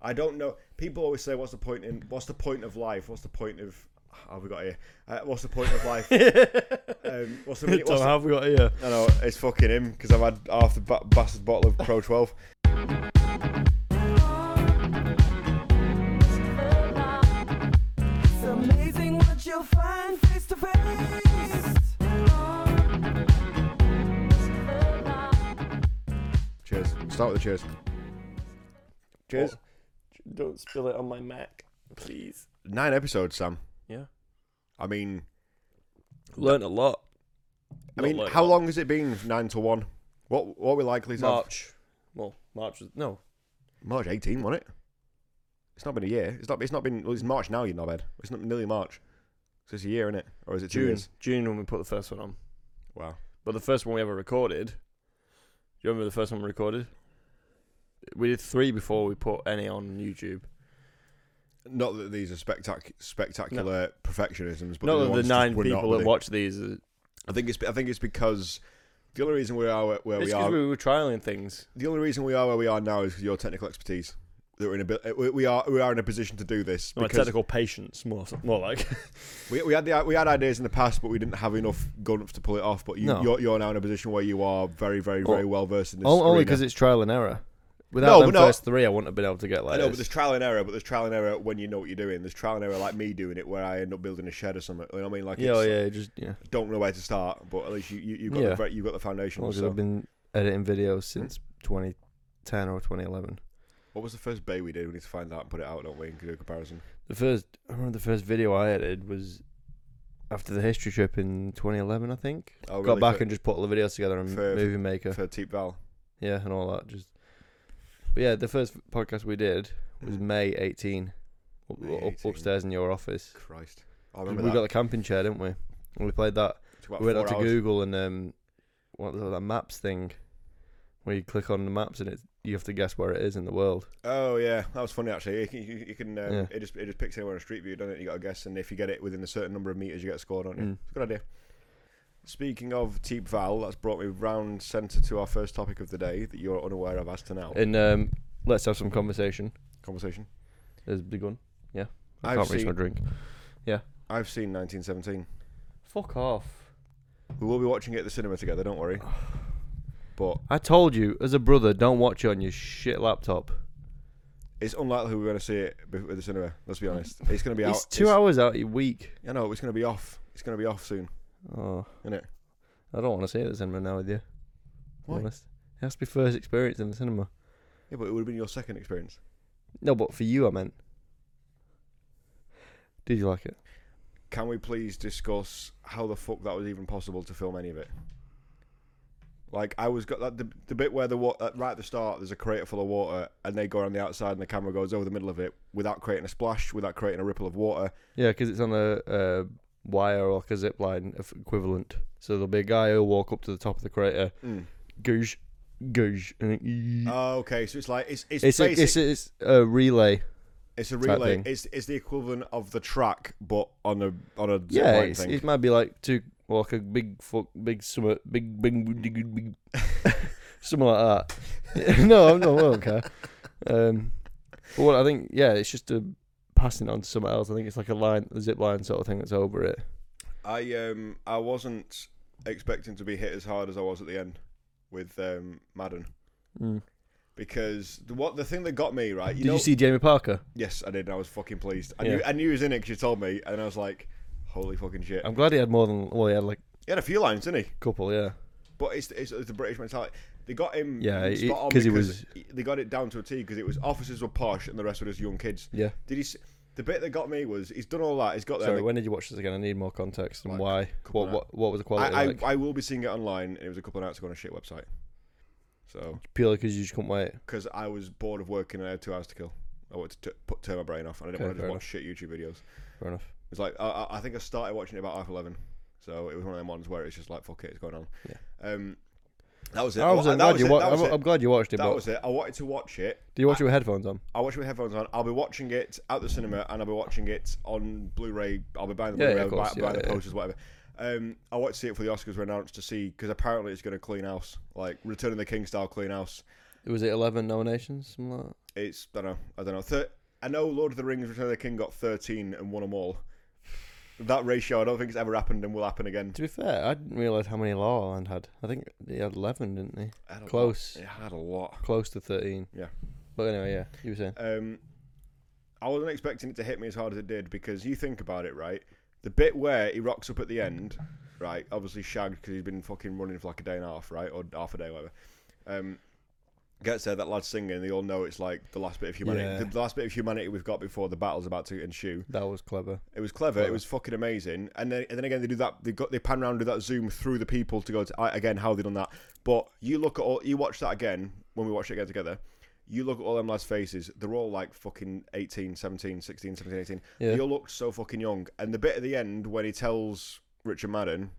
I don't know. People always say, "What's the point in? What's the point of life? What's the point of? How have we got here? Uh, what's the point of life? um, what's the? Tom, meaning- What's the have we got here? I know it's fucking him because I've had half the ba- bastard bottle of Pro Twelve. It's amazing what you'll find face to face. Cheers. Start with the cheers. Cheers. Don't spill it on my Mac, please. Nine episodes, Sam. Yeah. I mean, Learned a lot. I Not mean, learned a how lot. long has it been? from Nine to one. What what we likely to have- March. Well, March was no. March eighteen, wasn't it? It's not been a year. It's not. It's not been. Well, it's March now. You knobhead. It's not nearly March. So it's a year, innit? Or is it two June. years? June when we put the first one on. Wow. But the first one we ever recorded. Do you remember the first one we recorded? We did three before we put any on YouTube. Not that these are spectac- spectacular perfectionisms, but Not that they're the ones just nine we're not people that really- watch these. Are, I think it's. I think it's because the only reason we are where, where it's we 'cause are. we were trialing things. The only reason we are where we are now is 'cause of your technical expertise. That we're in a bit. We we are. We are in a position to do this My because technical patience, more more like. we, we had the we had ideas in the past, but we didn't have enough guns to pull it off. But you, No. you're, you're now in a position where you are very, very, Oh, very well versed in this. O- only arena. because it's trial and error. Without No, them but no. first three, I wouldn't have been able to get I like know, but this. there's trial and error. But there's trial and error when you know what you're doing. There's trial and error like me doing it, where I end up building a shed or something. You know what I mean? Like, yeah, it's- yeah, just yeah. don't know where to start, but at least you, you you've got Yeah. the, ver- you've got the foundation. Well, 'cause so. I've been editing videos since 2010 or 2011. What was the first bay we did? We need to find out and put it out, don't we? And do a comparison. The first, I remember the first video I edited was after the history trip in 2011, I think. Oh, Got back for, and just put all the videos together on for- Movie Maker, for Teep Val. yeah, and all that. Just, but yeah, the first podcast we did was Mhm. May 18, up, May up- 18. upstairs in your office. Christ, I We remember got that. the camping chair, didn't we? And we played that. Took about we went four up to hours. Google and um, what was that maps thing, where you click on the maps and it you have to guess where it is in the world. Oh yeah, that was funny actually. You can, you, you can um, Yeah. it just it just picks anywhere on a street view, doesn't it? You got to guess, and if you get it within a certain number of meters, you get scored, don't you? Mm. It's a good idea. Speaking of Teep Val, that's brought me round centre to our first topic of the day that you're unaware of as to now. And um, let's have some conversation. Conversation. Has begun. Yeah, I I've can't reach my seen, drink. I've seen 1917. Fuck off. We will be watching it at the cinema together. Don't worry. But I told you, as a brother, don't watch it on your shit laptop. It's unlikely we're going to see it before the cinema. Let's be honest. It's going to be out. It's two hours out of your week. I know it's going to be off. It's going to be off soon. Oh, Innit? I don't want to see it at the cinema now with you. to be Why? honest. It has to be first experience in the cinema. Yeah, but it would have been your second experience. No, but for you, I meant. Did you like it? Can we please discuss how the fuck that was even possible to film any of it? Like I was got that the, the bit where the wa- uh, right at the start there's a crater full of water and they go around the outside and the camera goes over the middle of it without creating a splash, without creating a ripple of water. Yeah, because it's on a, a wire or like a zip line of equivalent. So there'll be a guy who'll walk up to the top of the crater, Mm. goosh, goosh, and then Oh, okay, so it's like it's it's Mm. it's, a, basic, it's, a, it's a relay. it's a type relay. thing. It's it's the equivalent of the track, but on a on a zip Yeah, line it's, thing. it might be like two, like a big fuck, big summer, big big big, big, big something like that. no, I'm not. I don't care. Um, but what I think, yeah, it's just a passing on to something else. I think it's like a line, a zip line sort of thing that's over it. I um I wasn't expecting to be hit as hard as I was at the end with um Madden Mm. because the, what the thing that got me right. You Did know, you see Jamie Parker? Yes, I did. and I was fucking pleased. I Yeah. knew I knew he was in it because you told me, and I was like, "Holy fucking shit!" I'm glad he had more than well, he had like He had a few lines, didn't he? a couple. Yeah, But it's it's, it's the British mentality. They got him Yeah, it- spot on 'cause because he They got it down to a T because it was officers were posh and the rest were just young kids. yeah. Did he? s- The bit that got me was he's done all that. He's got there. Sorry, the- when did you watch this again? I need more context and Like, why. couple What of- what what was the quality? I, I, like? I will be seeing it online, and it was a couple of nights ago on a shit website. So Purely because you just couldn't wait. because I was bored of working and I had two hours to kill. I wanted to t- put turn my brain off, and I didn't Okay, want to fair just watch shit YouTube videos. Fair enough. It's like I- I, I think I started watching it about half eleven, so it was one of them ones where it's just like fuck it, it's going on. Yeah. Um, that was it. I was, Well, I'm, that glad was you it, wa- that was I'm, it, I'm glad you watched it. that but was it. I wanted to watch it. do you watch it with headphones on? I watch it with headphones on. I'll be watching it at the cinema, and I'll be watching it on Blu-ray. I'll be buying the Yeah, Blu-ray, yeah, of I'll be buy- course, yeah, buying the yeah, yeah. posters, whatever. Um, I want to see it for the Oscars were announced to see because apparently it's going to clean house, like Return of the King style clean house. Was it 11 nominations? Something like that? it's I don't know. I don't know. Thir- I know Lord of the Rings: Return of the King got thirteen and won them all. That ratio, I don't think it's ever happened and will happen again. To be fair, I didn't realise how many La La Land had. I think they had 11, didn't they? I don't know. Close. It had a lot. Close to 13. Yeah. But anyway, yeah, you were saying. Um, I wasn't expecting it to hit me as hard as it did because you think about it, right? The bit where he rocks up at the end, right? Obviously shagged because he's been fucking running for like a day and a half, right, or half a day, whatever. Um, gets there, that lad's singing. They all know it's like the last bit of humanity, Yeah. the last bit of humanity we've got before the battle's about to ensue. That was clever. It was clever. It Clever. was fucking amazing. And then, and then again, they do that. They got they pan round do that zoom through the people to go to I, again how they done that. But you look at all you watch that again when we watch it again together. You look at all them lads' faces. They're all like fucking 18, 17, 16, 17, 18. Yeah. They all look so fucking young. And the bit at the end when he tells Richard Madden,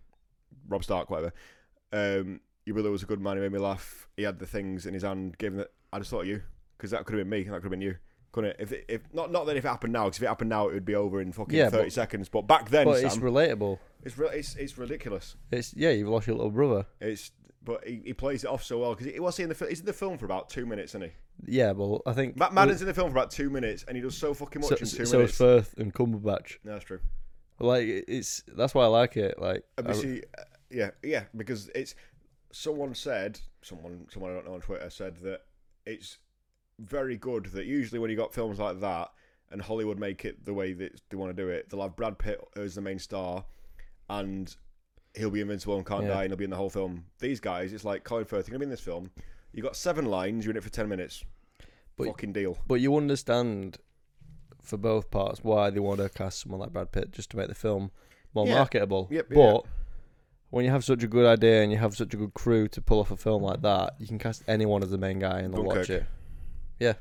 Rob Stark, whatever, um, your brother was a good man. He made me laugh. He had the things in his hand. Gave him that. I just thought of you because that could have been me. That could have been you. Couldn't it? If, it- if not, not that if it happened now, because if it happened now, it would be over in fucking Yeah, thirty but- seconds. But back then, but Sam, it's it's, relatable. ri- it's it's ridiculous. It's yeah, you've lost your little brother. It's but he, he plays it off so well because he was in the fil- he's in the film for about two minutes, isn't he? Yeah, well, I think Matt Madden's in the film for about two minutes, and he does so fucking much so, in two so is minutes. Firth and Cumberbatch. No, that's true. Like it- it's that's why I like it. Like Uh, I- but see, uh, yeah, yeah, because it's someone said someone someone I don't know on Twitter said that it's very good that usually when you got films like that and Hollywood make it the way that they want to do it, they'll have Brad Pitt as the main star and he'll be invincible and can't Yeah. die and he'll be in the whole film. These guys, it's like Colin Firth, you're gonna be in this film. You got seven lines, you're in it for ten minutes. But- Fucking deal. but you understand for both parts why they want to cast someone like Brad Pitt just to make the film more Yeah. marketable. Yep, but when you have such a good idea and you have such a good crew to pull off a film like that, you can cast anyone as the main guy and they'll watch Dunkirk. it. Yeah.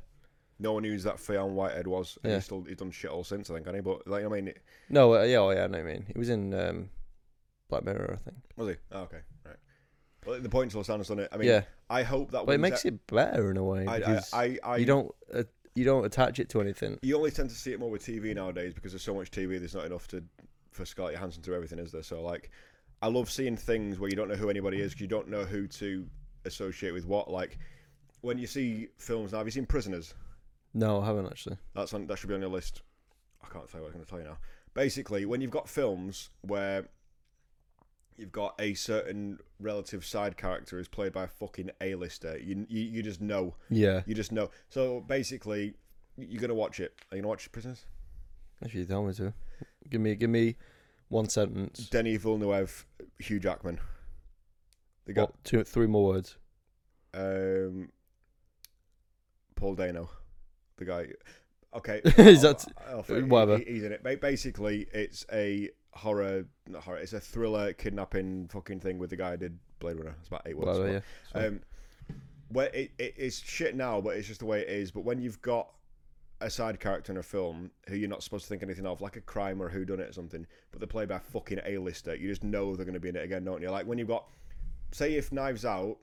No one knew who that Fionn Whitehead was, and Yeah. he's still he's done shit all since, I think, hasn't he? But like I mean, it, No, uh, yeah, oh, yeah, I know what you mean. It was in um, Black Mirror, I think. was he? Oh, okay, right. Well, the point still stands on it. I mean, yeah, I hope that. but it wins makes it better in a way I, because I, I, I, you you don't uh, you don't attach it to anything. only tend to see it more with TV nowadays because there's so much TV. There's not enough to for Scarlett Johansson to do everything, is there? So like, I love seeing things where you don't know who anybody is. 'cause you don't know who to associate with what. Like when you see films now, have you seen Prisoners? No, I haven't actually. That's on. That should be on your list. I can't tell you what I'm going to tell you now. Basically, when you've got films where you've got a certain relative side character is played by a fucking A-lister, you you, you just know. Yeah, You just know. So basically, y- you're gonna watch it. Are you gonna watch Prisoners? if you tell me to, give me give me one sentence. Denny Villeneuve, Hugh Jackman. They got What, two, three more words. um, Paul Dano, the guy. Okay, Is I'll- that- I'll think- he- whatever. he- he's in it. Ba- Basically, it's a horror, not horror. It's a thriller kidnapping fucking thing with the guy who did Blade Runner. It's about eight words. Whatever, but- yeah. So- Um, where it, it, it's shit now, but it's just the way it is. But when you've got a side character in a film who you're not supposed to think anything of, like a crime or who done it or something, but they're played by a fucking A-lister, you just know they're going to be in it again, don't you? Like when you've got, say, if Knives Out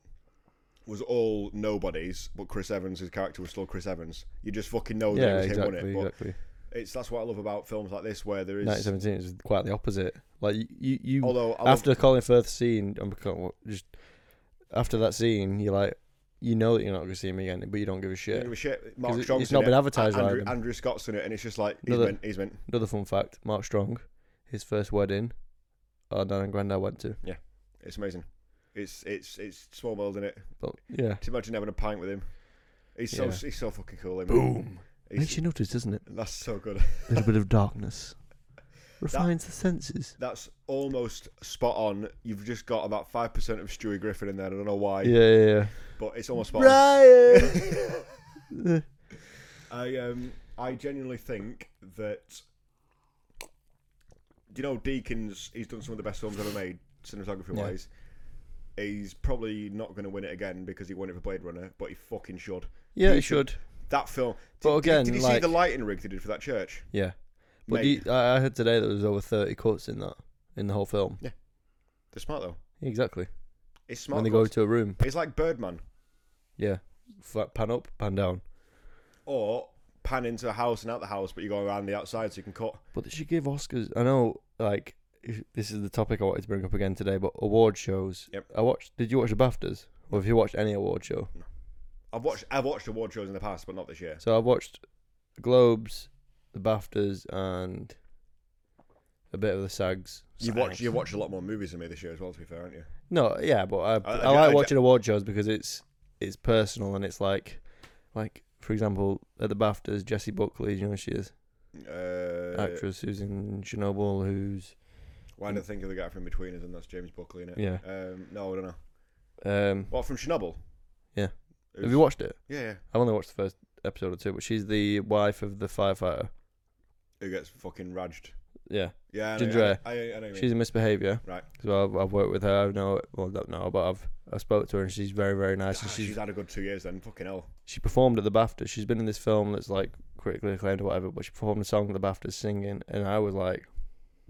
was all nobodies, but Chris Evans' his character was still Chris Evans, you just fucking know that it yeah, was him, exactly, wasn't it? But exactly. it's that's what I love about films like this, where there is. 1917 is quite the opposite. Like you, you, you Although I love- after Colin Firth scene, I'm kind of just after that scene, you're like, you know that you're not going to see him again, but you don't give a I don't shit. give a shit. Mark it- it's Strong's in not it, been advertised by Andrew, them. Andrew Scott's in it, and it's just like he's Another- meant, he's meant. Another fun fact: Mark Strong, his first wedding, our dad and granddad went to. It's amazing. It's it's it's small world, isn't it? But yeah, Just imagine having a pint with him. He's so Yeah. he's so fucking cool. Him. boom. Makes He's, you notice, doesn't it? that's so good. A little bit of darkness refines the senses. That's almost spot on. You've just got about five percent of Stewie Griffin in there. I don't know why, Yeah, yeah, yeah. but it's almost spot on. Brian. I um I genuinely think that. Do you know Deakins? He's done some of the best films ever made, cinematography Yeah. wise. He's probably not going to win it again because he won it for Blade Runner, but he fucking should. yeah, You it should. That film. But did- did- again, did, you see like- the lighting rig they did for that church? Yeah. But do Mate, you, I I heard today there was over 30 cuts in that in the whole film. they're smart though. Exactly. It's when smart. they go cuts. to a room, it's like Birdman, yeah, Flat pan up, pan down. or pan into a house and out the house, but you go around the outside so you can cut. But they should give Oscars. I know, like if- this is the topic I wanted to bring up again today, but award shows. Yep. I watched. Did you watch the BAFTAs? Or have you watched any award show? I I've watched I've watched award shows in the past, but not this year. So I've watched the Globes, the BAFTAs, and a bit of the SAGs. You've SAGs. watched you've watched a lot more movies than me this year as well. To be fair, aren't you? No, yeah, but I, I- I, I- like I- watching award shows because it's it's personal and it's like like for example at the BAFTAs Jessie Buckley, you know who she is Uh, actress who's in Chernobyl, who's Why did I think of the guy from Between Us? And that's James Buckley in it. Mm. yeah. Um, no, I don't know. Um, What from Chernobyl? Yeah. Who's- have you watched it? Yeah, yeah. I've only watched the first episode or two, but she's the wife of the firefighter. Who gets fucking raged? Yeah, Yeah, I know- Ginger Ale. I, I, I know. you she's a misbehaviour. Right. So I've, I've worked with her. I know, well, don't know, but I've I spoke to her and she's very very mean. nice. Ah, and she's she's had a good two years then. Fucking hell. she performed at the BAFTA. She's been in this film that's like critically acclaimed or whatever, but she performed a song at the BAFTA singing, and I was like,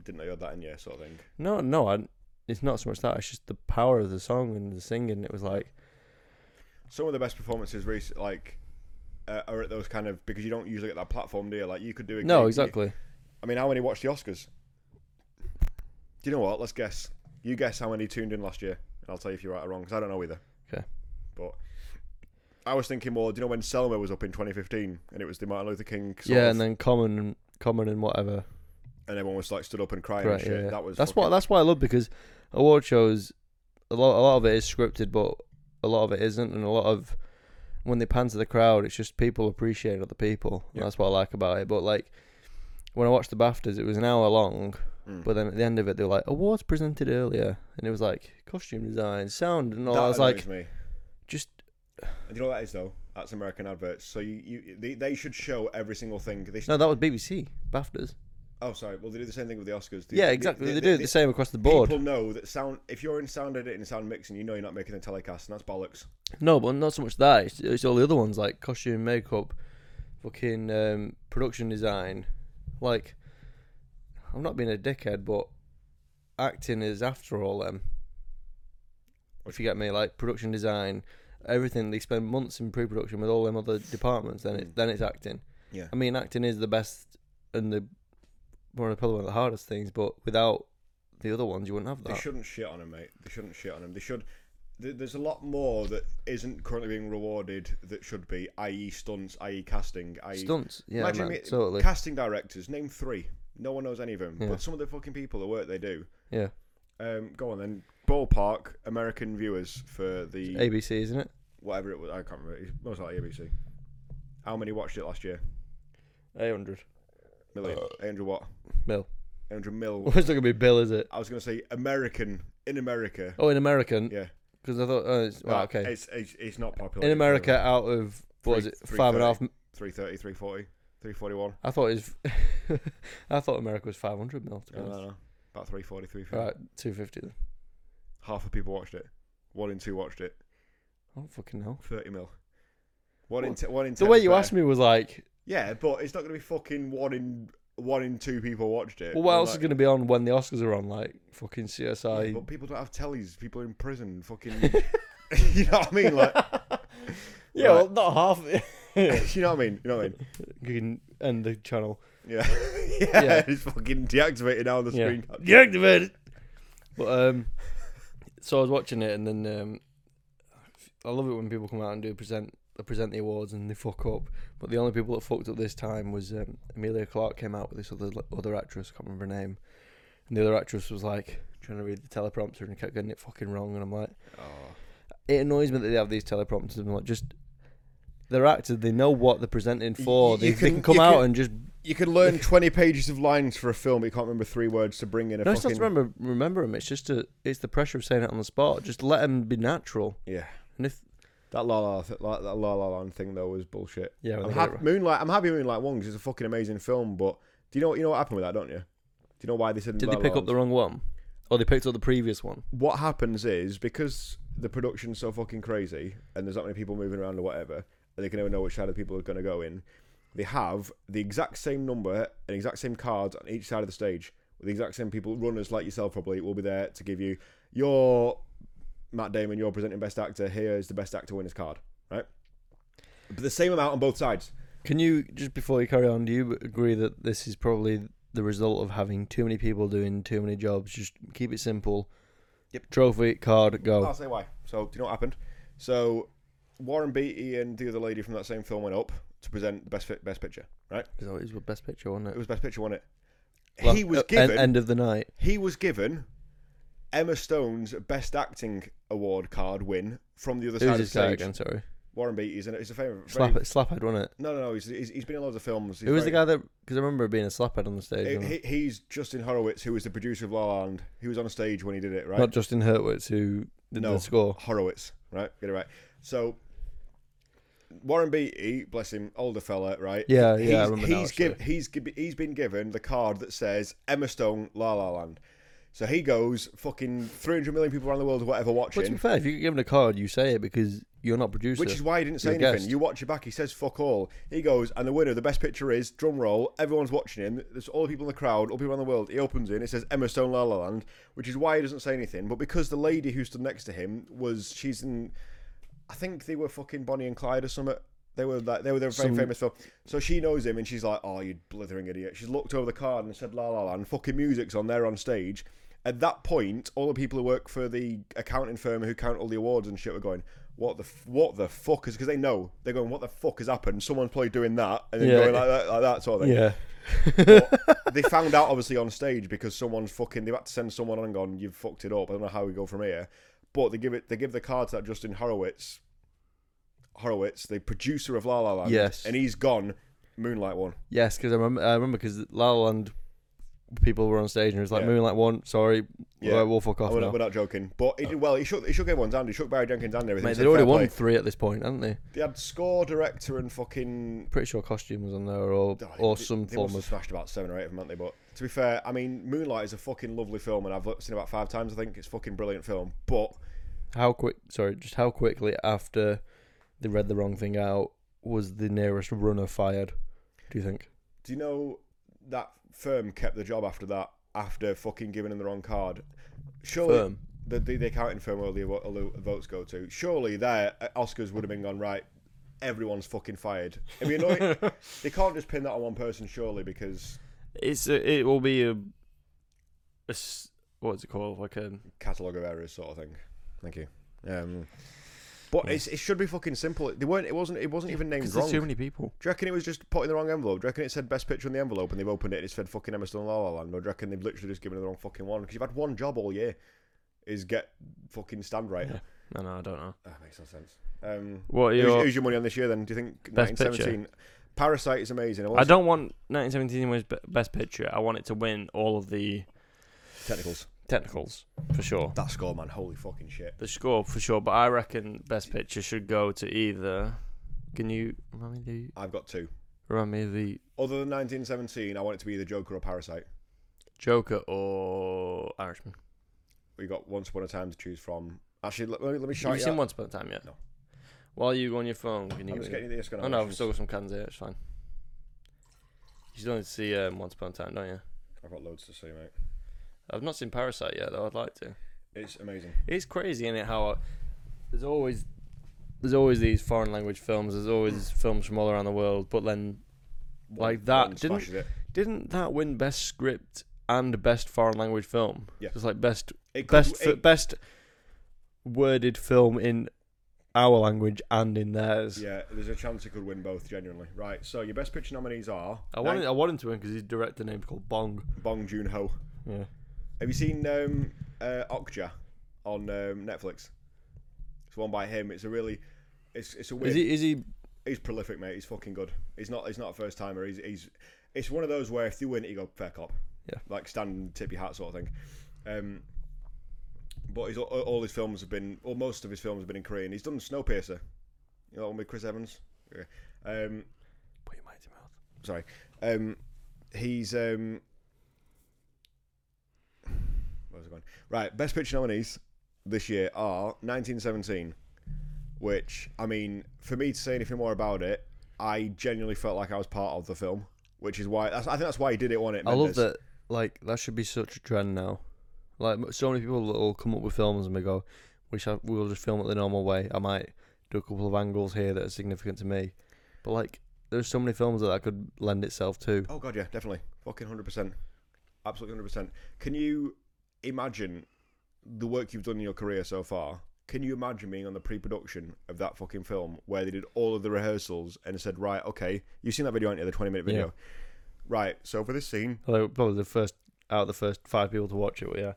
Didn't know you had that in you, sort of thing. no, no, I, it's not so much that. It's just the power of the song and the singing. It was like, Some of the best performances, recent, like, uh, are at those kind of because you don't usually get that platform, do you? Like, you could do a no, gig- exactly. I mean, how many watched the Oscars? Do you know what? Let's guess. You guess how many tuned in last year, and I'll tell you if you're right or wrong because I don't know either. Okay. But I was thinking, well, do you know when Selma was up in 2015 and it was the Martin Luther King? Sort Yeah, of- and then common and common and whatever. and everyone was like stood up and crying Right, and shit. yeah. That was that's fucking- what that's what I love because award shows a lot a lot of it is scripted, but a lot of it isn't, and a lot of when they pan to the crowd, it's just people appreciating other people. Yeah. And that's what I like about it. But like when I watched the Baftas, it was an hour long, Mm. but then at the end of it, they were like awards presented earlier, and it was like costume design, sound, and all. That I was like, annoys me. just And you know what that is though? That's American adverts. So you, you they, they should show every single thing. They should, no, that was BBC Baftas. Oh, sorry. Well, they do the same thing with the Oscars. They- yeah, they- exactly. They, do it the same across the board. People know that sound. If you're in sound editing and sound mixing, you know you're not making a telecast, and that's bollocks. No, but not so much that. It's, it's all the other ones like costume, makeup, fucking um, production design. Like, I'm not being a dickhead, but acting is after all them. If you get me, like production design, everything they spend months in pre-production with all them other departments. Then it Mm. then it's acting. Yeah. I mean, acting is the best and the one of probably one of the hardest things. But without the other ones, you wouldn't have They that. shouldn't shit on him, mate. They shouldn't shit on him. They should. th- There's a lot more that isn't currently being rewarded that should be, i.e., stunts, i.e., casting, i.e., Stunts, yeah, Imagine man, me- totally, casting directors. Name three. No one knows any of them, Yeah. but some of the fucking people the work they do. yeah. Um, go on then. Ballpark American viewers for the ABC, isn't it? whatever it was. I can't remember. It's most likely ABC. How many watched it last year? Eight hundred. Million. 800 what? Uh, Mil. Oh. 800 mil. Well, it's not gonna be Bill, is it? I was going to say American in America. Oh, in America, Yeah. because I thought, oh, it's, well, No, okay, It's, it's, it's not popular. in America, out of what is Three- it, five and a half? 330, 340, 341. I thought it was, I thought America was five hundred mil. To be I don't honest. know. About 340, 350. All right, two fifty then. Half of people watched it. One in two watched it. I don't Oh, fucking know. 30 mil. One in, Well, t- one in The ten way is you better. asked me was like, Yeah, but it's not going to be fucking one in one in two people watched it. well, what Or else like- is gonna be on when the Oscars are on? Like fucking CSI. Yeah, but people don't have tellies. People are in prison. Fucking. you know what I mean? Like, yeah, well, not half. you know what I mean? You know what I mean? you can end the channel. Yeah. yeah, Yeah. It's fucking deactivated now on the Yeah. screen. capture. Deactivate it. But um, so I was watching it, and then um, I love it when people come out and do present they present the awards and they fuck up. But the only people that fucked up this time was um, Amelia Clark came out with this other other actress, can't remember her name, and the other actress was like trying to read the teleprompter and kept getting it fucking wrong, and I'm like, Oh. it annoys me that they have these teleprompters. and I'm like, just they're actors, they know what they're presenting for. you They, they can- can come you out can- and just You could learn 20 pages of lines for a film, but you can't remember three words to bring in a No, it's not fucking. to remember remember him. It's just a, it's the pressure of saying it on the spot. Just let him be natural. Yeah. And if That La La, th- La, that La La Land thing, though, was bullshit. yeah, I'm hap- Moonlight, I'm happy Moonlight won because it's a fucking amazing film, but do you know, you know what happened with that, don't you? Do you know why they said did La they La pick up Land? the wrong one, or they picked up the previous one? what happens is because the production's so fucking crazy and there's not many people moving around or whatever, and they can never know which side of the people are going to go in, they have the exact same number and exact same cards on each side of the stage. With the exact same people, runners like yourself probably will be there to give you your Matt Damon, you're presenting best actor. Here is the best actor winner's card, right? But the same amount on both sides. Can you just before you carry on? Do you agree that this is probably the result of having too many people doing too many jobs? Just keep it simple. Yep. Oh. Trophy card I'll go. say why. So, do you know what happened? So, Warren Beatty and the other lady from that same film went up to present the best fi- best picture. Because that was the best picture, wasn't It it? was best picture, wasn't it? Well, he was uh, en- given end of the night. he was given Emma Stone's best acting award card win from the other Who's side of this the guy stage. again? Sorry, Warren Beatty is an, is a favorite. slap it, slaphead, wasn't it? No, no, no. He's, he's, he's been in loads of films. He's Who was the very- guy that? Because I remember it being a slaphead on the stage. He- wasn't it? he- he's Justin Horowitz, who was the producer of La La Land. He was on stage when he did it, right? Not Justin Hurwitz who did No. the score. Horowitz, right? Get it right. So Warren Beatty, bless him, older fella, right? Yeah, he's, yeah, I remember now, he's, actually. giv- he's gi- he's been given the card that says Emma Stone, La La Land. So he goes, fucking 300 million people around the world or whatever But to watching. be fair, if you get given a card, you say it because you're not producer. Which is why he didn't say You're a anything. guest. You watch it back. He says fuck all. He goes, and the winner, the best picture is drum roll. Everyone's watching him. There's all the people in the crowd, all the people around the world. He opens it. And it says Emma Stone, La La Land, which is why he doesn't say anything. But because the lady who stood next to him was, she's in, I think they were fucking Bonnie and Clyde or something. They were like they were their very Some- famous film. So she knows him and she's like, "Oh, you blithering idiot!" She's looked over the card and said, "La La Land." Fucking music's on there on stage. At that point, all the people who work for the accounting firm who count all the awards and shit were going, "What the f- what the fuck is?" Because they know they're going, "What the fuck has happened?" Someone's probably doing that and then Yeah. going like that, like that sort of thing. yeah, But they found out obviously on stage because someone's fucking. They had to send someone on and gone, "You've fucked it up." I don't know how we go from here. But they give it. They give the card to that Justin Horowitz. Horowitz, the producer of La La Land. Yes. and he's gone. Moonlight one. yes, because I remember. I remember because La La Land people were on stage and it was like Yeah. Moonlight one. Sorry, Yeah. yeah. we'll fuck off we're, now. not, we're not joking. But he did well. He shook. He shook everyone's hand. He shook Barry Jenkins' hand and everything. Mate, so they'd already fair won play. three at this point, hadn't they? They had score, director, and fucking. Pretty sure costume was on there or Oh, or they- some they must form have of. smashed about seven or eight of them, haven't they? But to be fair, I mean, Moonlight is a fucking lovely film, and I've seen it about five times. I think it's a fucking brilliant film. But How quick? Sorry, just how quickly after they read the wrong thing out was the nearest runner fired? Do you think? Do you know that firm kept the job after that? After fucking giving him the wrong card, surely Firm. the, the the accounting firm where all the, awa- all the votes go to. Surely their uh, Oscars would have been gone right. Everyone's fucking fired. I mean, annoying, they can't just pin that on one person, surely, because It's a, it will be a, a s- what's it called? Like a catalogue of errors, sort of thing. Thank you. Um, but it's, it should be fucking simple. They weren't. It wasn't. It wasn't even named because wrong. there's too many people. Do you reckon it was just put in the wrong envelope? Do you reckon it said best picture in the envelope and they've opened it and it said fucking Emma Stone La La Land? Or do you reckon they've literally just given it the wrong fucking one? Because you've had one job all year is get fucking stand right. Yeah. No, no, I don't know. That makes no sense. Um, What are who's, your? who's your money on this year then? Do you think Best picture. 1917? Parasite is amazing. I don't want 1917 was be- best picture. I want it to win all of the Technicals. technicals for sure. That score, man. Holy fucking shit. The score for sure, but I reckon best picture should go to either. Can you remind me I've got two. the remind me of the Other than 1917, I want it to be either Joker or Parasite. Joker or Irishman? We got Once Upon a Time to choose from. Actually, let, let me, let me shout Have you you seen out- Once Upon a Time yet? No. While you go on your phone, can you? I'm just getting this going oh no, I've still got some cans here. It's fine. You still need to see um, Once Upon a Time, don't you? I've got loads to see, mate. I've not seen Parasite yet, though. I'd like to. It's amazing. It's crazy, isn't it? How uh, there's always there's always these foreign language films. There's Mm. always films from all around the world, but then Like that, One didn't- smashes it. didn't that win best script and best foreign language film? Yeah. It's like best It could- Best it- fi- best worded film in our language and in theirs. Yeah, there's a chance it could win both, genuinely. Right, so your best picture nominees are I wanted I wanted to win because his director name's called Bong. Bong Joon Ho. Yeah. Have you seen um, uh, Okja on um, Netflix? It's one by him. It's a really, it's it's a weird. Is he? Is he? He's prolific, mate. He's fucking good. He's not he's not a first timer. He's he's it's one of those where if they win, it, you go fair cop. Yeah. like stand and tip your hat sort of thing. Um, but he's all, all his films have been, or most of his films have been in Korean. He's done Snowpiercer, you know, that one with Chris Evans. Yeah. Um, Put your mind to your mouth. sorry. Um, he's um, where was I going? Right, best picture nominees this year are 1917, which I mean, for me to say anything more about it, I genuinely felt like I was part of the film, which is why that's, I think that's why he did it. On it, I Mendes. love that. Like that should be such a trend now. Like m- so many people that will come up with films and they go, "We shall. We'll just film it the normal way. I might do a couple of angles here that are significant to me." But like, there's so many films that that could lend itself to. Oh god, yeah, definitely, fucking hundred percent, absolutely hundred percent. Can you imagine the work you've done in your career so far Can you imagine being on the pre-production of that fucking film where they did all of the rehearsals and said, "Right, okay, you've seen that video, ain't you? The twenty-minute Yeah. video, right? So for this scene, Although probably the first out of the first five people to watch it, yeah.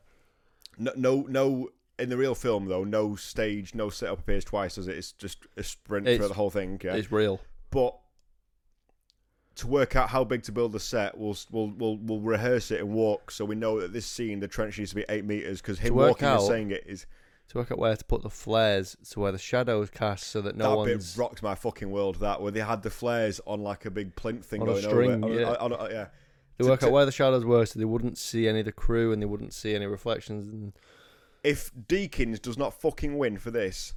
no, no, no. In the real film, though, no stage, no setup appears twice, does it? It's just a sprint It's- for the whole thing. Yeah, It's real. but to work out how big to build the set, we'll we'll we'll, we'll rehearse it and walk, so we know that this scene, the trench needs to be eight meters, because him work walking and out- saying it is To work out where to put the flares, to where the shadows cast, so that no that one's bit rocked my fucking world. That where they had the flares on like a big plinth thing On a going string, over, it. yeah. On, on, on, yeah. They To- work to- out where the shadows were, so they wouldn't see any of the crew, and they wouldn't see any reflections. And If Deakins does not fucking win for this,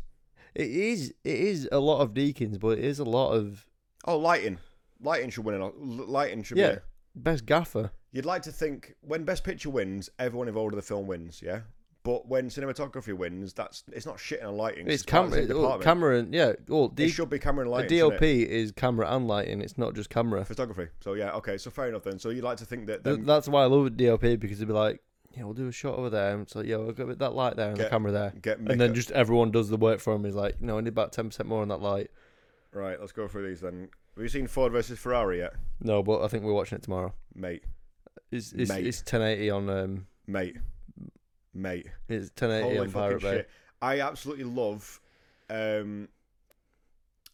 it is, it is a lot of Deakins, but it is a lot of oh lighting, lighting should win. an Os- Lighting should yeah, be. best gaffer. You'd like to think when Best Picture wins, everyone involved in the film wins, yeah. But when cinematography wins, that's it's not shitting on lighting. 'cause It's, part of the camera, same oh, department. camera, and yeah. Well, D- it should be camera and a lighting. shouldn't DOP it? is camera and lighting. It's not just camera. photography. So yeah, okay, so fair enough then. So you like to think that Th- them That's why I love DOP because they'd be like, yeah, we'll do a shot over there, and it's like, yeah, we'll go with that light there and Get- the camera there, get and then makeup- just everyone does the work for him. He's like, no, I need about ten percent more on that light. right. Let's go through these then. Have you seen Ford versus Ferrari yet, No, but I think we're watching it tomorrow. mate? It's it's, Mate. it's 1080 on um Mate, mate. it's 1080 Holy on fucking Pirate Bay. shit! I absolutely love um,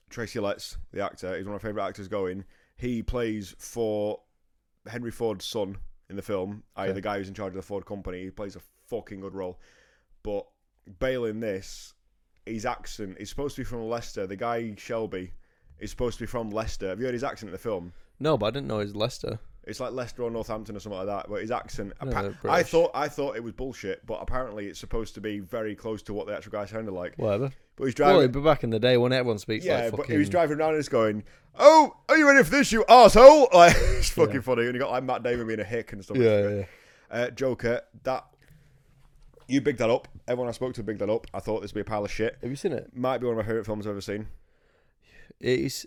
Tracy Letts, the actor. He's one of my favorite actors going. He plays for Henry Ford's son in the film. I, Okay. the guy who's in charge of the Ford company. He plays a fucking good role. But Bale in this, his accent is supposed to be from Leicester. The guy Shelby is supposed to be from Leicester. Have you heard his accent in the film? No, but I didn't know it was Leicester. It's like Leicester or Northampton or something like that. But his accent, No, appa- they're I British. thought I thought it was bullshit, but apparently it's supposed to be very close to what the actual guy sounded like. Whatever. But he's Well, driving, but back in the day when everyone speaks yeah. like but fucking. he was driving around and he's going, "Oh, are you ready for this, you asshole?" Like it's fucking Yeah. funny. And you got like Matt Damon being a hick and stuff. like yeah, that. yeah, yeah. Uh, Joker, that you bigged that up. Everyone I spoke to bigged that up. I thought this would be a pile of shit. Have you seen it? Might be one of my favorite films I've ever seen. It's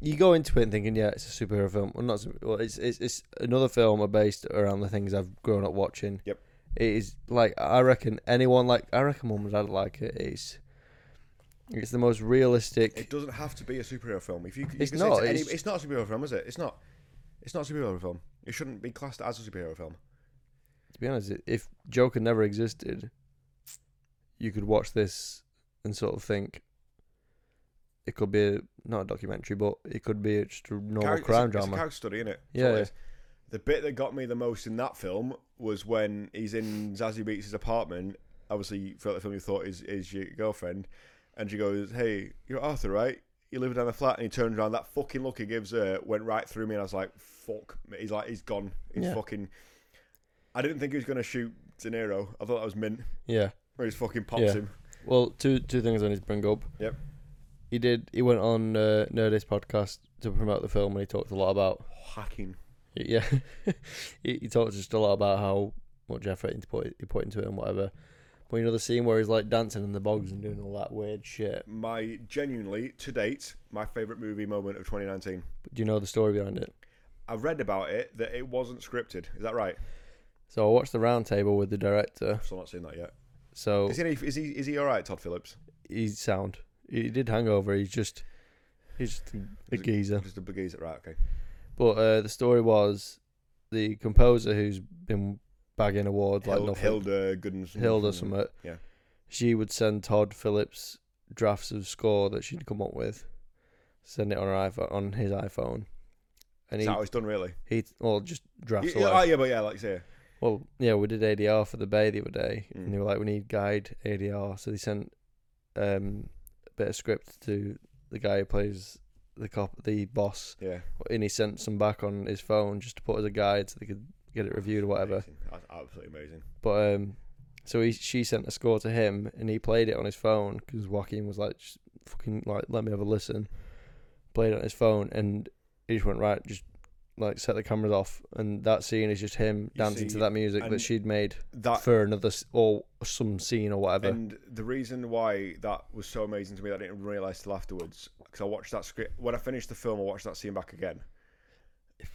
you go into it and thinking, yeah, it's a superhero film. Well, not. super- Well, it's it's it's another film based around the things I've grown up watching. Yep. It is like I reckon anyone like I reckon mum and dad like it. It's it's the most realistic. It doesn't have to be a superhero film. If you, you It's can say not, to any- it's- it's not a superhero film, is it? It's not. It's not a superhero film. It shouldn't be classed as a superhero film. to be honest, if Joker never existed, you could watch this and sort of think it could be a, not a documentary, but it could be just a normal Character- it's a- crime it's a drama. character study, innit? That's Yeah, all it yeah. is. The bit that got me the most in that film was when he's in Zazie Beats' apartment. Obviously, throughout the film, you thought is is your girlfriend, and she goes, "Hey, you're Arthur, right? You live down the flat." And he turns around. That fucking look he gives her went right through me, and I was like, "Fuck!" me." He's like, "He's gone. He's Yeah. fucking." I didn't think he was gonna shoot De Niro. I thought that was mint. yeah. Where he just fucking pops Yeah. him. Well, two two things I need to bring up. Yep. He did. He went on uh, Nerdist podcast to promote the film, and he talked a lot about Hacking. yeah. he, he talked just a lot about how much effort he put he put into it and whatever. But you know the scene where he's like dancing in the bogs and doing all that weird shit. My genuinely to date my favorite movie moment of 2019. But do you know the story behind it? I read about it that it wasn't scripted. Is that right? So I watched the roundtable with the director. I've still not seen that yet. So Is he is he is he all right, Todd Phillips? he's sound. He did Hangover. He's just he's just a, a Is it- geezer. Just a big ease. Right, okay. But uh, the story was the composer who's been bagging awards like Hil- nothing. Hilda Gooden's Hilda Summit. Yeah. She would send Todd Phillips drafts of score that she'd come up with, send it on her iPhone, on his iPhone, Is and he that how it's done, really? he well just drafts Yeah, away. oh, yeah, but yeah, like you say. Well, yeah, we did ADR for the Bay the other day, Mm. and they were like, "We need guide ADR," so they sent um, a bit of script to the guy who plays the cop, the boss, Yeah. and he sent some back on his phone just to put as a guide so they could get it reviewed or whatever. Amazing. That's absolutely amazing. But um, so he she sent a score to him, and he played it on his phone because Joaquin was like, just "Fucking like, let me have a listen." Played it on his phone, and he just went right, just like set the cameras off, and that scene is just him You dancing see, to that music and that she'd made That for another s- or some scene or whatever. and the reason why that was so amazing to me, that I didn't realize till afterwards, because I watched that script when I finished the film. I watched that scene back again.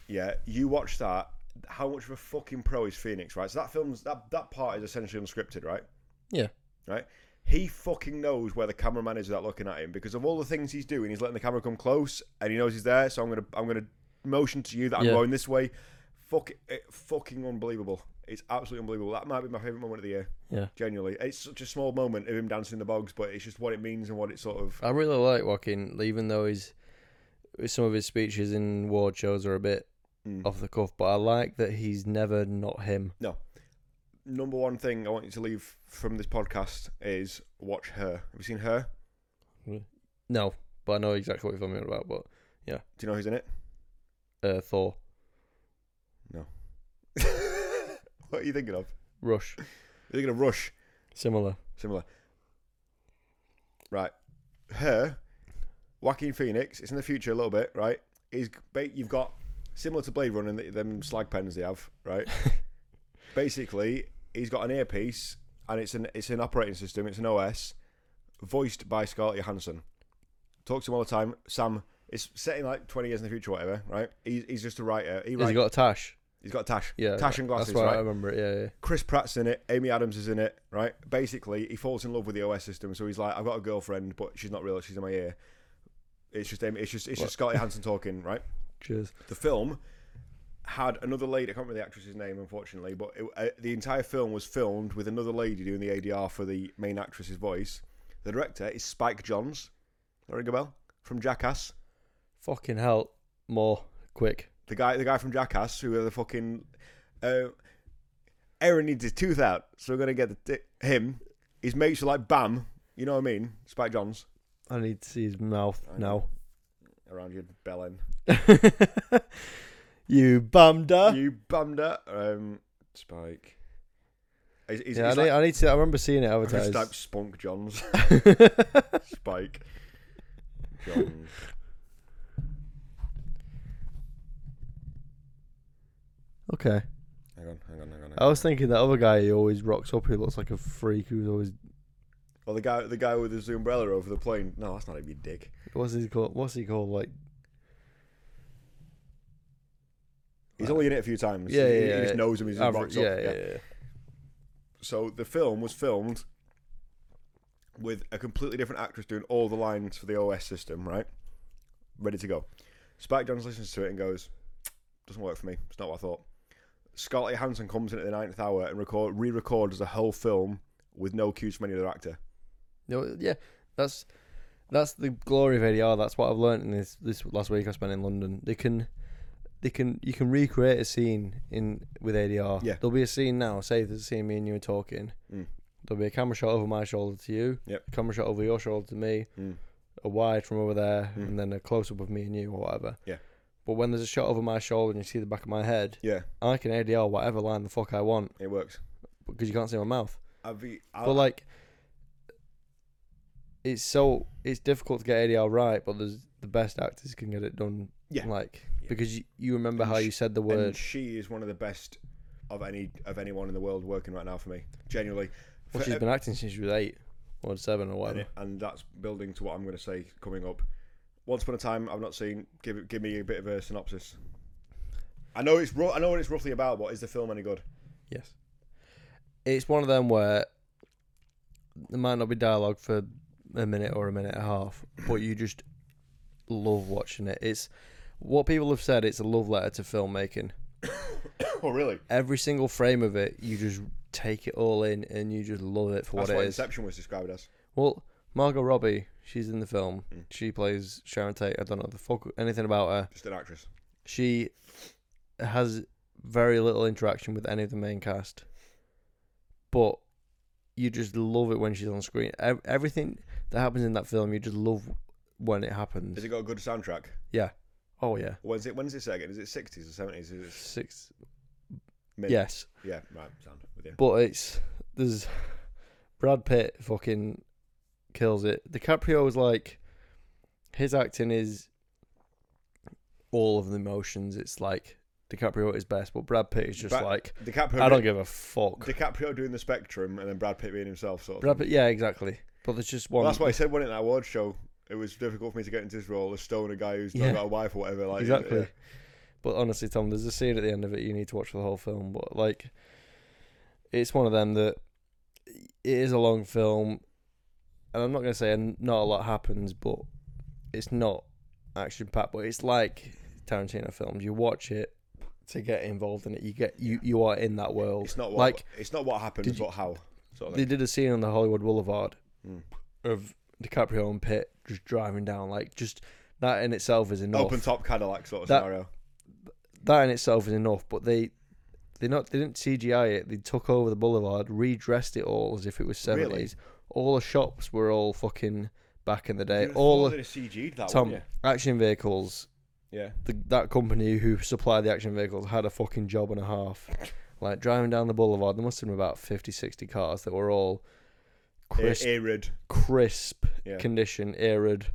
Yeah, you watch that. How much of a fucking pro is Phoenix, right? So that film's that that part is essentially unscripted, right? yeah, right? He fucking knows where the cameraman is without looking at him because of all the things he's doing. He's letting the camera come close, and he knows he's there. So I'm gonna I'm gonna motion to you that I'm Yeah. going this way. Fuck it, fucking unbelievable. It's absolutely unbelievable. That might be my favorite moment of the year. Yeah. genuinely, it's such a small moment of him dancing in the bogs, but it's just what it means and what it sort of. I really like Joaquin, even though he's some of his speeches in award shows are a bit Mm. off the cuff, but I like that he's never not him. Number one thing I want you to leave from this podcast is watch her. Have you seen her? No, but I know exactly what you're talking about. But Do you know who's in it? uh, Thor, what are you thinking of? Rush, You're thinking of Rush. similar. Similar. Right. Her, Joaquin Phoenix, it's in the future a little bit, right? Is ba- you've got similar to Blade Runner, th- them slag pens they have, right? Basically, he's got an earpiece and it's an it's an operating system, it's an OS, voiced by Scarlett Johansson. Talks to him all the time. Sam it's set in like twenty years in the future, whatever, right? He's, he's just a writer. He Has he writes, got a tash? he's got Tash. Yeah, Tash and glasses, That's why right? I remember it. Yeah, yeah. Chris Pratt's in it, Amy Adams is in it, right? Basically, he falls in love with the OS system, so he's like, I've got a girlfriend, but she's not real, she's in my ear. It's just Amy, it's just it's just Scotty Hansen talking, right? Cheers. The film had another lady, I can't remember the actress's name, unfortunately, but it, uh, the entire film was filmed with another lady doing the ADR for the main actress's voice. The director is Spike Johns, that ring a bell? From Jackass. Fucking hell, more quick. The guy, the guy from Jackass, who are the fucking. Uh, Aaron needs his tooth out, so we're gonna get the t- him. His mates are like Bam, you know what I mean? Spike Johns I need to see his mouth I now. know. around your bell end. you bumder. You bummed up, um, Spike. He's, he's, yeah, I, he's need, like, I need to. I remember seeing it I've just advertised. typed Spunk Johns, Spike Johns. okay. Hang on, hang on, hang on. Hang I on. was thinking that other guy who always rocks up, who looks like a freak, who's always Well, the guy, the guy with his umbrella over the plane. No, that's not even dick. what's he called? What's he called? Like He's only in it a few times. Yeah, he, yeah, he yeah. just knows him. He's average. average? Yeah, yeah, yeah. so the film was filmed with a completely different actress doing all the lines for the OS system, right? Ready to go. Spike Jones listens to it and goes, "Doesn't work for me. It's not what I thought." Scarlett Johansson comes in at the ninth hour and record re-records the whole film with no cues from any other actor. No, yeah. That's that's the glory of ADR. That's what I've learned in this this last week I spent in London. They can they can you can recreate a scene in with ADR. Yeah. There'll be a scene now. Say there's a scene me and you are talking. Mm. There'll be a camera shot over my shoulder to you. Yep. A camera shot over your shoulder to me. Mm. a wide from over there Mm. and then a close up of me and you or whatever. Yeah. But when there's a shot over my shoulder and you see the back of my head, Yeah, I can ADR whatever line the fuck I want it works. because you can't see my mouth. I've, be- I- but like, it's so it's difficult to get ADR right, but there's the best actors can get it done. Yeah. Like Yeah. because you, you remember And how sh- you said the and word. she is one of the best of any of anyone in the world working right now for me. Genuinely, well, For- e- she's been acting since she was eight or seven or and, whatever. it- and that's building to what I'm going to say coming up. Once upon a time, I've not seen. Give it- give me a bit of a synopsis. I know it's ru- I know what it's roughly about, but is the film any good? Yes. It's one of them where there might not be dialogue for a minute or a minute and a half, but you just love watching it. It's what people have said it's a love letter to filmmaking. Oh, really? Every single frame of it, you just take it all in and you just love it for That's what what it is. Inception was described as. Well, Margot Robbie, she's in the film. Mm. She plays Sharon Tate. I don't know the fuck anything about her. Just an actress. She has very little interaction with any of the main cast, but you just love it when she's on screen. Ev- Everything that happens in that film, you just love when it happens. Has it got a good soundtrack? oh yeah, When's it? When's it set again? Is it sixties or seventies? Is it six. mid? Yes, Yeah. Right. Sound with you. but it's there's Brad Pitt fucking kills it. DiCaprio is like his acting is all of the emotions. It's like DiCaprio at his best, but Brad Pitt is just Brad- like DiCaprio. I don't give a fuck. DiCaprio doing the spectrum, and then Brad Pitt being himself. Sort of. Brad thing. Pitt- yeah, exactly. But there's just one. Well, that's what I said when in that award show. It was difficult for me to get into this role as stoner guy who's Yeah. not got a wife or whatever. Like exactly. Oh, yeah. But honestly, Tom, there's a scene at the end of it you need to watch for the whole film. But like, it's one of them that it is a long film. and I'm not gonna say n- not a lot happens, but it's not action packed. But it's like Tarantino films. You watch it to get involved in it. You get you you are in that world. It's not what like it's not what happens, did you- but how. Sort of they thing. did a scene on the Hollywood Boulevard Mm. of DiCaprio and Pitt just driving down. Like just that in itself is enough. Open top Cadillac sort of That- scenario. that in itself is enough. But they they not they didn't CGI it. They took over the boulevard, redressed it all as if it was Really? seventies. All the shops were all fucking back in the day. You'd have all thought they'd the have CG'd that, Tom wouldn't action vehicles. you? Yeah. The, that company who supplied the action vehicles had a fucking job and a half. Like driving down the boulevard, there must have been about 50, 60 cars that were all crisp, A- Arid. crisp Yeah. condition, arid.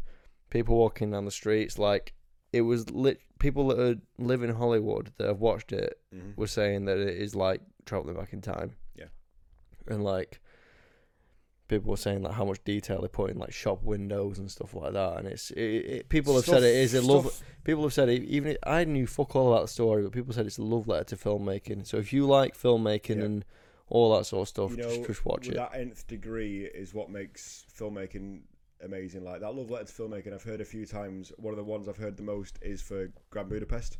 People walking down the streets, like it was lit. People that are, live in Hollywood that have watched it Mhm. was saying that it is like traveling back in time. Yeah. And like people were saying like how much detail they put in like shop windows and stuff like that, and it's it, it, people have said it is a Stuff- love. stuff- People have said it, even if- I knew fuck all about the story, but people said it's a love letter to filmmaking. So if you like filmmaking Yeah. and all that sort of stuff, you just, know, just watch it. That nth degree is what makes filmmaking amazing. Like that love letter to filmmaking, I've heard a few times. One of the ones I've heard the most is for Grand Budapest.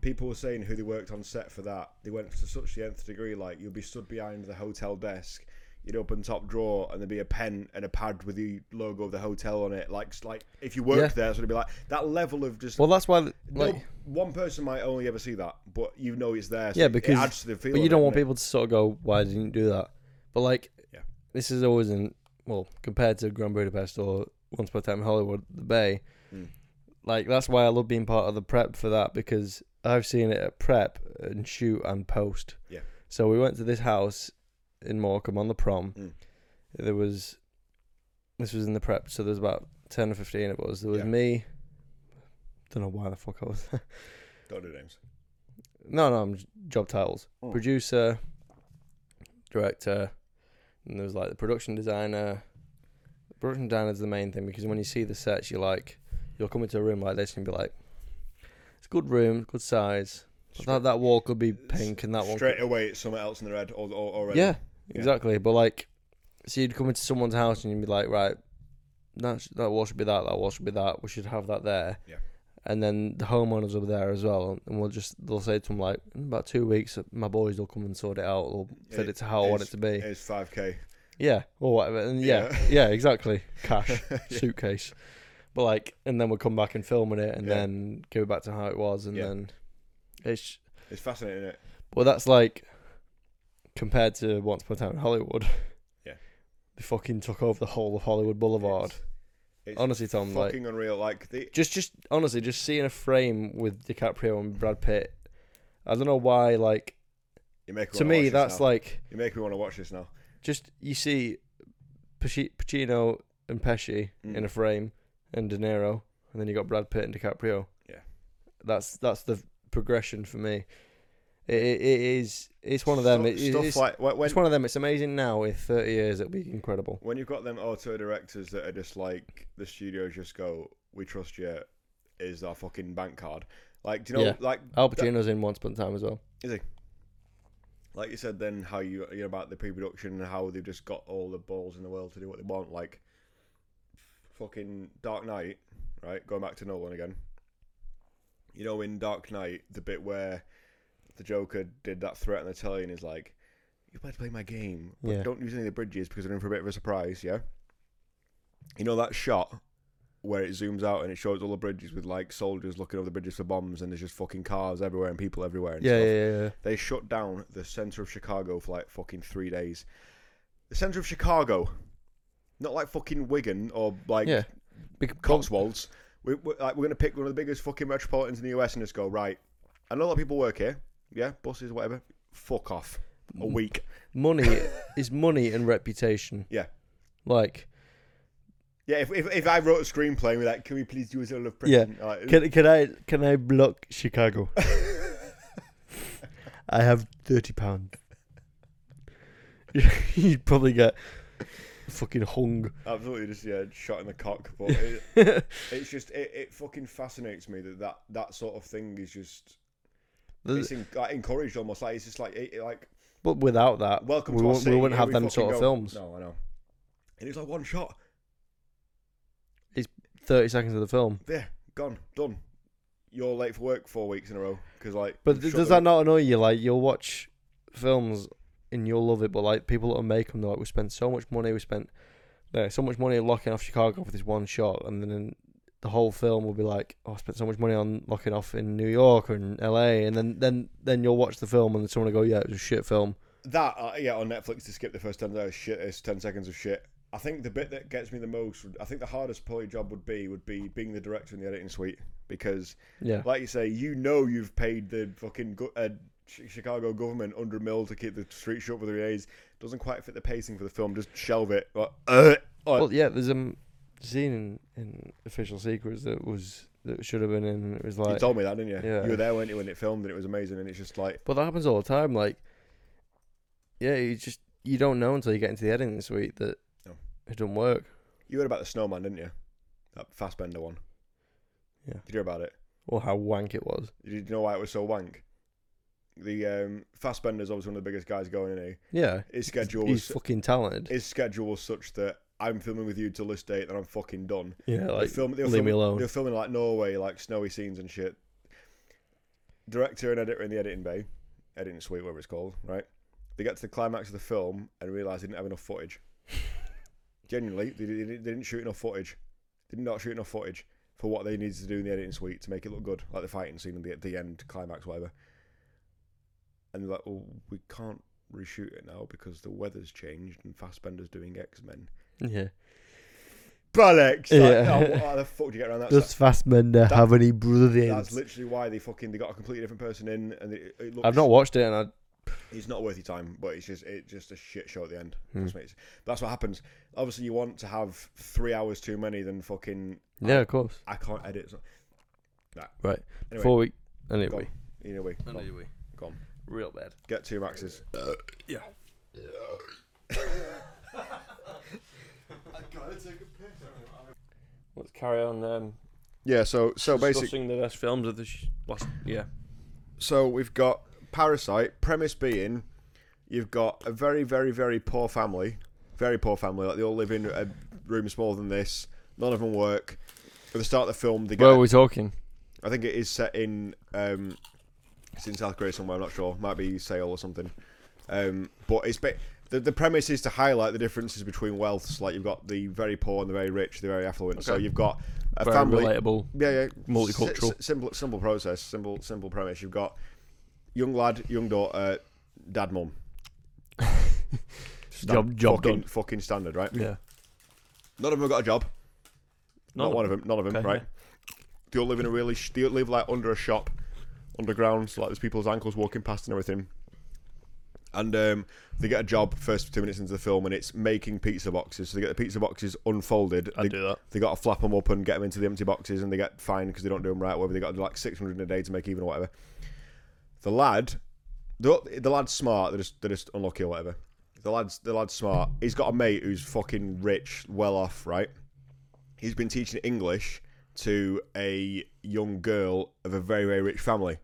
People were saying who they worked on set for that. They went to such the nth degree, like you'd be stood behind the hotel desk, you'd open top drawer, and there'd be a pen and a pad with the logo of the hotel on it. Like, like if you worked Yeah. there, so it'd be like that level of just. Well, that's why No, like one person might only ever see that, but you know it's there. So Yeah, it because- adds to the feel. But of you it, don't want doesn't it? people to sort of go, "Why didn't you do that?" But like, Yeah. this is always in well compared to Grand Budapest or Once Upon a Time in Hollywood, The Bay. Mm. Like that's why I love being part of the prep for that because I've seen it at prep and shoot and post. Yeah. So we went to this house in Morecambe on the prom. Mm. There was this was in the prep, so there was about ten or fifteen of us. There was Yeah. me. Don't know why the fuck I was. there. Don't do names. No, no, I'm j- job titles. Oh. Producer, director, and there's like the production designer. The production designer is the main thing because when you see the sets, you're like, you'll come into a room like this and be like, it's a good room, good size. But that, that wall could be pink and that one. Straight Could, away, it's somewhere else in the red or, or already. yeah, exactly. But like, so you'd come into someone's house and you'd be like, right, that, sh- that wall should be that, that wall should be that, we should have that there. Yeah. And then the homeowners are there as well, and we'll just they'll say to them like, in about two weeks, my boys will come and sort it out, or fit it to how I want it to be, It's five k. yeah, or whatever. And yeah, Yeah. yeah, exactly. Cash, suitcase, but like, and then we'll come back and film it, and Yeah. then go back to how it was, and Yeah. then it's It's fascinating, isn't it? well, that's like compared to Once Upon a Time in Hollywood. Yeah. They fucking took over the whole of Hollywood Boulevard. It's- it's honestly, Tom, like fucking unreal. Like the just, just honestly, just seeing a frame with DiCaprio and Brad Pitt. I don't know why. Like you make to me, that's like you make me want to watch this now. just you see Paci- Pacino and Pesci Mm. in a frame, and De Niro, and then you got Brad Pitt and DiCaprio. Yeah. that's that's the progression for me. It, it, it is. It's one of them. Stu- It- it- stuff it's, like when, when, it's one of them. It's amazing now. In 30 years, it'll be incredible. when you've got them auto directors that are just like the studios just go, we trust you, is our fucking bank card. Like do you know, Yeah. like Al Pacino's in Once Upon a Time as well. like you said, then how you you know, about the pre-production and how they've just got all the balls in the world to do what they want. Like fucking Dark Knight, right? Going back to Nolan again. You know, in Dark Knight, the bit where the Joker did that threat on the telly and is like, "You better play my game, but Yeah. don't use any of the bridges because they're in for a bit of a surprise." Yeah. You know that shot where it zooms out and it shows all the bridges with like soldiers looking over the bridges for bombs and there's just fucking cars everywhere and people everywhere. And Yeah, stuff yeah, yeah, yeah. they shut down the center of Chicago for like fucking three days. The center of Chicago, not like fucking Wigan or like yeah. Bec- Cotswolds. We, we, like, we're gonna pick one of the biggest fucking metropolitans in the US and just go right. I know a lot of people work here, yeah, buses, whatever. Fuck off. Mm. A week. money is money and reputation. Yeah. Like, Yeah, if, if, if I wrote a screenplay, and we're like, can we please do a little of Yeah. Britain? Like, can can I can I block Chicago? I have thirty pound. You'd probably get fucking hung. absolutely just yeah, shot in the cock. But it, There's- it's just it, it fucking fascinates me that, that that sort of thing is just it's in, like, encouraged almost like it's just like it, it, like but without that, welcome we, to our won't- Uh, we city, wouldn't here have we them fucking sort go. of films. No, I know. And it's like one shot. thirty seconds of the film. Yeah, gone, done. You're late for work four weeks in a row because like. But you th- shut does the- that not annoy you? Like you'll watch films and you'll love it, but like people that make them, they're like, we spent so much money, we spent yeah, so much money locking off Chicago for this one shot, and then the whole film will be like, oh, I spent so much money on locking off in New York or in L.A., and then then then you'll watch the film and someone will go, yeah, it was a shit film. that uh, yeah on Netflix to skip the first ten days shit is ten seconds of shit. I think the bit that gets me the most, would- I think the hardest probably job would be would be being the director in the editing suite because, Yeah. like you say, you know you've paid the fucking go- uh, Ch- Chicago government hundred mil to keep the street shut for the days. Doesn't quite fit the pacing for the film. Just shelve it. Like, uh, uh, Well, yeah, there's a m- scene in, in Official Secrets that was that should have been in. and It was you like, told me that, didn't you? Yeah. You were there, weren't you, when it filmed, and it was amazing. And it's just like, but that happens all the time. Like, yeah, you just you don't know until you get into the editing suite that No. it doesn't work. You heard about the snowman, didn't you? That Fastbender one. Yeah. Did you hear about it? Or how wank it was. Did you know why it was so wank? The um, Fastbender's obviously one of the biggest guys going, isn't he? Yeah, His schedule he's was fucking talented. his schedule was such that I'm filming with you till this date, then I'm fucking done. yeah, They like film- they were leave me filming- alone. They're filming like Norway, like snowy scenes and shit. Director and editor in the editing bay, editing suite, whatever it's called, right? They get to the climax of the film and realise they didn't have enough footage. Genuinely, they, they, they didn't shoot enough footage. They did not shoot enough footage for what they needed to do in the editing suite to make it look good, like the fighting scene and the, the end climax, whatever. And they're like, well, we can't reshoot it now because the weather's changed and Fassbender's doing X Men. yeah, Bollocks! Like, Yeah. oh, how the fuck do you get around that? does Fassbender have any That's brothers? literally why they fucking they got a completely different person in, and it, it looks. I've not watched it, and I It's not worth your time, but it's just it's just a shit show at the end. Hmm. Just makes- that's what happens. Obviously, you want to have three hours too many than fucking. yeah, of course. I can't edit. So, nah. Right. Anyway, Four week go on. anyway. Anyway, go on. Anyway, Go on. real bad. Get two maxes. Yeah. Let's carry on. Um, Yeah. So so basically, discussing the best films of the sh- last. Yeah. so we've got Parasite. Premise being, you've got a very, very, very poor family, very poor family. Like they all live in a room smaller than this. None of them work. At the start of the film, they get. Where are we talking? I think it is set in. Um, it's in South Korea somewhere. I'm not sure. Might be Seoul or something. Um, but it's ba- the the premise is to highlight the differences between wealths. Like you've got the very poor and the very rich, the very affluent. So you've got a Very family. relatable. Yeah, yeah. Multicultural. S- s- simple, simple process. Simple, simple premise. You've got young lad, young daughter, dad, mum. Stan- Job- job fucking, done. fucking standard, right? Yeah. None of them have got a job. None Not of one of them. None of them, Okay, right? yeah. They all live in a really. Sh- they all live like under a shop, underground. So like there's people's ankles walking past and everything. And um, they get a job first two minutes into the film, and it's making pizza boxes. So they get the pizza boxes unfolded. I'd they, do that. They got to flap them up and get them into the empty boxes, and they get fined because they don't do them right. Whether they got to do like 600 a day to make even or whatever. The lad, the, the lad's smart. They're just they're just unlucky or whatever. The lad's the lad's smart. He's got a mate who's fucking rich, well off, right? he's been teaching English to a young girl of a very very rich family.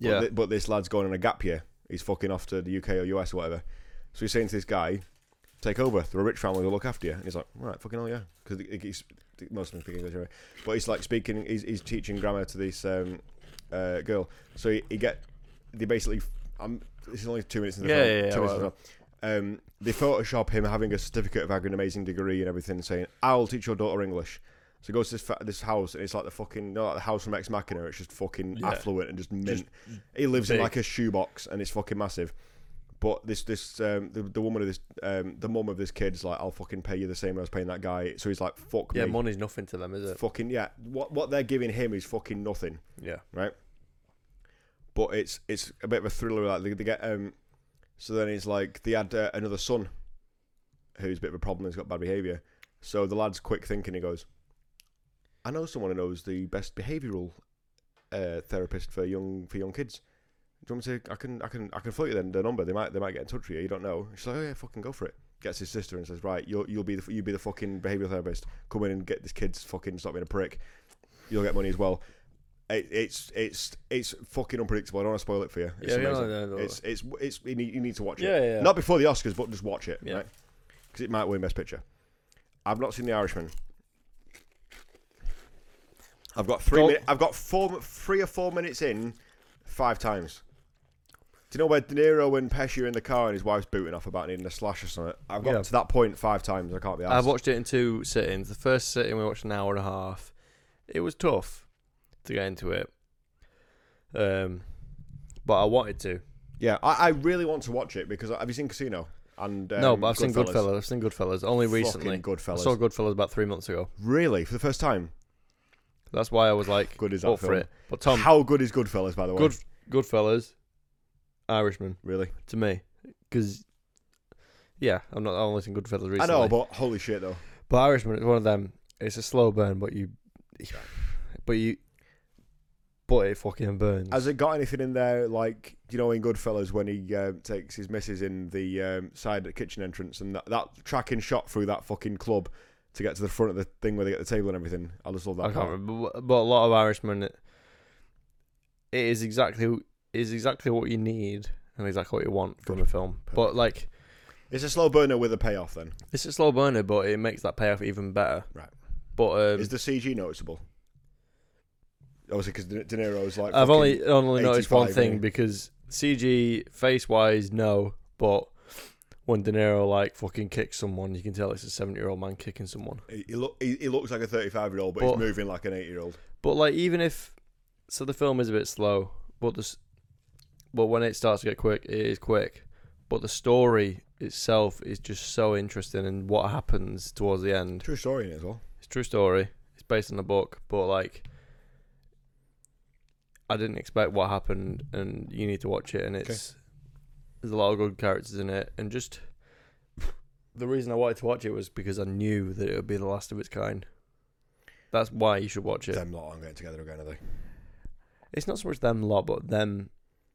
But Yeah. thi- but this lad's going on a gap year. He's fucking off to the UK or US or whatever. So he's saying to this guy, "Take over. They're a rich family. They'll look after you." And he's like, "All "Right, fucking hell, yeah." Because he's most of them speak English anyway. But he's like speaking. He's, he's teaching grammar to this um, uh, girl. So he, he get they basically. I'm. This is only two minutes in the Yeah, film. yeah, yeah, two minutes in the whatever. film. Um, they Photoshop him having a certificate of having an amazing degree and everything, saying, "I'll teach your daughter English." So he goes to this, fa- this house, and it's like the fucking you know, like the house from Ex Machina. It's just fucking Yeah. affluent and just mint. he lives in big. like a shoebox, and it's fucking massive. But this this um, the, the woman of this um, the mum of this kid's like, "I'll fucking pay you the same as I was paying that guy." So he's like, "Fuck Yeah, me." money's nothing to them, is it? fucking yeah. What what they're giving him is fucking nothing Yeah. right? But it's it's a bit of a thriller. Like they, they get um, so then it's like they had uh, another son, who's a bit of a problem. He's got bad behaviour. So the lad's quick thinking. He goes, "I know someone who knows the best behavioural uh, therapist for young for young kids. Do you want me to? I can I can I can float you then the number. They might they might get in touch with you. You don't know. She's like, oh yeah, fucking go for it. Gets his sister and says, right, you'll you'll be the you be the fucking behavioural therapist. Come in and get this kid's fucking stop being a prick. You'll get money as well. It, it's it's it's fucking unpredictable. I don't want to spoil it for you. It's Yeah, yeah, amazing. no, no, no. It's it's it's you need, you need to watch Yeah, it. yeah, yeah. Not before the Oscars, but just watch it, Yeah. right? Because it might win Best Picture. I've not seen The Irishman. I've got three. Go- Min- I've got four, three or four minutes in, five times. Do you know where De Niro and Pesci are in the car and his wife's booting off about needing a slash or something? I've got Yeah. to that point five times. I can't be I've asked. watched it in two sittings. The first sitting we watched an hour and a half. It was tough to get into it, um, but I wanted to. yeah, I, I really want to watch it because uh, have you seen Casino? And um, no, but I've seen Goodfellas? Goodfellas. I've seen Goodfellas only recently. Fucking I Goodfellas. saw Goodfellas about three months ago. really, for the first time. That's why I was like Good is that up for film. it. But Tom, How good is Goodfellas, by the way? good Goodfellas, Irishman really. to me, because yeah, I'm not. I only seen Goodfellas recently. I know, but holy shit though. But Irishman is one of them. It's a slow burn, but you, but you, but it fucking burns. Has it got anything in there like you know in Goodfellas when he uh, takes his missus in the um, side kitchen entrance and that, that tracking shot through that fucking club to get to the front of the thing where they get the table and everything? I just love that. I can't part. remember, but- but a lot of Irishmen, it, it is exactly it is exactly what you need and exactly what you want from Good. a film. But Perfect. like, It's a slow burner with a payoff. Then it's a slow burner, but it makes that payoff even better. Right. But um, is the CG noticeable? Obviously, because De De Niro's like I've fucking- eh? only only noticed one 85, thing innit? because CG face wise, no, but when De Niro like fucking kicks someone, you can tell it's a seventy year old man kicking someone. he, he, look, he, he looks like a thirty-five-year-old, but, But- he's moving like an eight-year-old. But like, even if so, the film is a bit slow, but this, but when it starts to get quick, it is quick. But the story itself is just so interesting, and what happens towards the end. True story in it as well. It's a true story. It's based on a book, but like, I didn't expect what happened, and you need to watch it. And it's there's a lot of good characters in it, and just the reason I wanted to watch it was because I knew that it would be the last of its kind. That's why you should watch it. Them lot aren't getting together again, are they? It's not so much them lot, but them.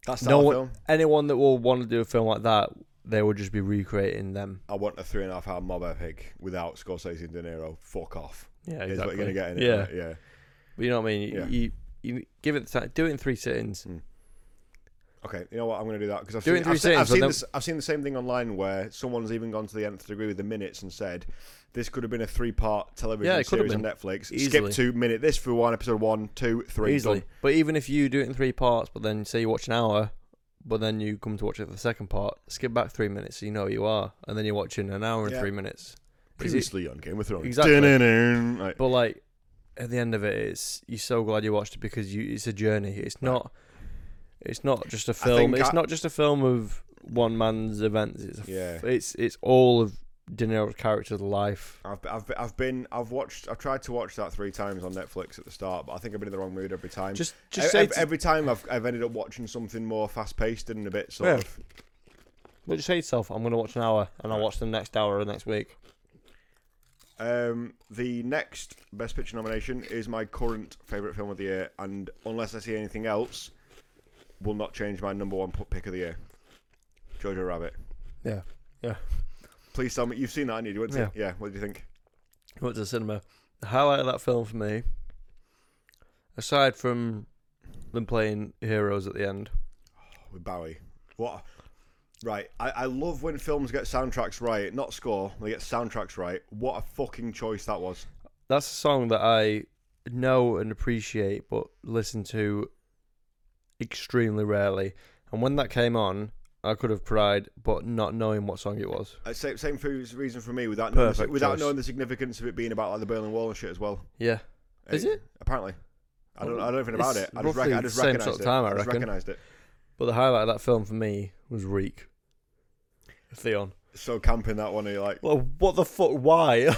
That's No no one- film. Anyone that will want to do a film like that, they will just be recreating them. I want a three and a half hour mob epic without Scorsese and De Niro. Fuck off. Yeah, Is what exactly. you're gonna get in it. yeah, right? yeah. but you know what I mean. You, Yeah. you, you give it the time. Do it in three sittings. Okay, you know what? I'm going to do that because I've Do it seen, in three I've, se- I've settings, but seen then- this, I've seen the same thing online where someone's even gone to the nth degree with the minutes and said this could have been a three part television Yeah, it could have series on Netflix. Skip Easily. two minute this for one episode one, two, three. Easily. done. But even if you do it in three parts, but then say you watch an hour, but then you come to watch it the second part, skip back three minutes so you know what you are, and then you're watching an hour and Yeah. three minutes. 'Cause it- Previously on Game of Thrones. Exactly. Dun-dun-dun. Right. but like at the end of it, it's you're so glad you watched it because you it's a journey. It's not. It's not just a film. think It's I- not just a film of one man's events. It's a f- Yeah. It's it's all of De Niro's character's life. I've, I've, I've been I've watched I've tried to watch that three times on Netflix at the start, but I think I've been in the wrong mood every time. Just E- just say ev- to, every time I've, I've ended up watching something more fast paced and a bit sort Yeah. of well, just say to yourself, I'm gonna watch an hour, and I'll watch the next hour next week. Um, the next Best Picture nomination is my current favourite film of the year, and unless I see anything else, will not change my number one p- pick of the year, Jojo Rabbit. Yeah. Yeah. Please tell me you've seen that, and you went to yeah. What do you think? went to the cinema. The highlight of that film for me, aside from them playing heroes at the end, Oh, With Bowie, what? Right, I, I love when films get soundtracks right, not score. They get soundtracks right. What a fucking choice that was. that's a song that I know and appreciate, but listen to extremely rarely. And when that came on, I could have cried, but not knowing what song it was. Uh, same same for- reason for me without knowing the, Perfect without choice. knowing the significance of it being about like the Berlin Wall and shit as well. Yeah, Is it? Apparently. I don't, I don't know anything It's about it. I just, rec- roughly I just the same recognised sort of it. time, I I just reckon. recognised it. but the highlight of that film for me was Reek. Theon. So camping that one, you're like, Well, what the fuck? Why?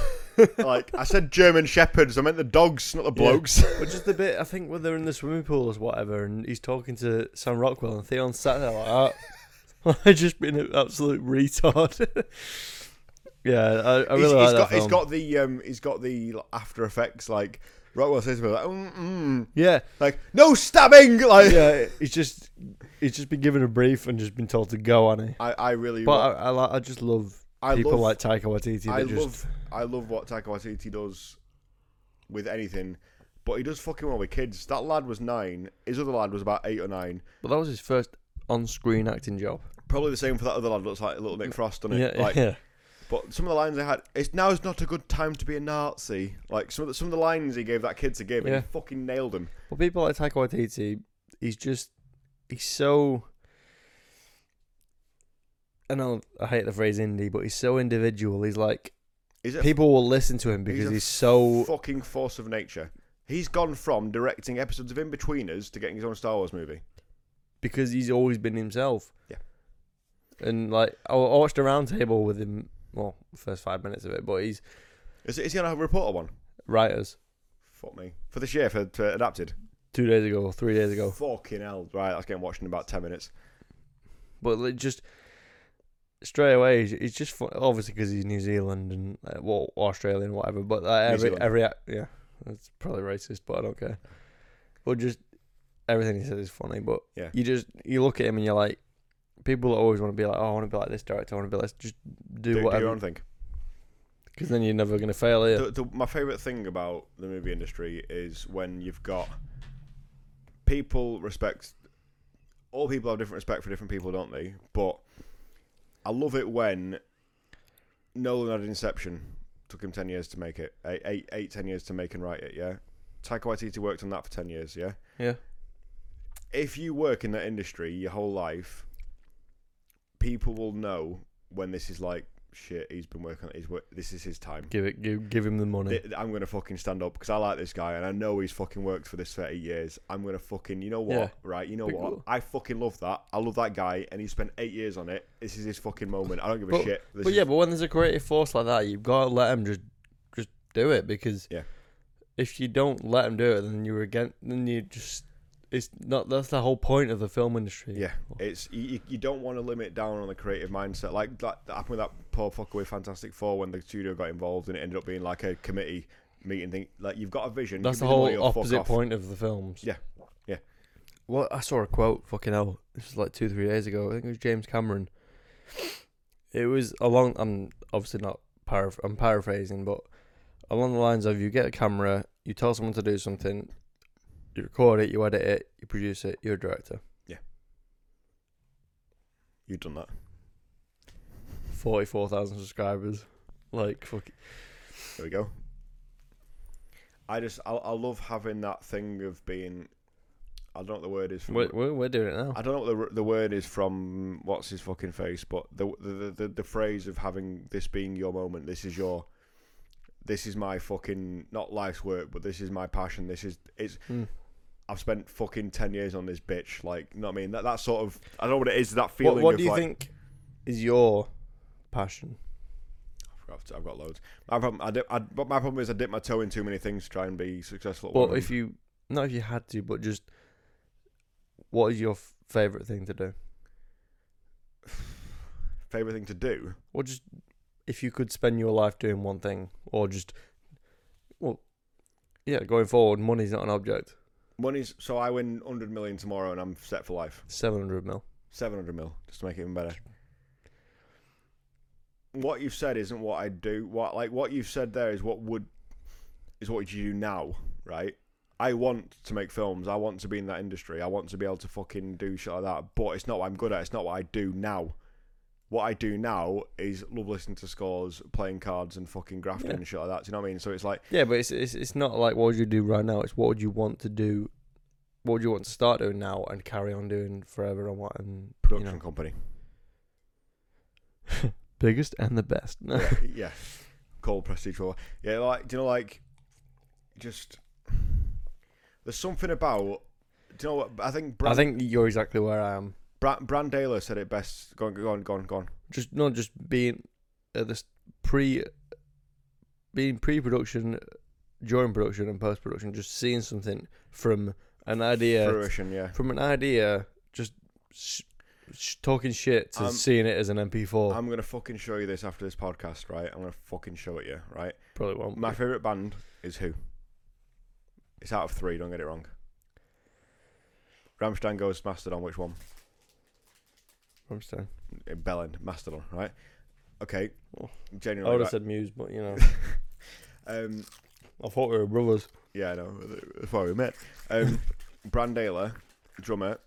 like I said, German shepherds. I meant the dogs, not the blokes. But just the bit, I think, when they're in the swimming pool or whatever, and he's talking to Sam Rockwell, and Theon's sat there like that. I've just been an absolute retard. yeah, I, I really he's, like he's that got, film. he's got the, um, he's got the after effects. Like Rockwell says to me, like, mm, mm. yeah, like no stabbing. Like yeah. He's just he's just been given a brief and just been told to go, on it. I, I really, But wa- I, I, like- I just love I people love- like Taika Waititi. That I just, love, I love what Taika Waititi does with anything, but he does fucking well with kids. That lad was nine. His other lad was about eight or nine. But that was his first on-screen acting job. Probably the same for that other lad. Looks like little Nick Frost, doesn't it? Yeah, like, yeah. But some of the lines they had, it's now is not a good time to be a Nazi. Like some of the, some of the lines he gave that kid to give, and Yeah. he fucking nailed him. Well, people like Taika Waititi, he's just he's so. I know I hate the phrase indie, but he's so individual. He's like Is it people will listen to him because a he's, so fucking force of nature? He's gone from directing episodes of In Betweeners to getting his own Star Wars movie. because he's always been himself. Yeah. And like I I watched a roundtable with him. Well, first five minutes of it, but he's Is, is he gonna have a reporter one? writers Fuck me for this year for, for adapted. two days ago, or three days ago. Fucking hell! Right, I was getting watched in about ten minutes. But like, just straight away, he's- he's just fu- obviously because he's New Zealand and uh, well, Australian, whatever. But like, New every Zealand. every ac- yeah, that's probably racist, but I don't care. But just everything he says is funny. But Yeah. you just you look at him and you're like, people always want to be like, oh, I want to be like this director, I want to be like, this." just do, Do, do your whatever, own thing. because then you're never gonna fail here. The, the, my favorite thing about the movie industry is when you've got people respect. All people have different respect for different people, don't they? But I love it when Nolan had Inception. Took him ten years to make it. Eight, eight, eight ten years to make and write it. Yeah. Taika Waititi worked on that for ten years. Yeah. Yeah. If you work in that industry your whole life, people will know when this is like shit. He's been working. He's wor- this is his time. Give it, give, give him the money. Th- I'm gonna fucking stand up because I like this guy and I know he's fucking worked for this for eight years. I'm gonna fucking, you know what, Yeah. right? You know Big what? deal. I fucking love that. I love that guy, and he spent eight years on it. This is his fucking moment. I don't give a But- shit. This but is- yeah, but when there's a creative force like that, you've got to let them just just do it because Yeah. if you don't let them do it, then you're again, then you just it's not that's the whole point of the film industry. yeah, it's you, you- you don't want to limit down on the creative mindset. Like that, that happened with that poor fuck with Fantastic Four when the studio got involved and it ended up being like a committee meeting thing. Like you've got a vision. that's the give me money whole or fuck opposite off. point of the films. Yeah, yeah. Well, I saw a quote. Fucking hell, this was like two three days ago. I think it was James Cameron. It was along. I'm obviously not paraph- I'm paraphrasing, but along the lines of you get a camera, you tell someone to do something, you record it, you edit it, you produce it, you're a director. You've done that. Forty four thousand subscribers, like fuck. There we go. I just I, I love having that thing of being. I don't know what the word is. From, We're, we're, we're doing it now. I don't know what the the word is from what's his fucking face, but the the, the the the phrase of having this being your moment, this is your, this is my fucking not life's work, but this is my passion. This is it's. Mm. I've spent fucking ten years on this bitch. Like, you know what I mean? That that sort of I don't know what it is. That feeling. What, what of do you like, think is your passion? I've, I've got loads. My problem, I dip, I, but my problem is I dip my toe in too many things to try and be successful. at one Well, of if them. you not if you had to, but just what is your f- favorite thing to do? favorite thing to do. Or just if you could spend your life doing one thing, or just well, yeah, going forward, money's not an object. Money's so I win 100 million tomorrow and I'm set for life. Seven hundred mil. 700 mil, just to make it even better. What you've said isn't what I do. What like what you've said there is what would is what you do now, right? I want to make films. I want to be in that industry. I want to be able to fucking do shit like that. But it's not what I'm good at. It's not what I do now. What I do now is love listening to scores, playing cards, and fucking grafting Yeah. and shit like that. Do you know what I mean? So it's like Yeah, but it's, it's it's not like what would you do right now. It's what would you want to do. What would you want to start doing now and carry on doing forever and what and production you know, company. biggest and the best. yeah, yeah. Cold prestige war. Yeah, like do you know like just there's something about do you know what I think I Brand, think you're exactly where I am. Brand, Brand Daler said it best. Go on, go on, go on, go on. just not just being at this pre being pre-production during production and post-production just seeing something from an idea Fruition, yeah. from an idea just sh- sh- talking shit to Um, seeing it as an mp4 I'm gonna fucking show you this after this podcast, right? I'm gonna fucking show it you, right? probably won't My favourite band is Who. It's out of three, don't get it wrong. Ramstein goes Mastodon, which one? i'm sorry Bellend, Mastodon, right? Okay. Oh. i Genuinely. would right. have said muse but you know um i thought we were brothers Yeah, I know. That's why we met. Um, Brand Ayler, drummer,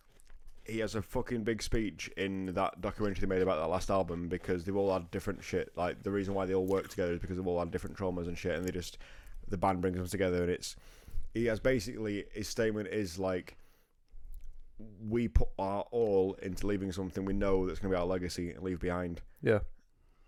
he has a fucking big speech in that documentary they made about that last album because they've all had different shit. Like the reason why they all work together is because they've all had different traumas and shit, and they just the band brings them together. And it's he has basically his statement is like we put our all into leaving something we know that's going to be our legacy and leave behind Yeah.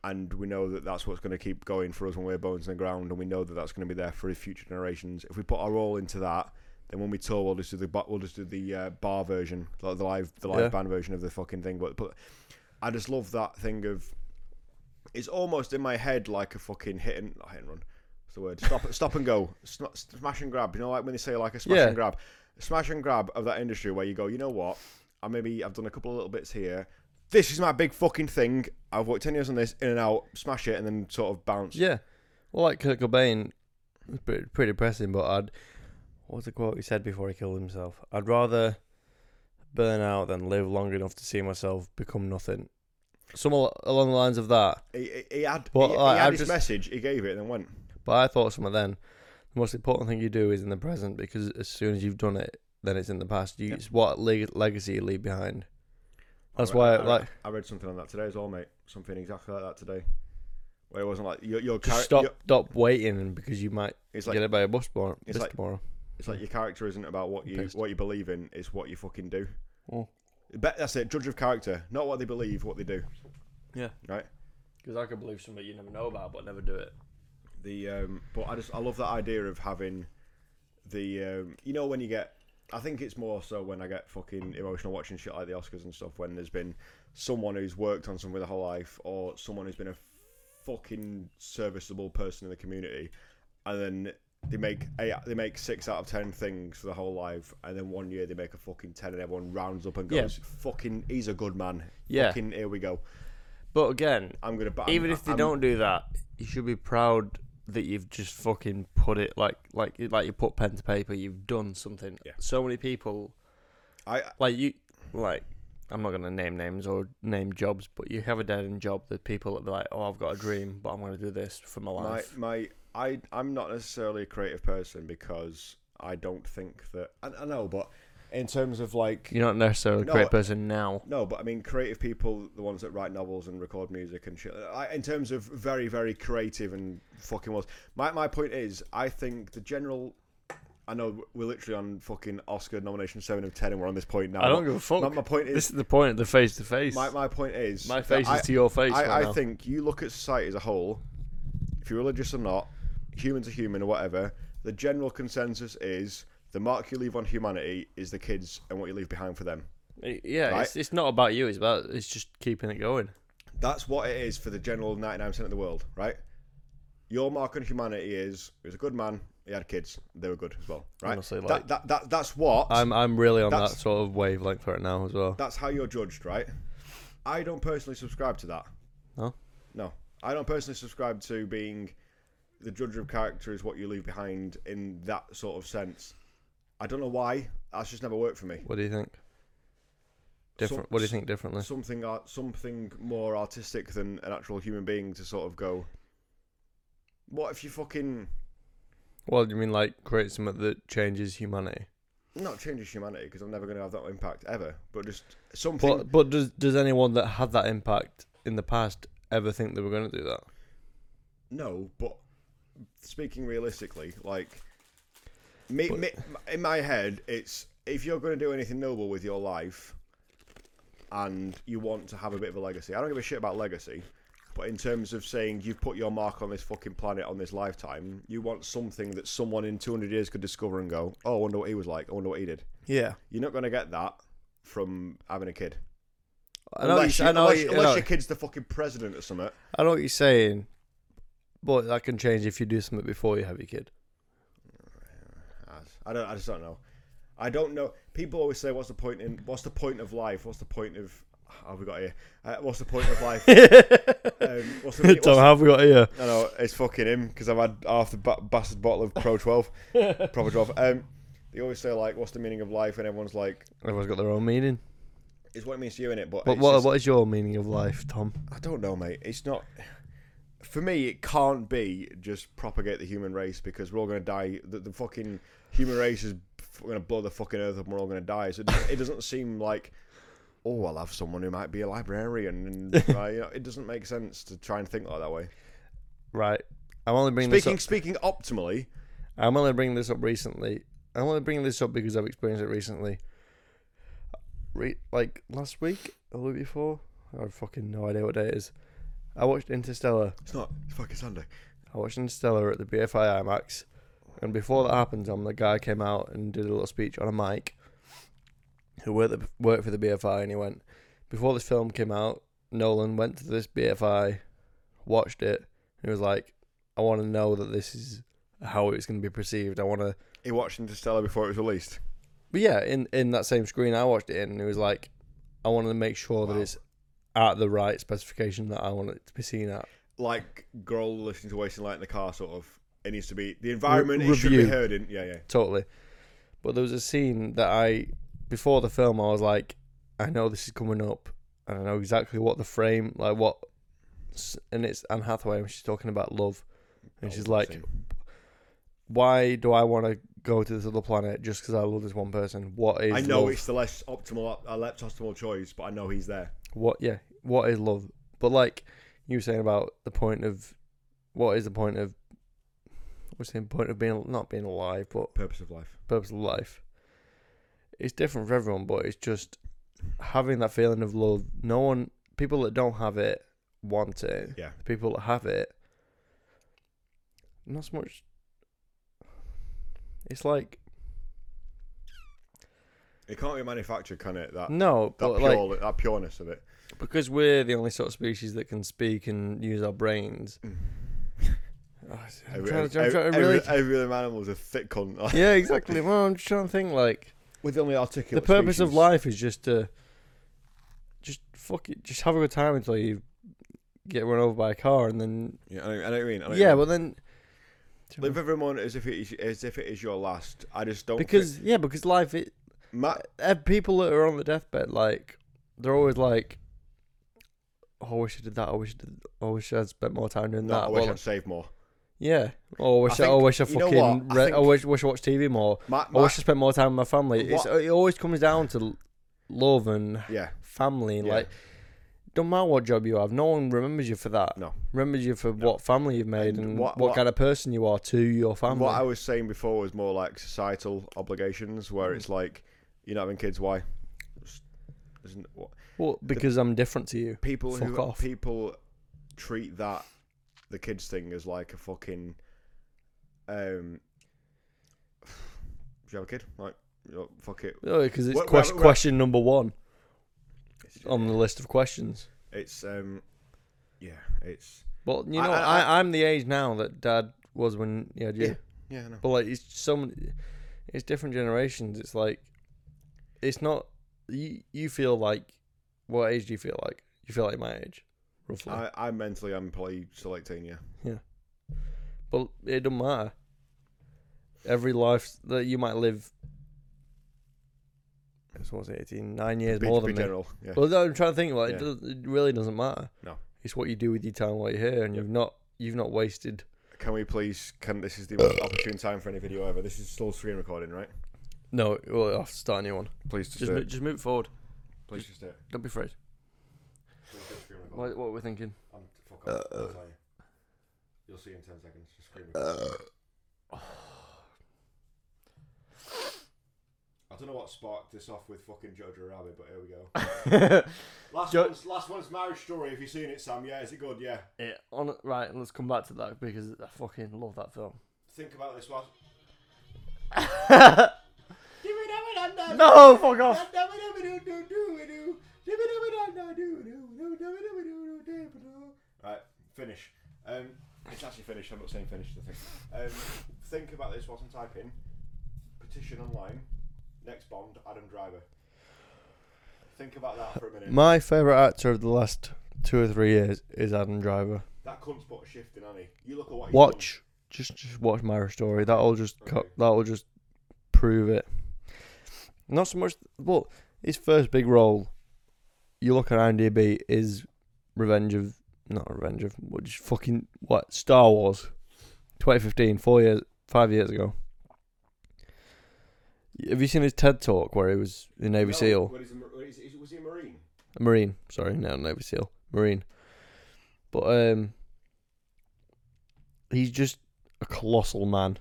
and we know that that's what's going to keep going for us when we're bones in the ground, and we know that that's going to be there for future generations. If we put our all into that, then when we tour, we'll just do the ba- we'll just do the uh, bar version, like the live the live Yeah. band version of the fucking thing. But, but I just love that thing of it's almost in my head like a fucking hit and not hit and run. What's the word? Stop stop and go, Sm- smash and grab. You know, like when they say like a smash Yeah. and grab, smash and grab of that industry where you go, you know what? I maybe I've done a couple of little bits here. This is my big fucking thing. I've worked ten years on this, in and out, smash it, and then sort of bounce. Yeah. Well, like Kurt Cobain, it's pretty, pretty depressing, but I'd. What was the quote he said before he killed himself? I'd rather burn out than live long enough to see myself become nothing. Some al- along the lines of that. He, he- he had, Well, he, he I- had I've his just- message. He gave it and then went. But I thought some of then. The most important thing you do is in the present because as soon as you've done it, then it's in the past. You, Yep. It's what leg- legacy you leave behind. That's I- why, I- like, I read something on that today as well, mate. Something exactly like that today, where it wasn't like your your just char- stop, your- stop waiting because you might it's like get it by a bus, bar- it's bus like- tomorrow. It's like your character isn't about what you Pissed. what you believe in; it's what you fucking do. Mm. Bet that's it. Judge of character, not what they believe, what they do. Yeah. Right. Because I could believe something you never know about, but never do it. The um, but I just I love that idea of having the um, you know when you get I think it's more so when I get fucking emotional watching shit like the Oscars and stuff when there's been someone who's worked on something their whole life or someone who's been a fucking serviceable person in the community and then they make eight, they make six out of ten things for the whole life and then one year they make a fucking ten and everyone rounds up and Yeah. goes fucking he's a good man Yeah. fucking here we go But again, I'm gonna ba- even I'm- if they I'm- don't do that, you should be proud that you've just fucking put it like like like you put pen to paper. You've done something. Yeah. So many people I like you like. I'm not gonna name names or name jobs, but you have a dead end job. that people that be like, "Oh, I've got a dream, but I'm gonna do this for my my life." my I I'm not necessarily a creative person because I don't think that I, I know, but in terms of like You're not necessarily a No, great I- person now. no, but I mean creative people, the ones that write novels and record music and shit. I, in terms of very very creative and fucking was my my point is I think the general. I know we're literally on fucking Oscar nomination seven of ten, and we're on this point now. I don't but give a fuck. my, my point this is, is the point of the face to face. my, my point is, My that face I- is to your face. I, right I now. think you look at society as a whole, if you're religious or not, human to human or whatever, the general consensus is the mark you leave on humanity is the kids and what you leave behind for them. Y- yeah, Right. it's, it's not about you. It's about it's just keeping it going. That's what it is for the general 99% of the world, right? Your mark on humanity is he was a good man, he had kids, they were good as well, right? Honestly, That- like- that, that, that's what. I'm I'm really on that That's- sort of wavelength right now as well. that's how you're judged, right? I don't personally subscribe to that. No? No. I don't personally subscribe to being the judge of character is what you leave behind in that sort of sense. I don't know why. That's just never worked for me. What do you think? Different. Some- what do you think differently? Something art, something more artistic than an actual human being to sort of go. What if you fucking Well, you mean like create something that changes humanity? not changes humanity because I'm never going to have that impact ever, but just something. But but does does anyone that had that impact in the past ever think they were going to do that? No, but speaking realistically, like me, But- me in my head, it's if you're going to do anything noble with your life, and you want to have a bit of a legacy. I don't give a shit about legacy, but in terms of saying you've put your mark on this fucking planet on this lifetime, you want something that someone in 200 years could discover and go, "Oh, I wonder what he was like. I wonder what he did." Yeah. You're not going to get that from having a kid, I know. unless, you, you- I know. unless, you, I, unless know your kid's the fucking president or something. I know what you're saying, but that can change if you do something before you have your kid. as. I don't. I just don't know. I don't know. People always say, "What's the point in? What's the point of life? What's the point of? How have we got here? Uh, what's the point of life? um, what's the, what's, Tom, no, have we got here? no, it's fucking him because I've had half the ba- bastard bottle of Pro Twelve, Proper Twelve. Um, they always say like, "What's the meaning of life?" And everyone's like, Everyone's got their own meaning. "It's what it means to you in it." But What it's what, just- what is your meaning of life, Tom? I don't know, mate. It's not. For me, it can't be just propagate the human race because we're all going to die. The, the fucking human race is going to blow the fucking earth up and we're all going to die. So it, doesn't- it doesn't seem like oh, I'll have someone who might be a librarian, and uh, you know, it doesn't make sense to try and think like that way. Right. I'm only bringing Speaking this up. speaking optimally, I'm only bringing this up recently. I'm only bringing this up because I've experienced it recently. Re- like last week or the week before, I have fucking no idea what day it is. I watched Interstellar. it's not it's fucking Sunday. I watched Interstellar at the BFI IMAX, and before that happened, um, the guy came out and did a little speech on a mic. Who worked the, worked for the BFI, and he went before this film came out. Nolan went to this BFI, watched it, and he was like, "I want to know that this is how it's going to be perceived. I want to." He watched Interstellar before it was released. But yeah, in in that same screen I watched it in, and he was like, "I wanted to make sure that Wow. it's at the right specification that I want it to be seen at." Like girl listening to Wasting Light in the car, sort of. It needs to be the environment. it should be review. heard in. Yeah, yeah. totally. But there was a scene that I before the film I was like, I know this is coming up, and I know exactly what the frame like what, s- and it's Anne Hathaway and she's talking about love, and Oh, she's like, same. why do I want to go to this other planet just because I love this one person? What is I know love? it's the less optimal, op- uh, less optimal choice, but I know he's there. what yeah what is love? But like you were saying about the point of what is the point of what's the point of being not being alive but Purpose of life. purpose of life. It's different for everyone, but it's just having that feeling of love. No one, people that don't have it, want it. Yeah. The people that have it, not so much. It's like It can't be manufactured, can it? That Uh, no, that but pure, like that pureness of it. because we're the only sort of species that can speak and use our brains. Oh, I'm Mm. Every, trying to, I'm every- trying to every- really. every other animal's a thick cunt. Like, Yeah, exactly. Well, I'm just trying to think like. With only the articulate. purpose of species. life is just to just fuck it, just have a good time until you get run over by a car, and then Oh, Yeah, I know, I know what you mean. I know what you yeah, mean. well then live every moment as if it is, as if it is your last. I just don't. because yeah, because life think, it Ma- eh, people that are on the deathbed like they're always like, oh, I wish I did that, I wish I, did, I wish I'd spent more time doing no, that. I wish Well, I'd save more. yeah, oh, I wish I, I oh, I think- wish I you know fucking what? I re- I, think- wish wish I watched TV more. My, I my, wish I spent more time with my family. It's, What- it always comes down to l- love and yeah, family and Yeah. like don't matter what job you have no one remembers you for that No. remembers you for what family you've made And and, what- what, what- kind of person you are to your family what I was saying before was more like societal obligations, where Mm. it's like you're not having kids. Why? Just- Isn't what well because i'm different to you people who Fuck off. people treat that the kids thing as like a fucking um. Do you have a kid? Like, you know, fuck it. because Oh, it's Well, quest- well, well- question number one It's, on the list of questions it's um, yeah, it's well you I- know I- I, I- I, am the age now that dad was when he had you Yeah. yeah, I know. but like it's so many it's different generations it's like it's not you you feel like what age do you feel like you feel like my age roughly I, I mentally am probably still 18, yeah. But it don't matter. Every life that you might live, it's what's it, 18, nine years Be, more be than me. general, yeah. Well, no, I'm trying to think. Like, Yeah. it, does, it really doesn't matter. No. it's what you do with your time while you're here, and you've not, you've not wasted. Can we please? Can this is the most opportune time for any video ever? This is still screen recording, right? No, well, I'll have to start a new one. Please just, Just, do mo- it. just move forward. Please just do it. Don't be afraid. What, what we're thinking? I'm fuck off. I'll tell you. You'll see in 10 seconds. Just screen record. I don't know what sparked this off with fucking Jojo Rabbit, but here we go. last, Jo- one's, last one's Marriage Story. If you've seen it, Sam, yeah, is it good? Yeah. Yeah, on right. Let's come back to that because I fucking love that film. Think about this one. No, fuck off. Right, finish. Um, it's actually finished. I'm not saying finished. I think. Um, think about this whilst I'm typing. Petition online. Next Bond, Adam Driver. Think about that for a minute. My favorite actor of the last two or three years is Adam Driver. that cunt's put a shift in, hasn't he? You look at what he's Watch, just just watch Marriage Story. That'll just co- Okay. that'll just prove it. Not so much. Well, his first big role, you look at IMDb, is Revenge of not Revenge of what just fucking what Star Wars, 2015, four years, five years ago. Have you seen his TED talk where he was a Navy SEAL? was he a Marine? A Marine, sorry, no, Navy SEAL, Marine. But um, he's just a colossal man.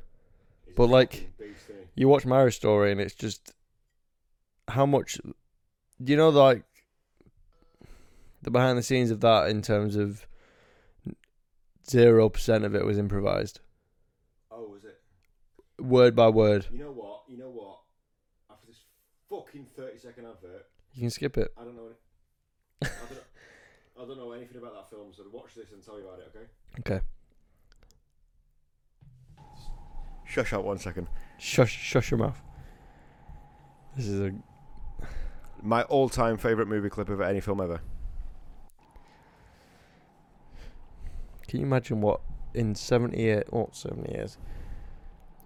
But, like- You watch Marriage Story, and it's just how much you know, like the behind the scenes of that in terms of zero percent of it was improvised, Oh, was it? word by word. You know what? You know what? After this fucking thirty-second advert, You can skip it. I don't know. I don't, I don't know anything about that film, so watch this and tell me about it, okay? Okay. Shush out one second. Shush, shush your mouth. This is a My all-time favorite movie clip of any film ever. Can you imagine what in 70 years, or 70 years,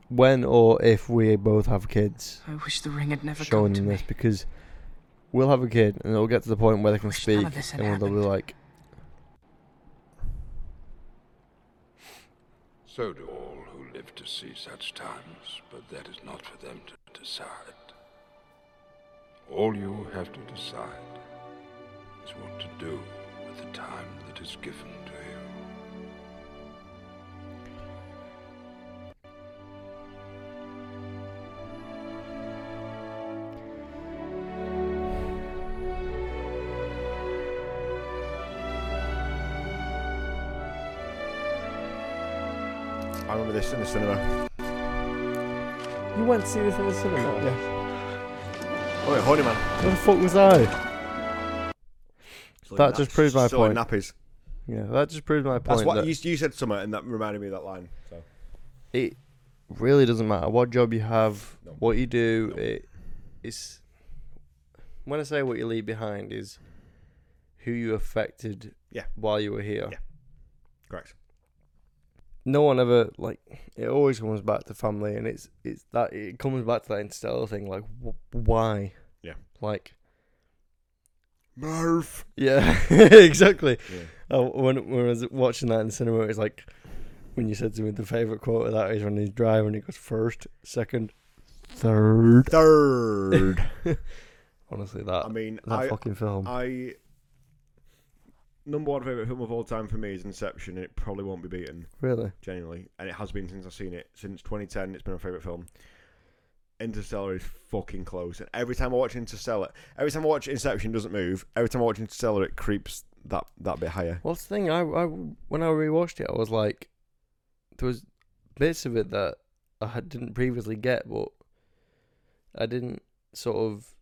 when or if we both have kids, I wish the ring had never showing come to them me. this because we'll have a kid and it'll get to the point where they can Wish none speak of this had and they'll be happened. like, So do all who live to see such times, but that is not for them to decide. All you have to decide is what to do with the time that is given to you. I remember this in the cinema. "You went to see this in the cinema? Yeah. Oh, yeah, Horny Man. Where the fuck was I?" That just proves my Still in point. nappies. Yeah, that just proves my point. That's what that you, you said, summer, and that reminded me of that line. So it really doesn't matter what job you have, No. what you do. No. It is when I say what you leave behind is who you affected Yeah. while you were here. Yeah. correct. no one ever like it always comes back to family and it's it's that it comes back to that interstellar thing like wh- why Yeah. like Murph. yeah exactly Yeah. uh, when, when i was watching that in the cinema it's like when you said to me the favorite quote of that is when he's driving he goes first second third Third. honestly I that mean, that I, fucking film I number one favorite film of all time for me is Inception, and it probably won't be beaten. really genuinely, and it has been since I've seen it since 2010. It's been my favorite film. Interstellar is fucking close, and every time I watch Interstellar, every time I watch Inception doesn't move. Every time I watch Interstellar, it creeps that that bit higher. well that's the thing I, I when i rewatched it i was like there was bits of it that i had- didn't previously get but i didn't sort of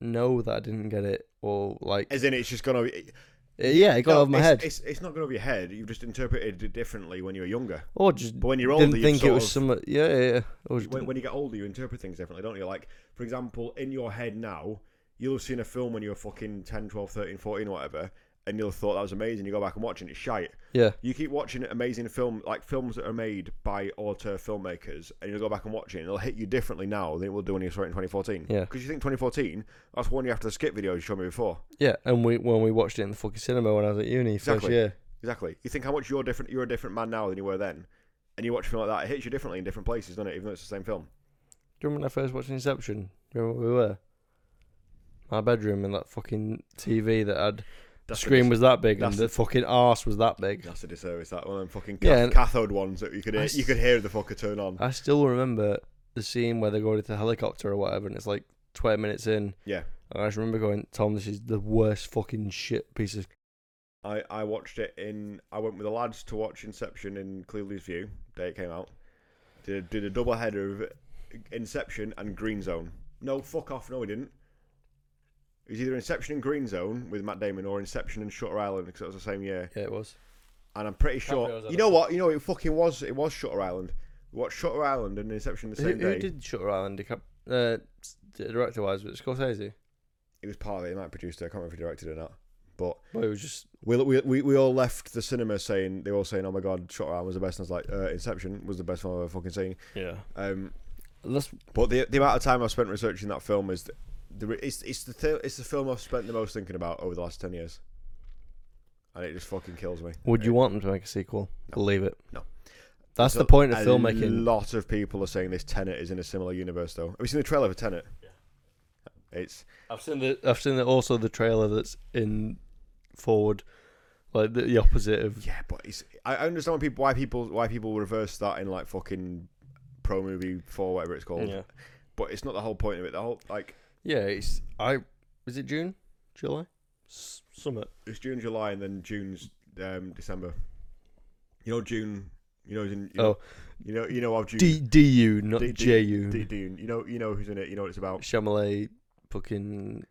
know that i didn't get it or like uh, As in, it's just gone over. It, yeah it got no, over my it's, head It's, it's not gone over your head. You've just interpreted it differently when you were younger. or just But when you're older, didn't you think it sort was of- some yeah yeah, yeah. Or When, just didn't- when you get older, you interpret things differently, don't you? Like, for example, in your head now, you'll have seen a film when you were fucking 10, 12, 13, 14, or whatever, and you'll have thought that was amazing. You go back and watch it, and it's shite. yeah you keep watching amazing film like films that are made by auteur filmmakers and you'll go back and watch it and it'll hit you differently now than it will do when you saw it in 2014 Yeah. because you think 2014 that's one year after the skip video you showed me before yeah and we when we watched it in the fucking cinema when i was at uni first Exactly. year exactly you think how much you're different you're a different man now than you were then and you watch a film like that it hits you differently in different places doesn't it even though it's the same film do you remember when i first watched inception do you remember where we were my bedroom and that fucking tv that had the that's a, screen dis- was that big and that's the fucking arse was that big. that's a disservice that one of them fucking Yeah, Uh. cath- and- cathode ones that you could I hear, s- you could hear the fucker turn on I still remember the scene where they go into the helicopter or whatever, and it's like 20 minutes in. Yeah. And I just remember going, Tom, this is the worst fucking shit piece of. I, I watched it in. I went with the lads to watch Inception in Clearly's View day it came out. Did a, did a double header of Inception and Green Zone. No, fuck off. No, we didn't. It was either Inception and Green Zone with Matt Damon or Inception and Shutter Island because it was the same year. Yeah, it was. And I'm pretty Cameo's sure. had You a- know what? You know it fucking was. It was Shutter Island. We watched Shutter Island and Inception the Who, same who day. did Shutter Island? Decap- uh, director wise, was it Scorsese? It was part of it. He might have produced it. I can't remember if he directed it or not. But Well, it was just. we, we, we, we all left the cinema saying they were all saying, "Oh my god, Shutter Island was the best." And I was like, uh, "Inception was the best one I've ever fucking seen." Yeah. Um, That's, but the the amount of time I've spent researching that film is the, the it's it's the th- it's the film I've spent the most thinking about over the last ten years, and it just fucking kills me. would you want them to make a sequel? Believe it. That's the point of a filmmaking. lot of people are saying this Tenet is in a similar universe, though. Have you seen the trailer for Tenet? Yeah. It's I've seen the- I've seen the, also the trailer that's in forward, like the, the opposite of yeah, but it's I I understand why people why people why people reverse that in like fucking pro movie four whatever it's called. yeah. But it's not the whole point of it. The whole like Yeah, it's I. Is it June, July, S- summit? it's June, July, and then June's um, December. You know June. You know, who's in, you Oh. know, you know, you know of June. D D U, not D- D- J U. D- Dune. You know, you know who's in it. You know what it's about. Chamelet, fucking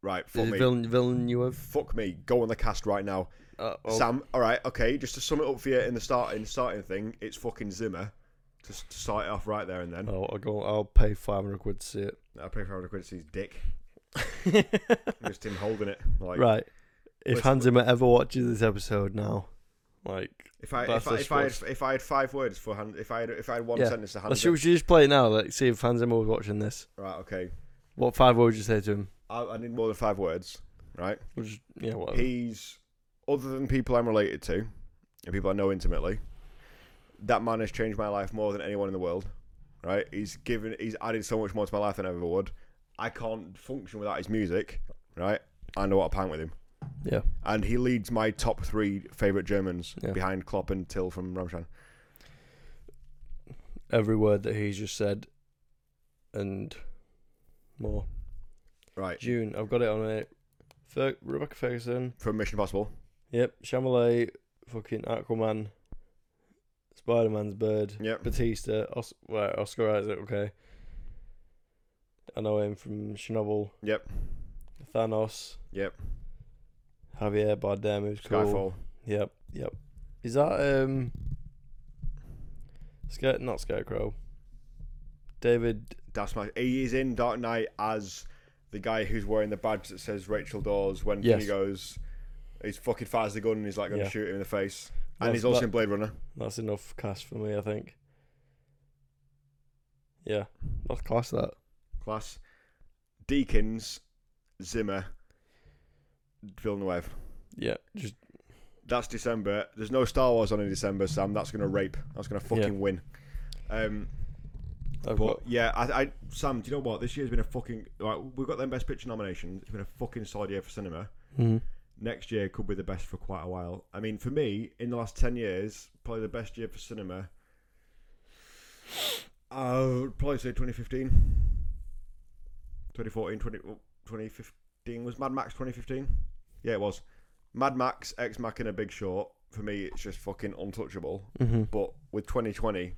Right, is fuck it me. Villen- Villeneuve. Fuck me. Go on the cast right now, Uh, oh, Sam. All right, okay. Just to sum it up for you in the starting starting thing, it's fucking Zimmer. To, s- to start it off right there and then. oh, I'll go. I'll pay five hundred quid to see it. I pay for Howard Quinn to see his dick. Just him holding it. Like, right. If Let's- Hans Zimmer ever watches this episode now, like, If I That's if I, the if I, had, if I had five words for hand, if I had if I had one Yeah. sentence to hand, let's should, we should just play it now. Like, see if Hans Zimmer was watching this. right? Okay, What five would you say to him? I, I need more than five words. Right? We'll just, yeah, whatever. He's other than people I'm related to and people I know intimately. That man has changed my life more than anyone in the world. Right? He's given he's added so much more to my life than I ever would. I can't function without his music. Right? And I want to pint with him. yeah, and he leads my top three favorite Germans Yeah. behind Klopp and Till from Ramshan. every word that he's just said, and more. Right June, I've got it on it. Fer- Rebecca Ferguson. from Mission Impossible. Yep, Chamelet, fucking Aquaman, Spider Man's bird, Yep. Batista, Os- well, Oscar Isaac, okay. I know him from Chernobyl, Yep. Thanos, Yep. Javier Bardem, who's cool. Skyfall. Yep, yep. Is that um, Sca- not Scarecrow? David, That's my. He is in Dark Knight as the guy who's wearing the badge that says Rachel Dawes when Yes. he goes. He's fucking fires the gun and he's like going to Yeah. shoot him in the face. And Well, he's also that- in Blade Runner. that's enough cast for me, I think. Yeah, that's class. That Class. Deakins, Zimmer, Villeneuve. yeah, just That's December. There's no Star Wars on in December, Sam. That's gonna rape. That's gonna fucking Yeah. win. Um, I've But got- yeah, I, I Sam, do you know what? This year's been a fucking like we've got them best picture nominations. It's been a fucking solid year for cinema. Mhm. Next year could be the best for quite a while. I mean, for me, in the last ten years, probably the best year for cinema. I would probably say 2015. 2014, 20, 2015. oh, Was Mad Max 2015? Yeah, it was. Mad Max, X Mac, and a Big Short. For me, it's just fucking untouchable. Mhm. But with 2020,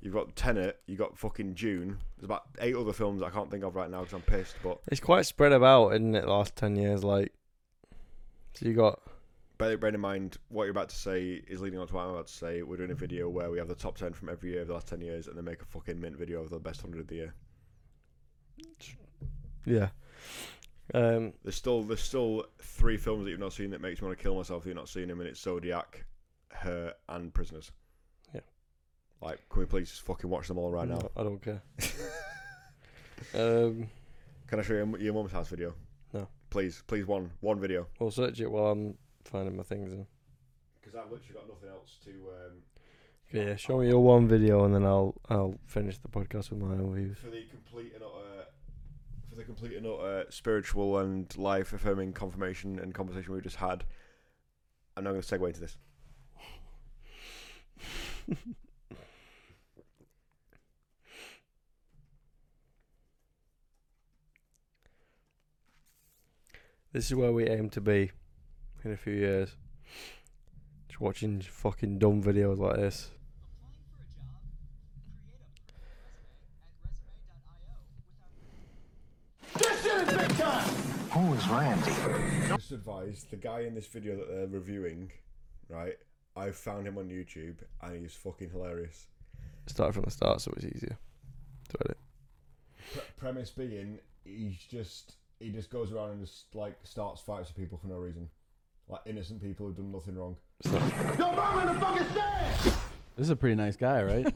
you've got Tenet, you've got fucking June. There's about eight other films I can't think of right now because I'm pissed. But It's quite spread about, isn't it? The last ten years, like, so you got bear, bear in mind, what you're about to say is leading on to what I'm about to say. We're doing a video where we have the top 10 from every year of the last 10 years and then make a fucking mint video of the best 100 of the year. yeah, um, There's still there's still three films that you've not seen that makes me want to kill myself that you've not seen them, and it's Zodiac, Her, and Prisoners. Yeah. Like, can we please just fucking watch them all right now? no, I don't care. um, Can I show you your mum's house video? No. Please, please, one one video. we'll search it while I'm finding my things. In. Because I've literally got nothing else to. Um, Okay, yeah, show me your one video, and then I'll I'll finish the podcast with my own views. for the complete and utter, for the complete and utter spiritual and life affirming confirmation and conversation we just had. I'm now going to segue into this. This is where we aim to be in a few years. Just watching fucking dumb videos like this. Just advised the guy in this video that they're reviewing, right? I found him on YouTube and he's fucking hilarious. Start from the start, so it's easier to edit. Pre- premise being, he's just he just goes around and just like starts fights with people for no reason, like innocent people who've done nothing wrong. This is a pretty nice guy, right?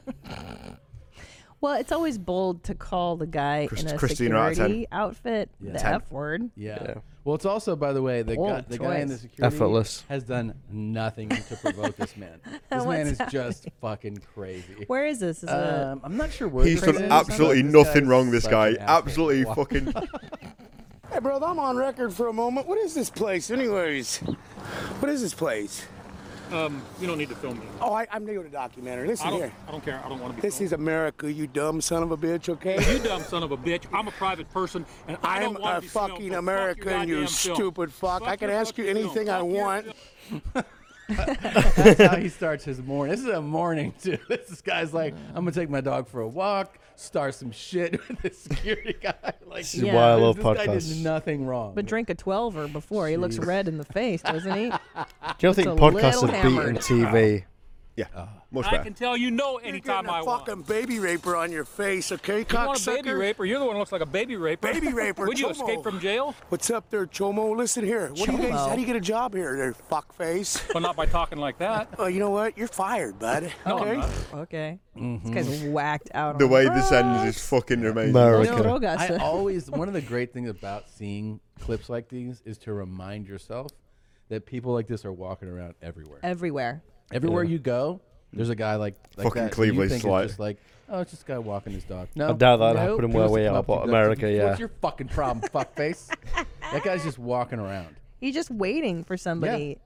Well, it's always bold to call the guy Christ- in a Christina out of security outfit Yeah. the Ten. F word. Yeah. Yeah. Well, it's also, by the way, the, guy, Bold the guy in the choice. security Effortless. has done nothing to provoke this man. This man What's is just fucking crazy. Where is this? Is it? Um, I'm not sure where He's this done is. absolutely This guy nothing is wrong. This such guy, an asshole. absolutely Wow. fucking. Hey, bro, I'm on record for a moment. What is this place, anyways? What is this place? Um, you don't need to film me. Oh, I, I'm new to documentary. Listen I don't, here. I don't care. I don't want to be This filmed. is America, you dumb son of a bitch, okay? you dumb son of a bitch. I'm a private person, and I'm I don't want a to be filmed. fucking So fuck your American, you goddamn film. stupid fuck. I can your ask you fucking anything film. I Fuck your want. film. That's how he starts his morning. This is a morning too. This guy's like, I'm gonna take my dog for a walk, start some shit with the security guy. Like, This is Yeah. why I This- love this guy podcasts. did nothing wrong. But drink a 12 or before. He looks red in the face, doesn't he? Do you a think podcasts little have beaten hammered. TV? Yeah, Uh, much I better. can tell you no You're anytime getting I a want. fucking baby raper on your face, okay, You want a cocksucker? baby raper? You're the one who looks like a baby raper. Baby raper, Would you chomo. escape from jail? What's up there, Chomo? Listen here. What do you guys, Chomo. how do you get a job here, there, fuckface? But not by talking like that. Well, you know what? You're fired, bud. No, I'm okay? not. Okay. Mm-hmm. This guy's whacked out. The on way drugs. this ends is fucking amazing. No America. drogas. I always one of the great things about seeing clips like these is to remind yourself that people like this are walking around everywhere. everywhere. Everywhere you go, there's a guy like, like Fucking that, and you Cleveland's think it's like- just like, oh, it's just a guy walking his dog. No, I doubt that no, happened people where just we come are, up but to you, America, yeah. What's your fucking problem, fuckface? that guy's just walking around. He's just waiting for somebody.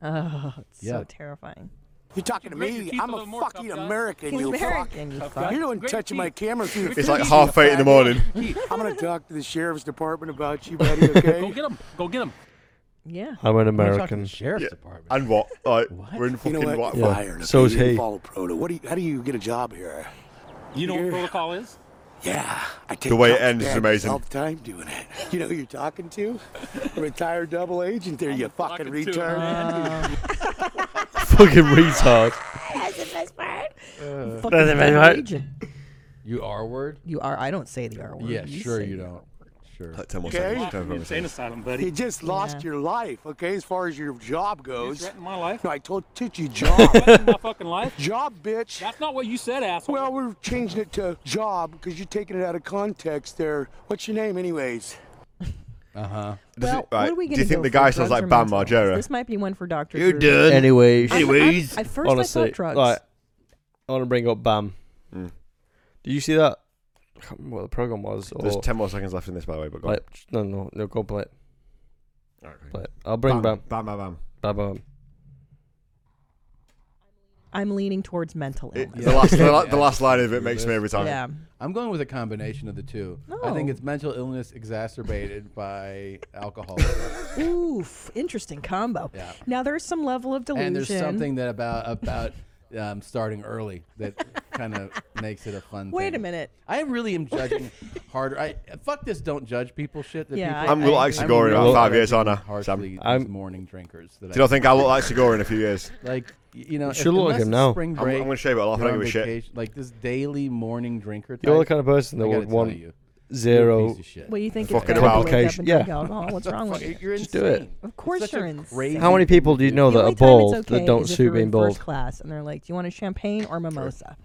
Oh, it's so Yeah. terrifing. You're talking to Grate your me? teeth a I'm a little more, fucking tough guy. American, He's you fuck. American, you Tough fuck. guy. You don't Great touch my teeth. camera. if you- It's like half eight in the morning. I'm gonna talk to the sheriff's department about you, buddy. Okay? Go get him. Go get him. Yeah. I'm an I'm talking to American. the sheriff's Yeah. department. And what? Like, We're in You fucking know what? what? You're Fired. So okay? is You didn't he. Follow proto. What do you, how do you get a job here? You know what protocol is? Yeah, I take The way it jump ends is scares amazing. All the time doing it. You know who you're talking to? A retired double agent. There, you fucking talking to retard. Um, Fucking retard. that's the best part. Uh, Fucking that's the best double part. agent. You R word? You are. I don't say the R word. Yeah, sure say you the don't. Sure. Like 10 more Okay. seconds, Lock 10 him more in the insane seconds. asylum, buddy. You just lost Yeah. your life, okay? As far as your job You goes. threatened my life. No, I told took you job, Threatened my fucking life. job, bitch. That's not what you said, asshole. Well, we're changing it to job because you're taking it out of context. There. What's your name, anyways? Uh huh. Does Well, it- right, what are we do you gonna think go the for, guy sounds drugs like or Bam mental illness? Margera? This might be one for Dr. You Drew. done? Anyway, I'm- Anyways. I, at first I Honestly, thought drugs. right. I want to bring up Bam. Mm. Did you see that? I can't remember what the program was. Or There's 10 more seconds left in this, by the way, but go on. like, no, no, no. Go play it. Alright, Play it. I'll bring Bam. Bam, bam, bam. Bam. Bam. I'm leaning towards mental It- illness. The last, the, la- the last line of it makes me every time. yeah. I'm going with a combination of the two. I think No. it's mental illness exacerbated by alcohol. Oof. Interesting combo. Yeah. Now there's some level of delusion. and there's something that about about um, starting early that kind of makes it a fun. Wait thing. a minute. I really am judging harder. I fuck this. Don't judge people. Shit. That Yeah, people, I'm I- look I like agree. Sigourney in about Look- five years, aren't I? Sam? Hardly Do these I'm- morning drinkers. That you I, not think I look like Sigourney in a few years? like y- you know, if, should look like unless him it's now. Spring I'm- break, I'm gonna shave it off. I you're don't on give a shit. vacation- Like this daily morning drinker. Type, You're the kind of person that I gotta would tell want you, you're a zero. piece of shit. Well, you think it's Fucking better to wake up complication- and yeah. drink alcohol? What's wrong with Fuck, you? You're Just insane. do it. Of course Such a you're insane. crazy How many people do you thing to know The that only are time it's bald okay that don't is if suit you're being in bald? First class, and they're like, "Do you want a champagne or mimosa?"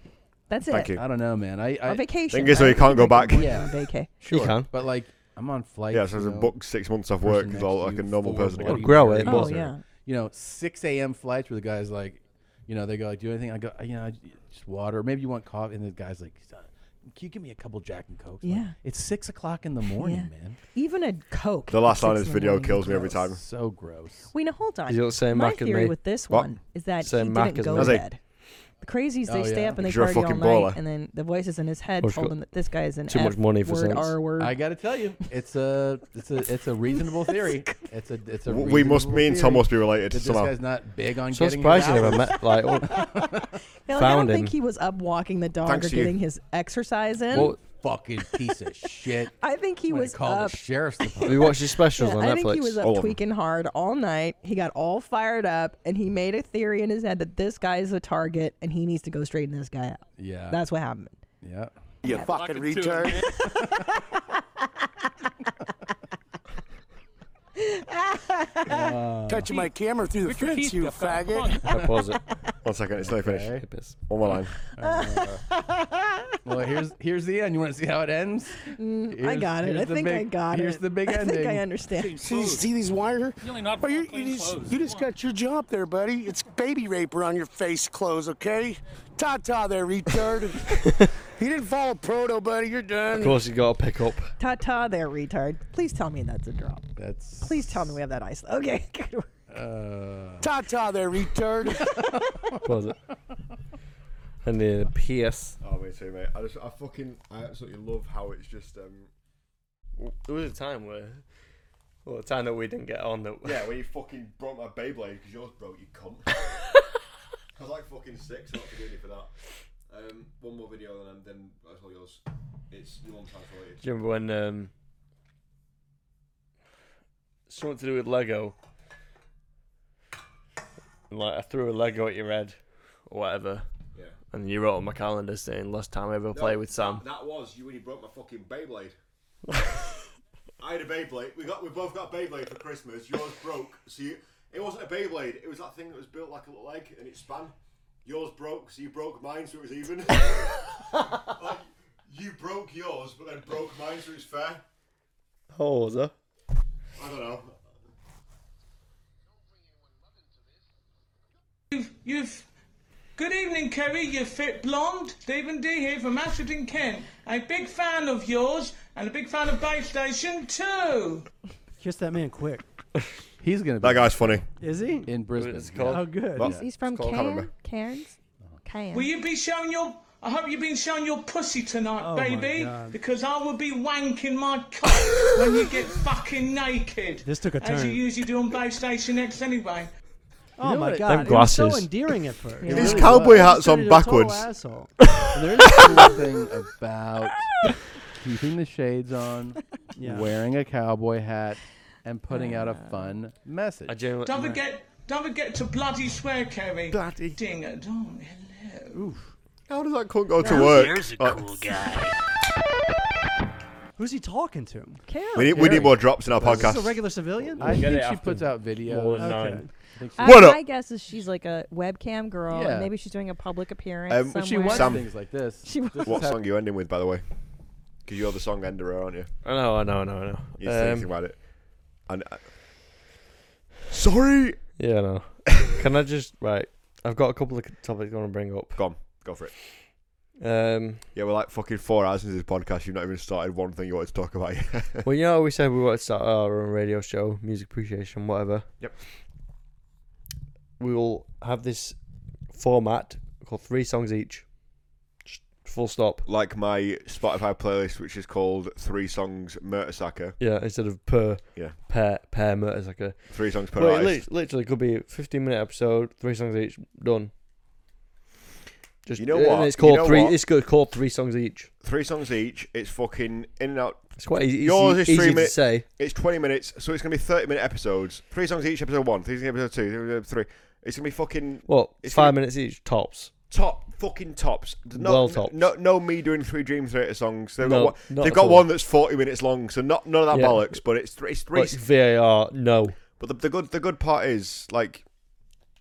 That's it. Thank you. I don't know, man. I, I Or vacation. Thing is, though, you right? can't go back. Yeah. On vacay. You can. But like, I'm on flight. Yeah, so there's a book six months off work because like a normal person bloody again. Well, grow it, Oh yeah. You know, 6 a.m. flights where the guy's like, you know, they go like, do anything. I go, you know, just water. Maybe you want coffee. And the guy's like, "Uh, can you give me a couple Jack and Cokes? I'm like, Yeah. it's six o'clock in the morning, man. Even a Coke. The last at line of six this in the video morning kills me is every gross. time. So gross. Wait, now hold on. He's got the same My Mac as theory me. with this What? one is that Same he Mac didn't as go me. to Does he? bed. The crazies, they Oh, stay yeah. up and they Because you're a party all fucking night, baller. and then the voices in his head Or she's told got him that this guy is an too much F money for word, sense. R word. I gotta tell you, it's a, it's a, it's a reasonable theory. It's a, it's a. W- We must, reasonable me and Tom theory must be That related this somehow. guy's not big on So getting. his surprised you never hours. met. Like, oh, Now, I found don't think him. he was up walking the dog Thanks or to you. getting his exercise in. well, Fucking piece of shit. I think he I'm gonna was call up. the sheriff's department. we watched his specials on I Netflix. think he was up All of 'em. tweaking hard all night. He got all fired up, and he made a theory in his head that this guy is the target, and he needs to go straighten this guy out. Yeah. That's what happened. yeah. You fucking retard. Touching my camera through the Get Uh, your fence, teeth you stuck out. Come faggot. on. Pause it. One second, it's nearly finished. Okay. It is. One more line. Well, here's here's the end. You want to see how it ends? Mm, I Here's- got it. I here's the think I big- got here's it. the big I think I ending. understand. See, see these wire? Really not Well, you, clean you just, clothes. you just Come on. got your job there, buddy. It's baby raper on your face clothes, okay? Ta ta there, retard. you didn't follow proto, buddy. You're done. Of course, you got to pick up. Ta ta there, retard. Please tell me that's a drop. That's Please tell me we have that ice. Okay. good. Ta ta there, retard. Was it? And the PS. Oh, me too, mate. I just, I fucking, I absolutely love how it's just, um, There was a time where, well, a time that we didn't get on that. yeah, when you fucking broke my Beyblade because yours broke, you cunt. I was like fucking six, not forgive me for that. Um, one more video and then, then that's all yours. It's your one translated. Do you remember when um, something to do with Lego? And, Like I threw a Lego at your head, or whatever, Yeah. and you wrote on my calendar saying last time I ever play with Sam. That, that was you when you broke my fucking Beyblade. I had a Beyblade. We got, we both got a Beyblade for Christmas. Yours broke, so you, it wasn't a Beyblade. It was that thing that was built like a little egg and it span. Yours broke, so you broke mine, so it was even. like, you broke yours, but then broke mine, so it's fair. How old was I? I don't know. You've, you've. Good evening, Kerry, you fit blonde. Stephen D here from Ashford in Kent. A big fan of yours and a big fan of Bay Station too. Kiss that man quick. he's gonna be That guy's funny. Is he? in Brisbane. It's called. Oh, good. Well, He's from called- I can't Cairn, remember. Cairns. Cairn. Will you be showing your? I hope you've been showing your pussy tonight, Oh, my baby, God. because I will be wanking my cock when you get fucking naked. This took a as you turn. usually do on Bay Station X anyway. Oh my what? god. Them it was so glasses. endearing at first. His It really cowboy was. hat's on He was a total backwards. asshole. There's something about keeping the shades on, Yeah. wearing a cowboy hat, and putting out a Uh. fun message. I genuinely. Don't forget, don't forget to bloody swear, Kerry. Bloody ding a dong. Hello. How does that cunt go to work? Like, Who's he talking we, to? need, we Harry. need more drops in our Is this a podcast. regular civilian? I get think it she after puts out More than videos. Okay. nine. I, What up? Uh, my guess is she's like a webcam girl, Yeah. and maybe she's doing a public appearance Um, somewhere. But She wants Sam. things like this. She This is what how- song are you ending with, by the way? Because you're the song ender, aren't you? I know, I know, I know, I You're know. Um, thinking about it. And I... sorry, yeah, I know. Can I just right? I've got a couple of topics I want to bring up. go on, go for it. Um, Yeah, we're like fucking four hours into this podcast. You've not even started one thing you wanted to talk about. Yet. well, you know, how we said we wanted to start our own radio show, music appreciation, whatever. Yep. We will have this format called three songs each. Just full stop. like my Spotify playlist, which is called Three Songs Murdersacker. Yeah, instead of per Yeah. per per minute, it's like a Three songs per well, it artist. lit- literally could be a fifteen minute episode, three songs each, done. Just You know and what? It's You called know three. what? It's go- called three songs each. Three songs each. It's fucking in and out. It's quite easy. Yours is easy, three easy to minute- say. It's 20 minutes, so it's going to be 30 minute episodes. Three songs each, episode one, three songs episode two, three, episode three. It's going to be fucking Well, It's five gonna- minutes each tops. top fucking tops. There's No, Well tops. No, no, me doing three Dream Theater songs. They've No, got one, not they've at got all. one that's forty minutes long, so not none of that Yeah. bollocks. But it's three. It's three. But it's VAR. No. but the, the good the good part is like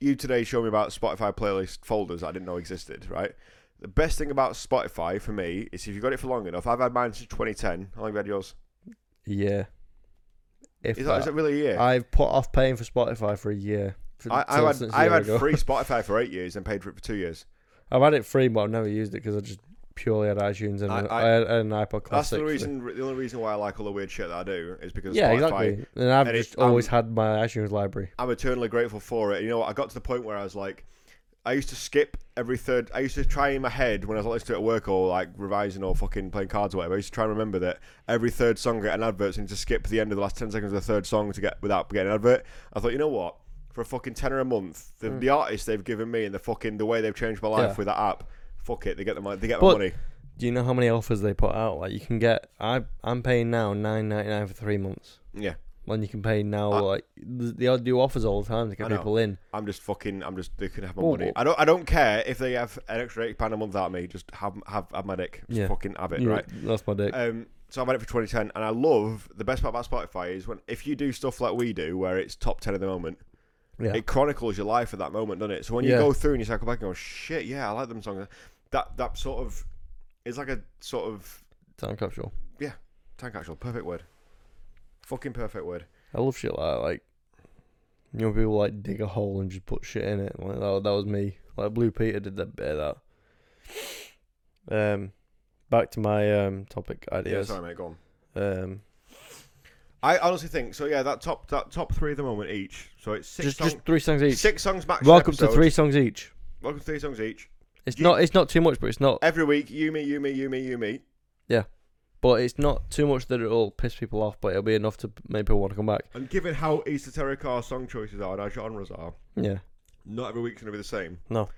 you today showed me about Spotify playlist folders that I didn't know existed. Right. The best thing about Spotify for me is if you've got it for long enough. I've had mine since 2010. How long have you had yours? Yeah. If Is that, is that- that really a year? I've put off paying for Spotify for a year. For, I, till- I've had, since a I've year had ago. free Spotify for eight years and paid for it for two years. I've had it free, but I've never used it because I just purely had iTunes and I- an- I- I, had an iPod Classic. That's the for the- reason. The only reason why I like all the weird shit that I do is because of Yeah, Spotify exactly. And I've And it- um, just always had my iTunes library. I'm eternally grateful for it. You know, what? I got to the point where I was like, I used to skip every third. I used to try in my head when I was listening to it at work or like revising or fucking playing cards or whatever. I used to try and remember that every third song got an advert, so I need to skip the end of the last ten seconds of the third song to get without getting an advert. I thought, you know what? For a fucking tenner a month, the, the artist they've given me and the fucking the way they've changed my life Hmm. Yeah. with that app, fuck it, they get the money. They get my But- money. Do you know how many offers they put out? Like you can get. I I'm paying now nine ninety nine for three months. Yeah, And you can pay now I- like th- they all do offers all the time to I get know. people in. I'm just fucking. I'm just. They can have my Well, money. well- I don't. I don't care if they have an extra eight pound a month out of me. Just have have have my dick. Just Yeah. fucking have it. You- Right. That's my dick. Um, so I've had it for 2010, and I love the best part about Spotify is when if you do stuff like we do, where it's top 10 at the moment, yeah. it chronicles your life at that moment, doesn't it? So when you Yeah. go through and you cycle back and go, shit, yeah, I like them songs, that that sort of It's like a sort of Time capsule. yeah, time capsule. Perfect word. Fucking perfect word. I love shit like that. Like, you know, people like dig a hole and just put shit in it. Like that, that was me. Like Blue Peter did that bit of that. Um, back to my um topic ideas. sorry, mate, go Um, I honestly think so. Yeah, that top that top three at the moment each. So it's six just songs. just three songs each. Six songs back. Welcome to three songs each. Welcome to three songs each. It's You- not. It's not too much, but it's not. Every week, you me, you me, you me, you me. Yeah, but it's not too much that it'll piss people off. But it'll be enough to make people want to come back. And given how esoteric our song choices are and our genres are, Yeah. not every week's gonna be the same. No.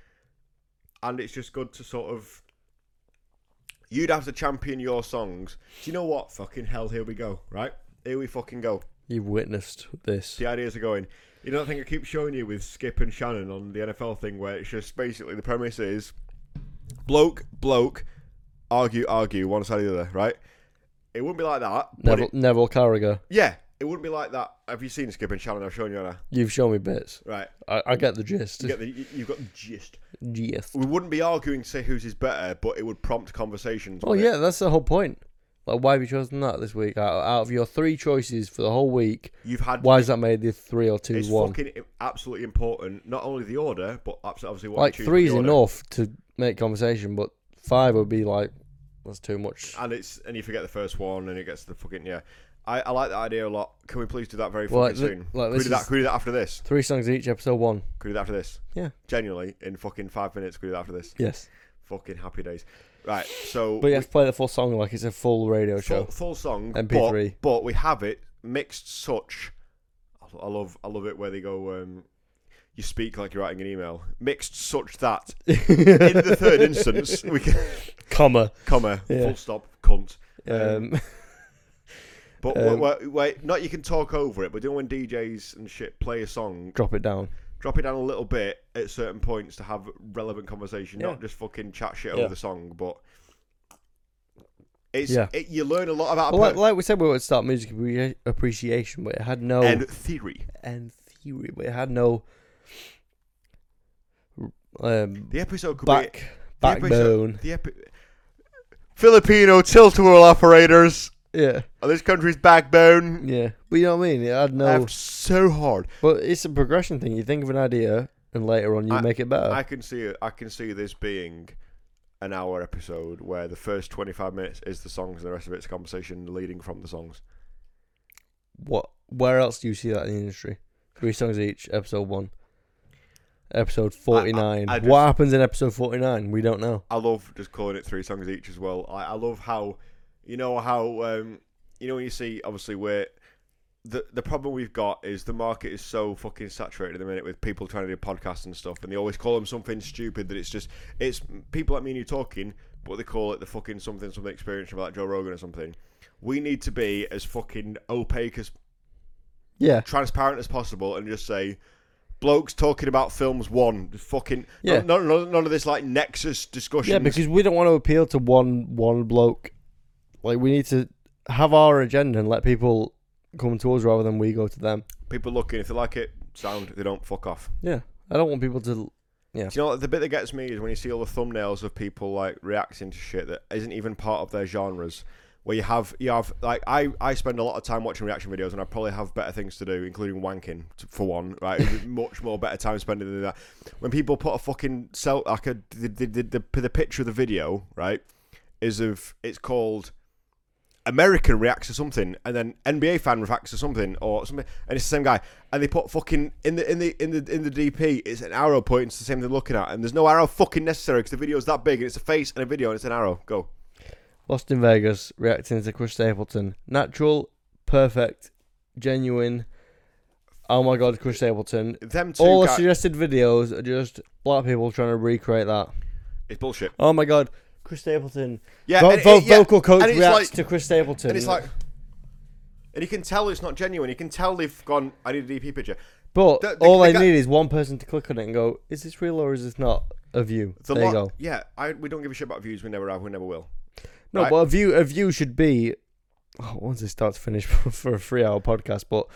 and it's just good to sort of you'd have to champion your songs. Do you know what? Fucking hell, here we go, right? Here we fucking go. You've witnessed this. The ideas are going. You know that thing I keep showing you with Skip and Shannon on the NFL thing where it's just basically the premise is bloke, bloke, argue, argue, one side or the other, right? It wouldn't be like that. but Neville, it- Neville Carragher. yeah, it wouldn't be like that. Have you seen Skip and Shannon? I've shown you, Anna. You've shown me bits. Right. I, I get the gist. You get the, you- you've got the gist. Gist. We wouldn't be arguing to say whose is better, but it would prompt conversations. Oh with it. yeah, that's the whole point. Like, why have you chosen that this week? Out, out of your three choices for the whole week, You've had- Why is that made the three or two It's one? fucking i- absolutely important. Not only the order, but abs- obviously what Like you choose three's for the order. enough to make conversation, but five would be like that's too much. And it's and you forget the first one, and it gets to the fucking yeah. I, I like that idea a lot. Can we please do that very Well, like fucking thi- soon? like Can we this do that? is- Can we do that after this? Three songs each, episode one. Can we do that after this? Yeah. Genuinely, in fucking five minutes, can we do that after this? Yes. Fucking happy days. Right. So. But you have to play the full song like it's a full radio show. full, full song MP3. But, but we have it mixed such I- I love I love it where they go um, you speak like you're writing an email mixed such that in the third instance we can Comma. comma Yeah. full stop cunt Um, but um, wait, wait, wait, not you can talk over it but do you know when DJs and shit play a song Drop it down. drop it down a little bit at certain points to have relevant conversation Yeah. not just fucking chat shit Yeah. over the song but it's Yeah. it, you learn a lot about a Well, like, per- like we said, we would start music appre- appreciation, but it had no and theory and theory, but it had no um, The episode could back be backbone. The epi- Filipino tilt-a-whirl operators Yeah, are this country's backbone. yeah, but you know what I mean. It had no. Laughed so hard. But it's a progression thing. You think of an idea, and later on you I- make it better. I can see it. I can see this being an hour episode where the first twenty-five minutes is the songs and the rest of it's conversation leading from the songs. what? Where else do you see that in the industry? Three songs each, episode one, episode forty nine. I- I what just- happens in episode forty nine? We don't know. I love just calling it three songs each as well. I, I love how, you know how, um, you know when you see obviously we're the the problem we've got is the market is so fucking saturated at the minute with people trying to do podcasts and stuff, and they always call them something stupid that it's just it's people like me and you talking, but they call it the fucking something something experience about like Joe Rogan or something. We need to be as fucking opaque as Yeah, transparent as possible and just say blokes talking about films one Just fucking Yeah. no, no, no- none of this like nexus discussion yeah, because we don't want to appeal to one one bloke. Like we need to have our agenda and let people come to us rather than we go to them. people looking. If they like it, sound. If they don't, fuck off. Yeah, I don't want people to. Yeah, Do you know what the bit that gets me is when you see all the thumbnails of people like reacting to shit that isn't even part of their genres. Where you have you have like I I spend a lot of time watching reaction videos and I probably have better things to do, including wanking t- for one. Right, It'd be much more better time spending than that. When people put a fucking cell like a the the, the, the, the picture of the video right is of it's called American reacts to something, and then NBA fan reacts to something, or something, and it's the same guy. And they put fucking in the in the in the in the DP, it's an arrow pointing to the same thing they're looking at, and there's no arrow fucking necessary because the video's that big, and it's a face and a video, and it's an arrow. Go. Lost in Vegas reacting to Chris Stapleton. Natural, perfect, genuine. Oh my god, Chris Stapleton. Them two All the guy- suggested videos are just black people trying to recreate that. It's bullshit. Oh my god, Chris Stapleton. Yeah, Vo- and it- vo- yeah, vocal coach and it's reacts like- to Chris Stapleton. And it's like, and you can tell it's not genuine. You can tell they've gone. I need a DP picture. But The- the- all the I guy- need is one person to click on it and go, "Is this real or is this not?" A view. The there lot, you go. Yeah, I, we don't give a shit about views. We never have. We never will. No, Right. but a view a view should be oh, once it starts to finish for a three hour podcast, but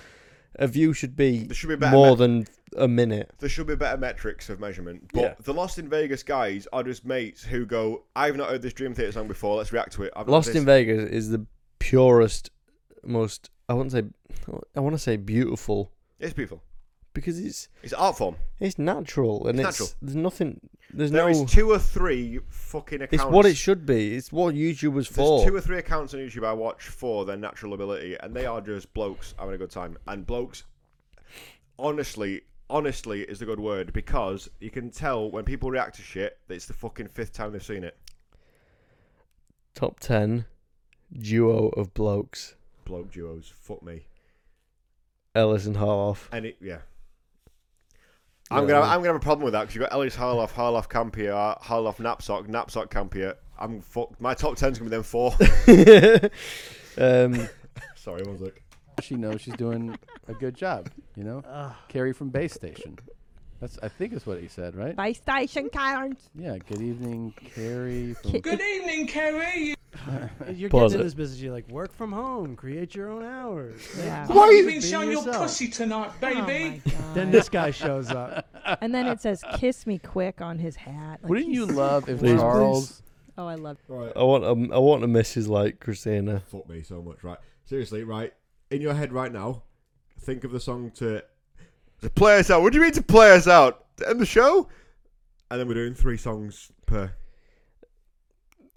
a view should be, There should be better more me- than a minute. There should be better metrics of measurement. But Yeah. the Lost in Vegas guys are just mates who go, I've not heard this Dream Theater song before, let's react to it. I've not Lost heard in this." Vegas is the purest, most I wouldn't say I want to say beautiful It's beautiful. because it's It's art form. it's natural and It's it's, natural. there's nothing there's There no is two or three fucking accounts. it's what it should be. It's what YouTube was There's for. two or three accounts on YouTube I watch for their natural ability, and they are just blokes having a good time. And blokes, honestly, honestly is the good word because you can tell when people react to shit that it's the fucking fifth time they've seen it. Top ten duo of blokes, Bloke duos, fuck me. Ellis and Harloff. And it, yeah. I'm Yeah. gonna, I'm gonna have a problem with that because you got Ellis Harloff, Harloff Campier, Harloff Knapsack, Knapsack Campier. I'm fucked. My top ten's gonna be them four. um, Sorry, one sec. She knows she's doing a good job. You know, Carrie from Base Station. That's I think is what he said, right? By station Carnes. Yeah. Good evening, Carrie. From Good evening, Kerry. You're Pause getting it. in this business. You like work from home, create your own hours. Yeah. Why have you been showing your pussy tonight, Oh baby? Then this guy shows up. And then it says "kiss me quick" on his hat. Like, Wouldn't he's you love if Please, Charles? Oh, I love. I want a, I want a Mrs. like Christina. Fuck me so much, right? Seriously, right? In your head right now, think of the song to to play us out. What do you mean to play us out? To end the show? And then we're doing three songs per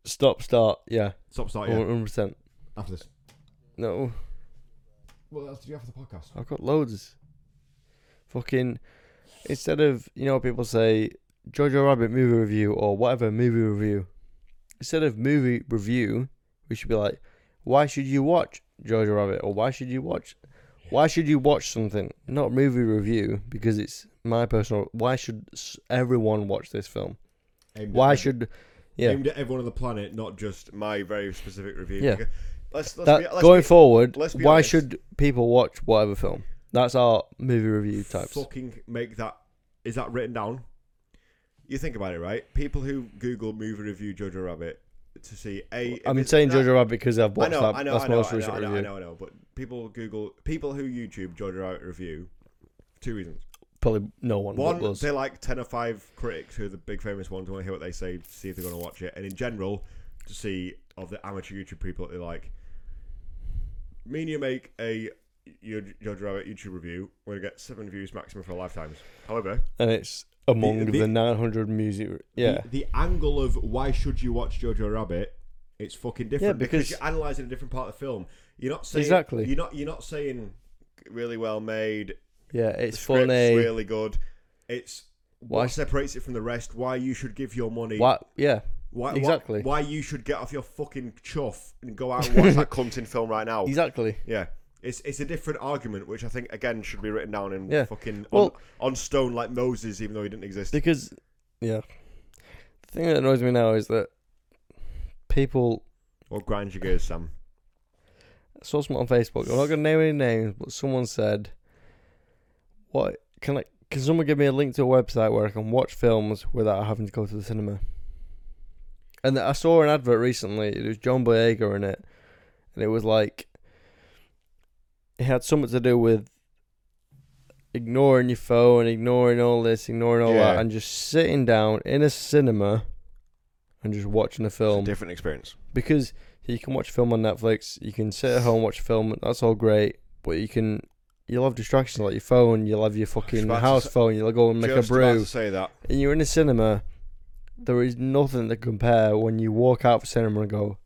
Stop, start, yeah. Stop, start, Oh, yeah. One hundred percent. after this. No, Well, that's to do after the podcast. I've got loads. Fucking instead of you know people say Jojo Rabbit movie review or whatever movie review, instead of movie review, we should be like, why should you watch Jojo Rabbit or why should you watch, why should you watch something? Not movie review because it's my personal. Why should s- everyone watch this film? Aimed at why every- should yeah? Aimed at everyone on the planet, not just my very specific review. Yeah. Because- Let's, let's that, be, let's going be- forward, let's be why honest. should people watch whatever film? That's our movie review types. fucking make that? Is that written down? You think about it, right? People who Google movie review Jojo Rabbit to see a. if I'm it's- saying no, Jojo Rabbit because I've I watched know, that. I know, that's I know, most I know, recent I know, review. I know, I know, but people Google people who YouTube Jojo Rabbit review. Two reasons. Probably no one. One, was. they like ten or five critics who are the big famous ones. Want to hear what they say, see if they're going to watch it, and in general, to see of the amateur YouTube people that they like. Me and you make a your Jojo Rabbit YouTube review. We're gonna get seven views maximum for lifetimes. However, and it's among The- the, the- 900 music. Yeah, the, the angle of why should you watch Jojo Rabbit, it's fucking different Yeah, because, because- you're analysing a different part of the film. You're not saying Exactly. You're not you're not saying really well made. yeah, it's script's funny. really good. It's Why- what separates it from the rest. Why you should give your money. Why- yeah, Why, why- exactly. Why, you should get off your fucking chuff and go out and watch that cunting film right now. Exactly. Yeah. It's, it's a different argument, which I think again should be written down in Yeah. fucking Well- on, on stone like Moses, even though he didn't exist. Because, yeah, the thing that annoys me now is that people. Or grind your gears, Sam. I saw someone on Facebook. I'm not going to name any names, but someone said, "What can I? Can someone give me a link to a website where I can watch films without having to go to the cinema?" And I saw an advert recently. It was John Boyega in it, and it was like it had something to do with ignoring your phone, ignoring all this, ignoring all Yeah. that, and just sitting down in a cinema and just watching a It's a film different experience. because you can watch a film on Netflix, you can sit at home watch a film, that's all great, but you can you'll have distractions like your phone, you'll have your fucking about to house say- phone, you'll go and make Just a about to brew, say that. and you're in a cinema. There is nothing to compare when you walk out of the cinema and go,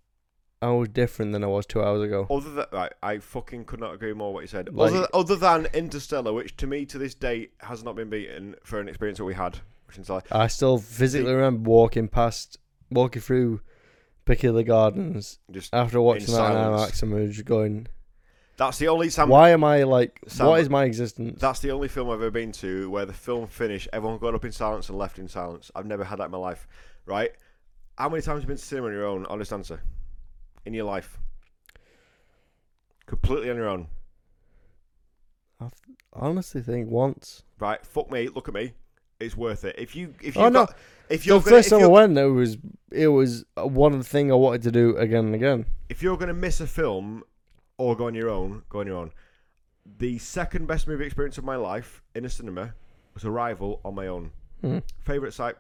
"I was different than I was two hours ago." Other than right, I fucking could not agree more with what you said. Like- other, other than Interstellar, which to me to this day has not been beaten for an experience that we had. Which is like, I still physically remember walking past, walking through Piccadilly Gardens Just after watching in that in silence. IMAX image, going, that's the only Sam. "Why am I like? Sam- what is my existence?" That's the only film I've ever been to where the film finished, everyone got up in silence and left in silence. I've never had that in my life. Right? How many times have you been to cinema on your own? Honest answer. In your life. Completely on your own. I honestly think once. Right? Fuck me. Look at me. It's worth it. If you if you Oh, have no. got, if you're the gonna, first if time I you're- went, it was it was one thing I wanted to do again and again. if you're going to miss a film or go on your own, go on your own. The second best movie experience of my life in a cinema to rival on my own. Mhm. Favorite sci.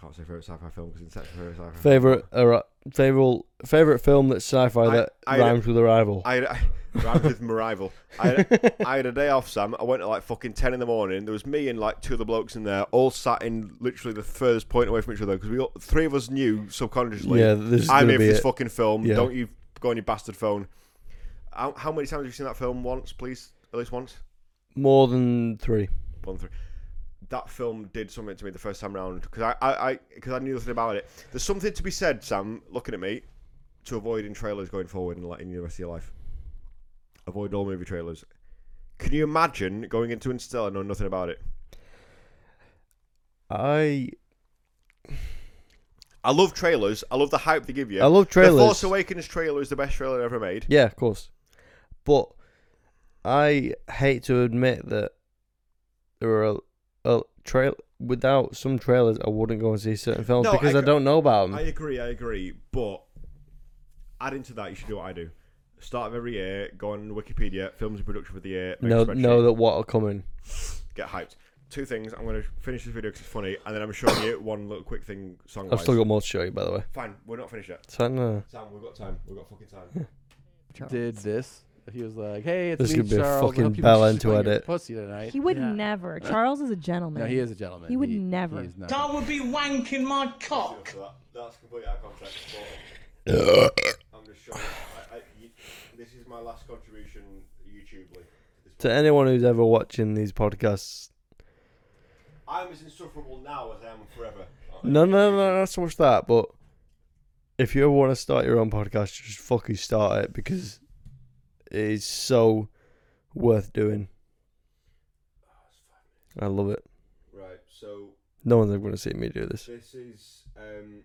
Can't say favorite sci-fi film because Inception favorite sci-fi. film. Favorite, uh, favorite, favorite film that's sci-fi that I- rhymes with arrival. I, I rhymed with my rival. I had, I had a day off, Sam. I went at like fucking ten in the morning. There was me and like two of the blokes in there, all sat in literally the furthest point away from each other because we all, three of us knew subconsciously. Yeah, this is I'm gonna here for be this it." fucking film. Yeah. Don't you go on your bastard phone. How, how many times have you seen that film? Once, please, at least once. More than three. One three. That film did something to me the first time round because I I I, 'cause I knew nothing about it. There's something to be said, Sam, looking at me, to avoiding trailers going forward and letting you the rest of your life. Avoid all movie trailers. Can you imagine going into Interstellar and knowing nothing about it? I I love trailers. I love the hype they give you. I love The trailers. Force Awakens trailer is the best trailer ever made. Yeah, of course. But I hate to admit that there were a, a trail without some trailers. I wouldn't go and see certain films No, because I, gr- don't know about them. I agree, I agree. But adding to that, you should do what I do. Start of every year, go on Wikipedia, films in production for the year. make a know, spreadsheet. know that what are coming. get hyped. Two things. I'm going to finish this video because it's funny, and then I'm showing you one little quick thing song. I've still got more to show you, by the way. Fine, we're not finished yet. So, no. Sam, we've got time. We've got fucking time. did this. He was like, "Hey, it's This me, could be a Charles. I hope fucking you bell shit end to on your edit. Pussy tonight. He would Yeah. never. Charles is a gentleman. No, he is a gentleman. He would never. he's not. I would be wanking my cock. That's completely out of context. But I'm just showing. I, I, you, this is my last contribution YouTubely. to anyone who's ever watching these podcasts, I'm as insufferable now as I am forever. no, no, no, no, not so much that. But if you ever want to start your own podcast, just fucking start it because it is so worth doing. I love it. Right. So No one's ever going to see me do this. this is um,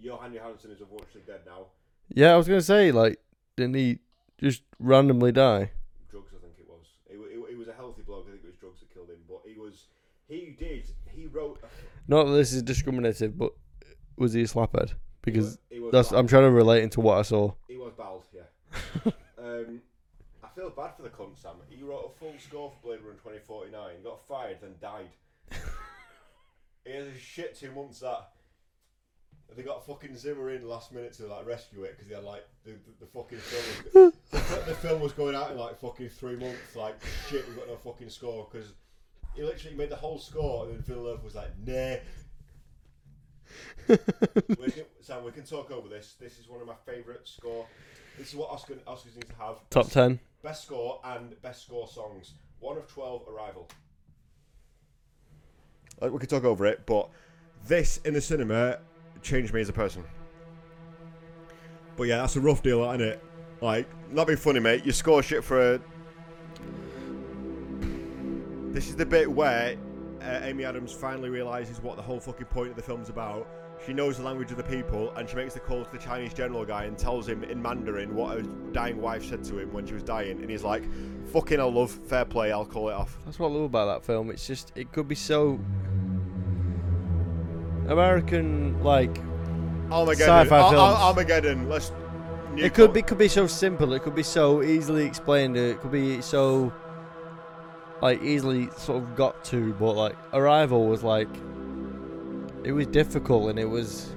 Johan Johansson is unfortunately dead now. Yeah, I was going to say, like, didn't he just randomly die? drugs. I think it was. He, wa- he, wa- he was a healthy bloke. I think it was drugs that killed him. But he was. He did. He wrote. A, Not that this is discriminative, but was he a slaphead? Because He was that's slap. I'm trying to relate into what I saw. he was bald. Yeah. um, I feel bad for the cunt Sam. He wrote a full score for Blade Runner 2049. Got fired, then died. he has a shit two months that. They got fucking Zimmer in last minute to like rescue it because they had like the, the, the fucking film. Was, the, the film was going out in like fucking three months. Like shit, we got no fucking score because he literally made the whole score and then Villeneuve was like, nah. we can, Sam, we can talk over this. This is one of my favourite score. This is what Oscar, Oscars need to have. Top 10. Best score and best score songs. One of 12, Arrival. Like, we could talk over it, but this in the cinema changed me as a person. But yeah, that's a rough deal, isn't it? Like, not being funny, mate. You score shit for a. This is the bit where uh, Amy Adams finally realizes what the whole fucking point of the film's about. She knows the language of the people, and she makes the call to the Chinese general guy and tells him in Mandarin what her dying wife said to him when she was dying. And he's like, "Fucking, I love fair play. I'll call it off." That's what I love about that film. It's just, it could be so. American, like. Armageddon. Sci-fi Ar- Ar- films. Armageddon. Let's. It could be could be so simple. It could be so easily explained. It could be so like easily sort of got to. But like Arrival was like it was difficult and it was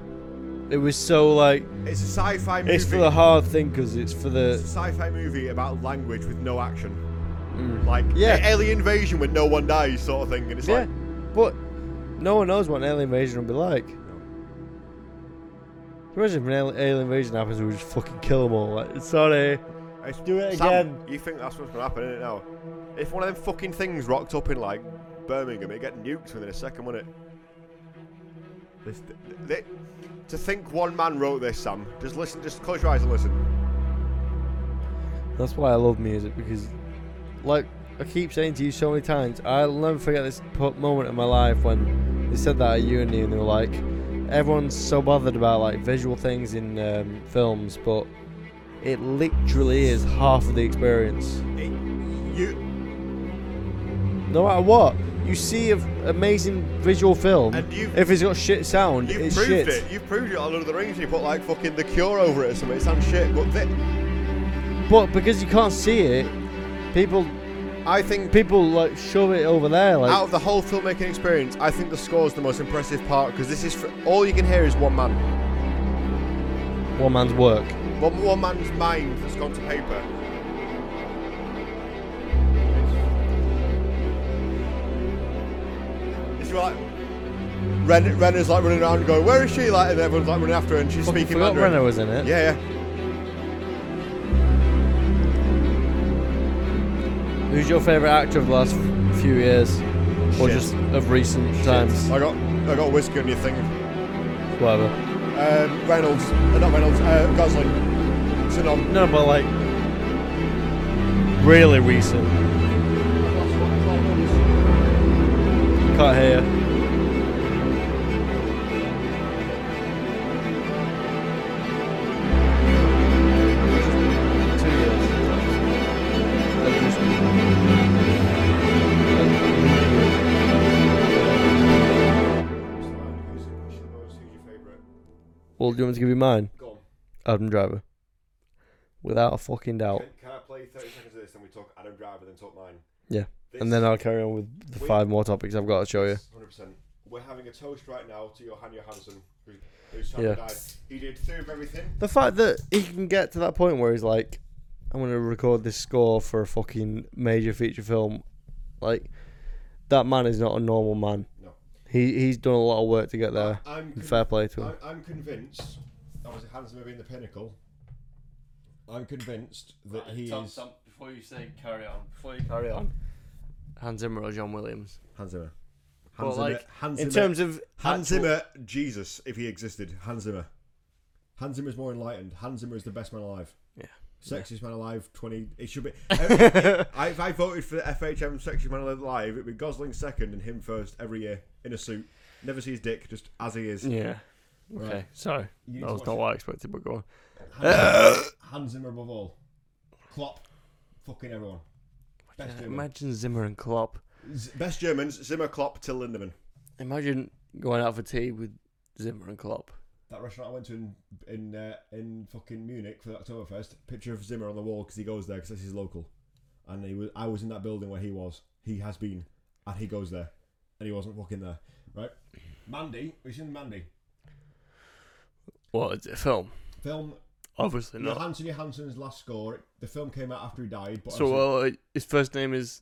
it was so like It's a sci-fi movie. it's for the hard thinkers. It's It's for a the sci-fi movie about language with no action, Mm. like Yeah. a- alien invasion when no one dies, sort of thing. And it's yeah. like, But no one knows what an alien invasion will be like. Imagine if an al- alien invasion happens, we just fucking kill them all. Like, sorry. Let's do it again. You think that's what's gonna happen, isn't it? Now, if one of them fucking things rocked up in like Birmingham, it'd get nuked within a second, wouldn't it? This, th- th- to think one man wrote this, Sam. Just listen. Just close your eyes and listen. That's why I love music because, like I keep saying to you so many times, I'll never forget this po- moment in my life when they said that at uni and they were like, everyone's so bothered about like visual things in um, films, but it literally is half of the experience. You No matter what, you see an amazing visual film. And you've- If it's got shit sound, you it's proved shit. it. You proved it on Lord of the Rings. You put like fucking the Cure over it or something. It sounds shit, but thi- But because you can't see it, people I think people like shove it over there. Like out of the whole filmmaking experience, I think the score's the most impressive part because this is fr all you can hear is one man, one man's work. one, one man's mind that's gone to paper. It's like Ren, Ren is like running around going, "Where is she?" Like, and everyone's like running after her, and she's Fucking speaking forgot Mandarin. Renner was in it. Yeah, yeah. Who's your favourite actor of the last few years, or Shit. just of recent times? I got I got whisker in your thing. Whatever. Um, Reynolds, uh, not Reynolds, uh, Gosling. It's a nom- No, but like really recent. Can't hear. you. Two years. That just- Well, do you want me to give you mine? Go on. Adam Driver. Without a fucking doubt. Can I play 30 seconds of this and we talk Adam Driver, then talk mine? Yeah. This- And then I'll carry on with the We- five more topics I've got to show you. 100%. We're having a toast right now to Johan Johansson, who, whose son Yeah. died. He did three of everything. The fact that he can get to that point where he's like, I'm going to record this score for a fucking major feature film, like, that man is not a normal man. No. He, he's done a lot of work to get there. I'm and con- fair play to him. I'm, I'm convinced. Obviously, Hans Zimmer being the pinnacle. I'm convinced that he is. before you say carry on, before you carry on, Hans Zimmer or John Williams? Hans Zimmer. But, Hans Zimmer. like, Hans in Zimmer- terms of Hans actual- Zimmer, Jesus, if he existed, Hans Zimmer. Hans Zimmer is more enlightened. Hans Zimmer is the best man alive. Yeah. Sexiest man alive. Twenty. It should be. I, if I voted for the FHM Sexiest Man Alive, it'd be Gosling second and him first every year in a suit. Never see his dick, just as he is. Yeah. Okay. Right. Sorry. You need That to was not watch- what I expected, but go on. Hans, Hans Zimmer above all. Klopp, fucking everyone. Best German. Imagine Zimmer and Klopp. Z- Best Germans. Zimmer, Klopp, till Lindemann. Imagine going out for tea with Zimmer and Klopp. that restaurant I went to in in uh, in fucking Munich for the Oktoberfest. Picture of Zimmer on the wall because he goes there because this is local, and he was I was in that building where he was. He has been, and he goes there, and he wasn't fucking there, right? Mandy, have you seen Mandy What is it? A film? film? Obviously not. Johansson Johansson's last score. The film came out after he died, but obviously- So uh, his first name is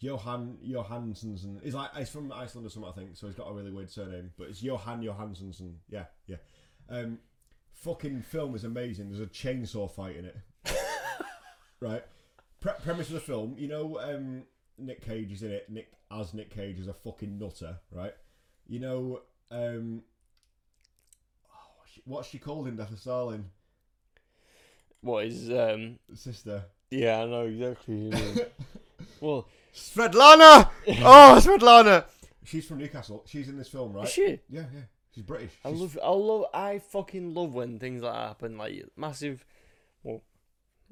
Johan Johansson's and he's like he's from Iceland or something, I think. So he's got a really weird surname, but it's Johan Johansson's and yeah, yeah. Um, fucking film is amazing. There's a chainsaw fight in it. right. Pre- premise of the film, you know, um, Nick Cage is in it. Nick as Nick Cage is a fucking nutter, right? You know, um, oh, she- what she called him, Death Stalin, what is um sister. yeah I know exactly. who it is. well, Svetlana. Oh, Svetlana. She's from Newcastle. She's in this film, right? is she? Yeah, yeah. She's British. I She's- love I love I fucking love when things like that happen like massive, well,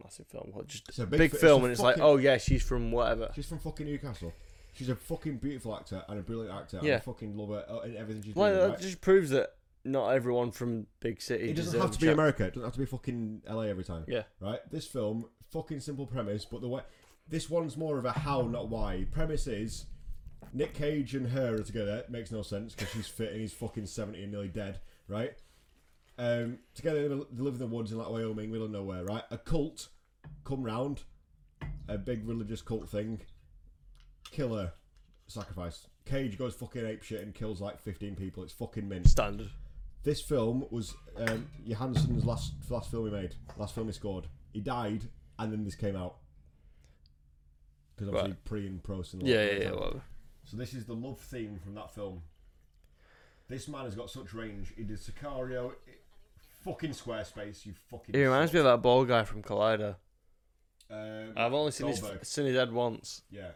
massive film, well, just It's a big big, fi- it's film, a and it's like fucking- oh yeah she's from whatever. She's from fucking Newcastle. She's a fucking beautiful actor and a brilliant actor. And I Yeah. fucking love her uh, in everything she's Like doing. that right? just proves that not everyone from big city. it doesn't have deserves to a be chance. America. It doesn't have to be fucking LA every time. Yeah. Right? This film, fucking simple premise, but the way. This one's more of a how, not why. Premise is Nick Cage and her are together. It makes no sense because she's fit and he's fucking 70 and nearly dead, right? Um, together they live in the woods in like Wyoming, middle of nowhere, right? A cult come round, a big religious cult thing, kill her, sacrifice. Cage goes fucking apeshit and kills like 15 people. It's fucking mint Standard. this film was um, Johansson's last last film he made, last film he scored. He died, and then this came out because obviously Right. pre and post and all Yeah that yeah kind yeah. of stuff. Whatever. So this is the love theme from that film. This man has got such range. He did Sicario, it- fucking Squarespace. You fucking. He reminds me of that ball guy from Collider. Um, I've only seen his, Goldberg. seen his head once. Yeah.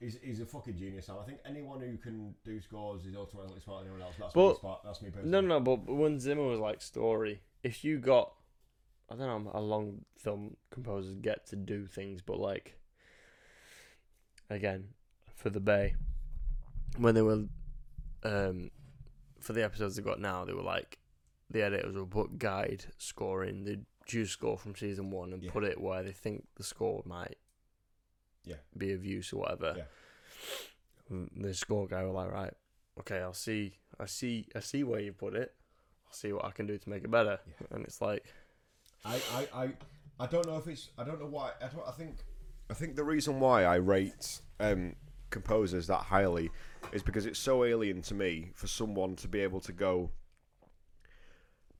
He's, he's a fucking genius, and I think anyone who can do scores is automatically smarter than anyone else. That's, But- me, smart- that's me personally. No, no, but when Zimmer was like story, if you got, I don't know how long film composers get to do things, but like, again, for the Bay, when they were, um, for the episodes they got now, they were like, the editors would put guide scoring, they'd choose score from season one and Yeah. put it where they think the score might Yeah. be of use or whatever. And The score guy were like, right, okay, I'll see, I see, I see where you put it. I'll see what I can do to make it better. And it's like, I, I, I, I don't know if it's. I don't know why. I, don't, I think. I think the reason why I rate um, composers that highly is because it's so alien to me for someone to be able to go.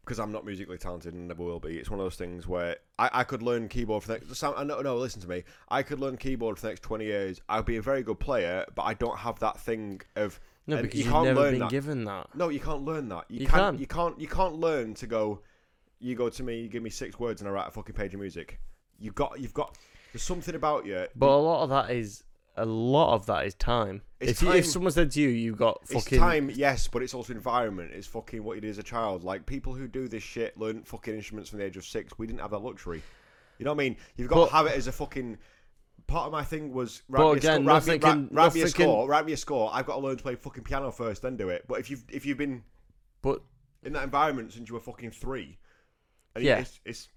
Because I'm not musically talented and never will be. It's one of those things where I, I could learn keyboard for the next. Sam, no, no, listen to me. I could learn keyboard for the next 20 years. I'd be a very good player, but I don't have that thing of. No, and because you you've can't never learn been that. given that. No, you can't learn that. You, You can't, can. You can't. You can't learn to go. You go to me. You give me six words, and I write a fucking page of music. You got. You've got. There's something about you. But a lot of that is a lot of that is time. It's if, you, if time. someone said to you, you've got fucking It's time, yes, but it's also environment. It's fucking what you did as a child. Like people who do this shit learn fucking instruments from the age of six. We didn't have that luxury. You know what I mean? You've got But- to have it as a fucking. Part of my thing was write, But me, a again, score, write, me, nothing write, can- write me a nothing can- score. Write me a score. I've got to learn to play fucking piano first, then do it. But if you've if you've been, but in that environment since you were fucking three, and Yeah. it's, it's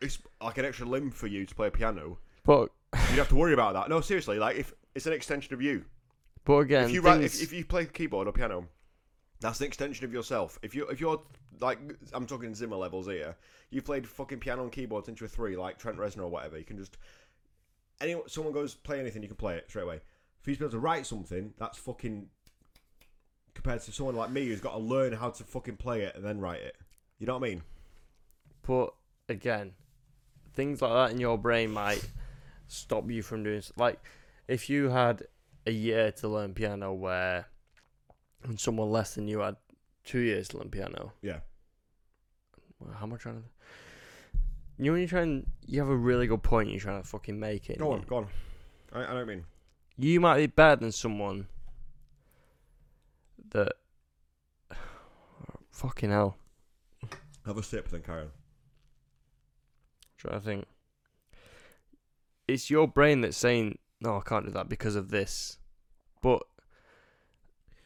it's like an extra limb for you to play a piano. But You'd have to worry about that. No, seriously, like if it's an extension of you. But again, if you write, if, things- if you play keyboard or piano, that's an extension of yourself. If you if you're like I'm talking Zimmer levels here, you played fucking piano and keyboard since you were three, like Trent Reznor or whatever. You can just any someone goes play anything, you can play it straight away. For you to be able to write something, that's fucking compared to someone like me who's got to learn how to fucking play it and then write it. You know what I mean? But again, things like that in your brain might stop you from doing s- like if you had a year to learn piano where and someone less than you had two years to learn piano. Yeah. Well, how am I trying to? You know when you try and you have a really good point, you're trying to fucking make it. Go you- on, go on. I, I don't mean. you might be better than someone that fucking hell. Have a sip, then carry on. Trying to think. It's your brain that's saying, "No, I can't do that because of this," but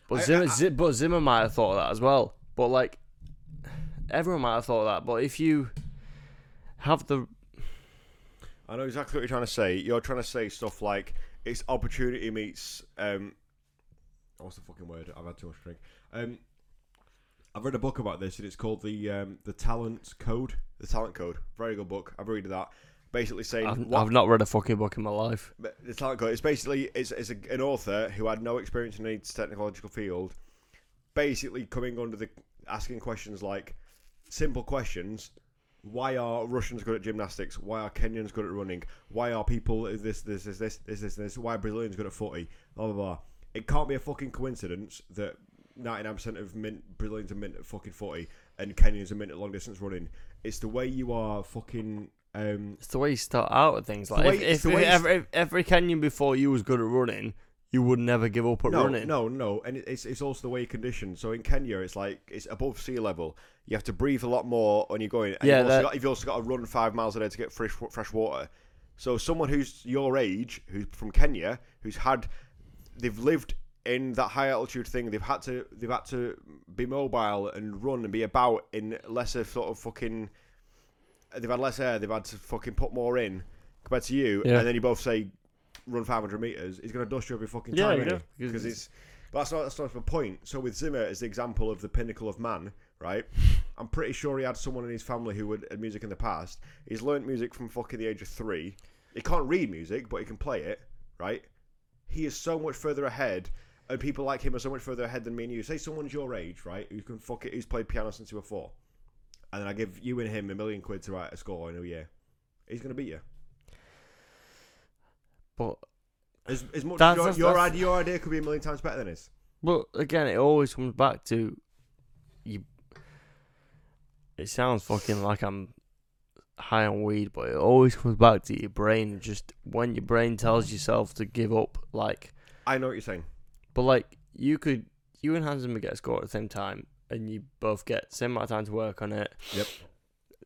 but I- Zimmer, I- Zi- but Zimmer might have thought of that as well. But like, everyone might have thought of that. But if you have the I know exactly what you're trying to say. You're trying to say stuff like it's opportunity meets um what's the fucking word? I've had too much to drink. Um I've read a book about this and it's called the um the talent code. The talent code. Very good book. I've read that. Basically saying I've, what- I've not read a fucking book in my life. but the talent code. It's basically it's, it's a, an author who had no experience in any technological field, basically coming under the asking questions like simple questions. Why are Russians good at gymnastics? Why are Kenyans good at running? Why are people this this this this this this this? Why are Brazilians good at footy? Blah blah blah. It can't be a fucking coincidence that ninety nine percent of min Brazilians are mint at fucking footy and Kenyans are mint at long distance running. It's the way you are fucking. Um, It's the way you start out with things. the Like way- if, it's if, the if way you every, if every Kenyan before you was good at running, you would never give up at no, running. No, no, and it- it's it's also the way you're conditioned. So in Kenya, it's like it's above sea level. You have to breathe a lot more when you're going. And Yeah, you've also, that- got, you've also got to run five miles a day to get fresh wa- fresh water. So someone who's your age, who's from Kenya, who's had, they've lived in that high altitude thing. They've had to they've had to be mobile and run and be about in lesser sort of fucking. They've had less air. They've had to fucking put more in compared to you. Yeah. And then you both say, "Run 500 meters." He's gonna dust you every fucking Yeah, time. you ain't know, he? because because it's- it's but that's not that's not my point. So with Zimmer as the example of the pinnacle of man, right? I'm pretty sure he had someone in his family who would had music in the past. He's learnt music from fucking the age of three. He can't read music, but he can play it, right? He is so much further ahead, and people like him are so much further ahead than me and you. Say someone's your age, right? Who can fuck it? Who's played piano since you were four? And then I give you and him a million quid to write a score in a year. He's gonna beat you. But As, as much That's- as your, your, that's- that's- idea, your idea could be a million times better than his. But again, it always comes back to you. It sounds fucking like I'm high on weed, but it always comes back to your brain. Just when your brain tells yourself to give up, like, I know what you're saying. but like you could, you and Hansen would get a score at the same time, and you both get same amount of time to work on it. Yep.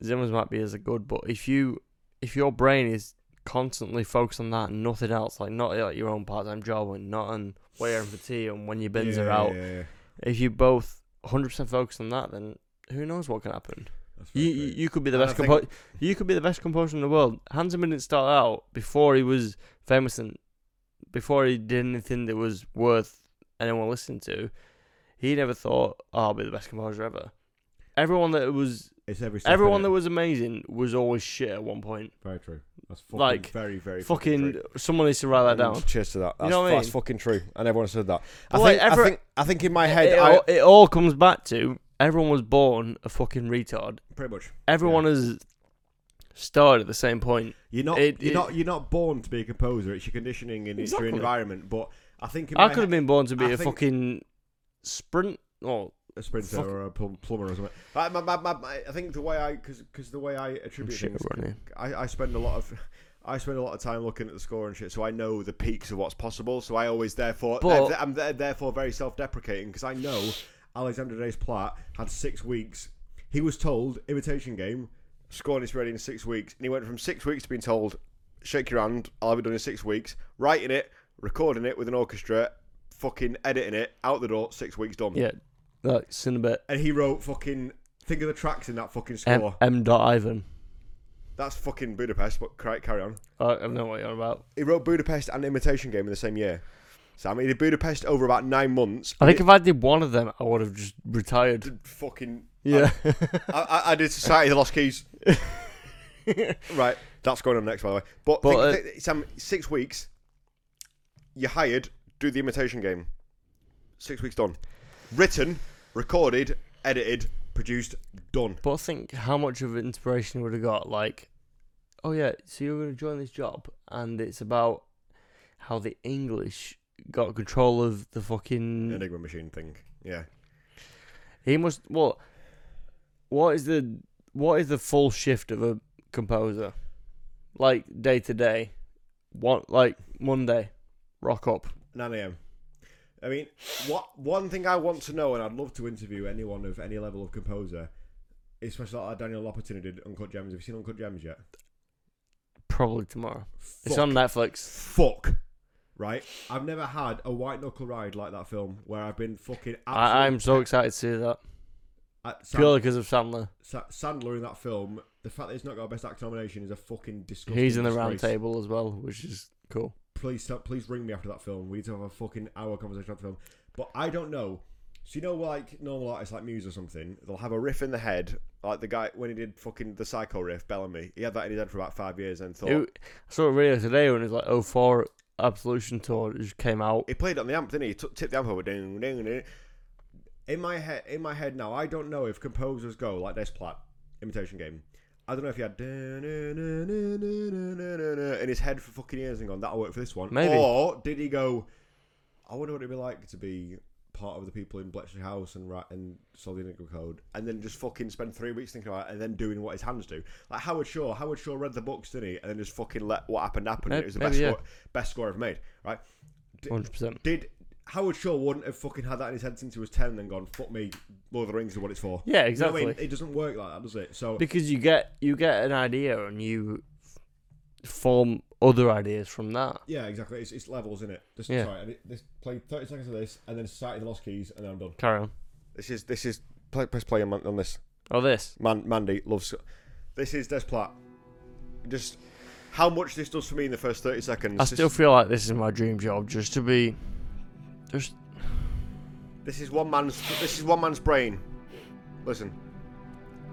Zimmer's might be as good, but if you, if your brain is constantly focused on that and nothing else, like not like your own part-time job and not on where you're in for tea and when your bins are out, Yeah, yeah, yeah. if you both 100% focus on that, then who knows what can happen? You, you you could be the And I best think- compo- you could be the best composer in the world. Hanselman didn't start out before he was famous and before he did anything that was worth anyone listening to. He never thought, oh, "I'll be the best composer ever." Everyone that was It's every step, everyone innit? that was amazing was always shit at one point. Very true. That's fucking like very, very fucking. someone needs to write that down. Cheers to that. That's, you know what I that's mean? fucking true. I never once said that. I, Well, like, think, every- I think I think in my head, it, I, all, it all comes back to everyone was born a fucking retard. Pretty much. Everyone has started at the same point. You're not It- you're it- not you're not born to be a composer. It's your conditioning and it's Exactly. your environment. But I think in my I could have he- been born to be I a think- fucking sprint or a sprinter fuck- or a plum- plumber or something. Like, my, my, my, my- I think the way I because the way I attribute Shit, things, Ronnie. I, I spend a lot of. I spend a lot of time looking at the score and shit, so I know the peaks of what's possible. So I always, therefore, But- I'm there, therefore very self-deprecating because I know Alexander Days Platt had six weeks. He was told imitation game, scoring his ready in six weeks, and he went from six weeks to being told, "Shake your hand, I'll have it done in six weeks." Writing it, recording it with an orchestra, fucking editing it out the door, six weeks done. Yeah, that's in a bit. And he wrote fucking think of the tracks in that fucking score. M. M. Dot Ivan. That's fucking Budapest, but cri- carry on. I have no idea about. He wrote Budapest and Imitation Game in the same year. Sam, he did Budapest over about nine months. I think if I did one of them, I would have just retired. Fucking Yeah. I, I, I did Society of the Lost Keys. right, that's going on next, by the way. But, But, uh, think- think- Sam, six weeks. You're hired. Do the Imitation Game. Six weeks done. Written, recorded, edited, produced, done. But think how much of inspiration you would have got. Like, oh yeah, so you're going to join this job, and it's about how the English got control of the fucking Enigma machine thing. Yeah. He must. What? What is the what is the full shift of a composer? Like day to day, what like Monday, rock up. 9 a.m. I mean, what one thing I want to know, and I'd love to interview anyone of any level of composer, especially like Daniel Lopatin who did Uncut Gems. Have you seen Uncut Gems yet? Probably tomorrow. It's Fuck. on Netflix. Fuck. Right? I've never had a white knuckle ride like that film where I've been fucking. I, I'm absolute- so excited to see that. Uh, Sam- Purely because of Sandler. Sa- Sandler in that film. The fact that he's not got a best actor nomination is a fucking disgusting. He's in the disgrace. round table as well, which is cool. please tell- please ring me after that film. We need to have a fucking hour conversation about the film. But I don't know. So you know, like normal artists like Muse or something, they'll have a riff in the head. Like the guy when he did fucking the Psycho riff, Bellamy, he had that in his head for about five years and thought. It, I saw a video today when it was like 04 Absolution Tour. It just came out. He played it on the amp, didn't he? He took, tipped the amp over. Ding, ding, ding. In my head, in my head now, I don't know if composers go like this plat imitation game. I don't know if he had dun, dun, dun, dun, dun, dun, dun, dun in his head for fucking years and gone that'll work for this one. Maybe. Or did he go? I wonder what it'd be like to be part of the people in Bletchley House and ra- and solve the Enigma code, and then just fucking spend three weeks thinking about it, and then doing what his hands do. Like Howard Shaw, Howard Shaw read the books, didn't he? And then just fucking let what happened happen. and Maybe- it was the maybe, best yeah. score, best score ever made, right? Di- 100%. Did Howard Shaw wouldn't have fucking had that in his head since he was ten and then gone, fuck me, Lord of the Rings is what it's for. Yeah, You know what I mean? exactly. It doesn't work like that, does it? So Because you get you get an idea and you form other ideas from that. yeah, exactly. It's, it's levels in it. This, Yeah. Sorry, I did- this played thirty seconds of this, and then Society of the Lost Keys, and then I'm done. Carry on. This is this is play, press play on, on this. Oh, this Man, Mandy loves. This is Des Platt. Just how much this does for me in the first thirty seconds. I This- still feel like this is my dream job, just to be, just This is one man's. This is one man's brain. Listen,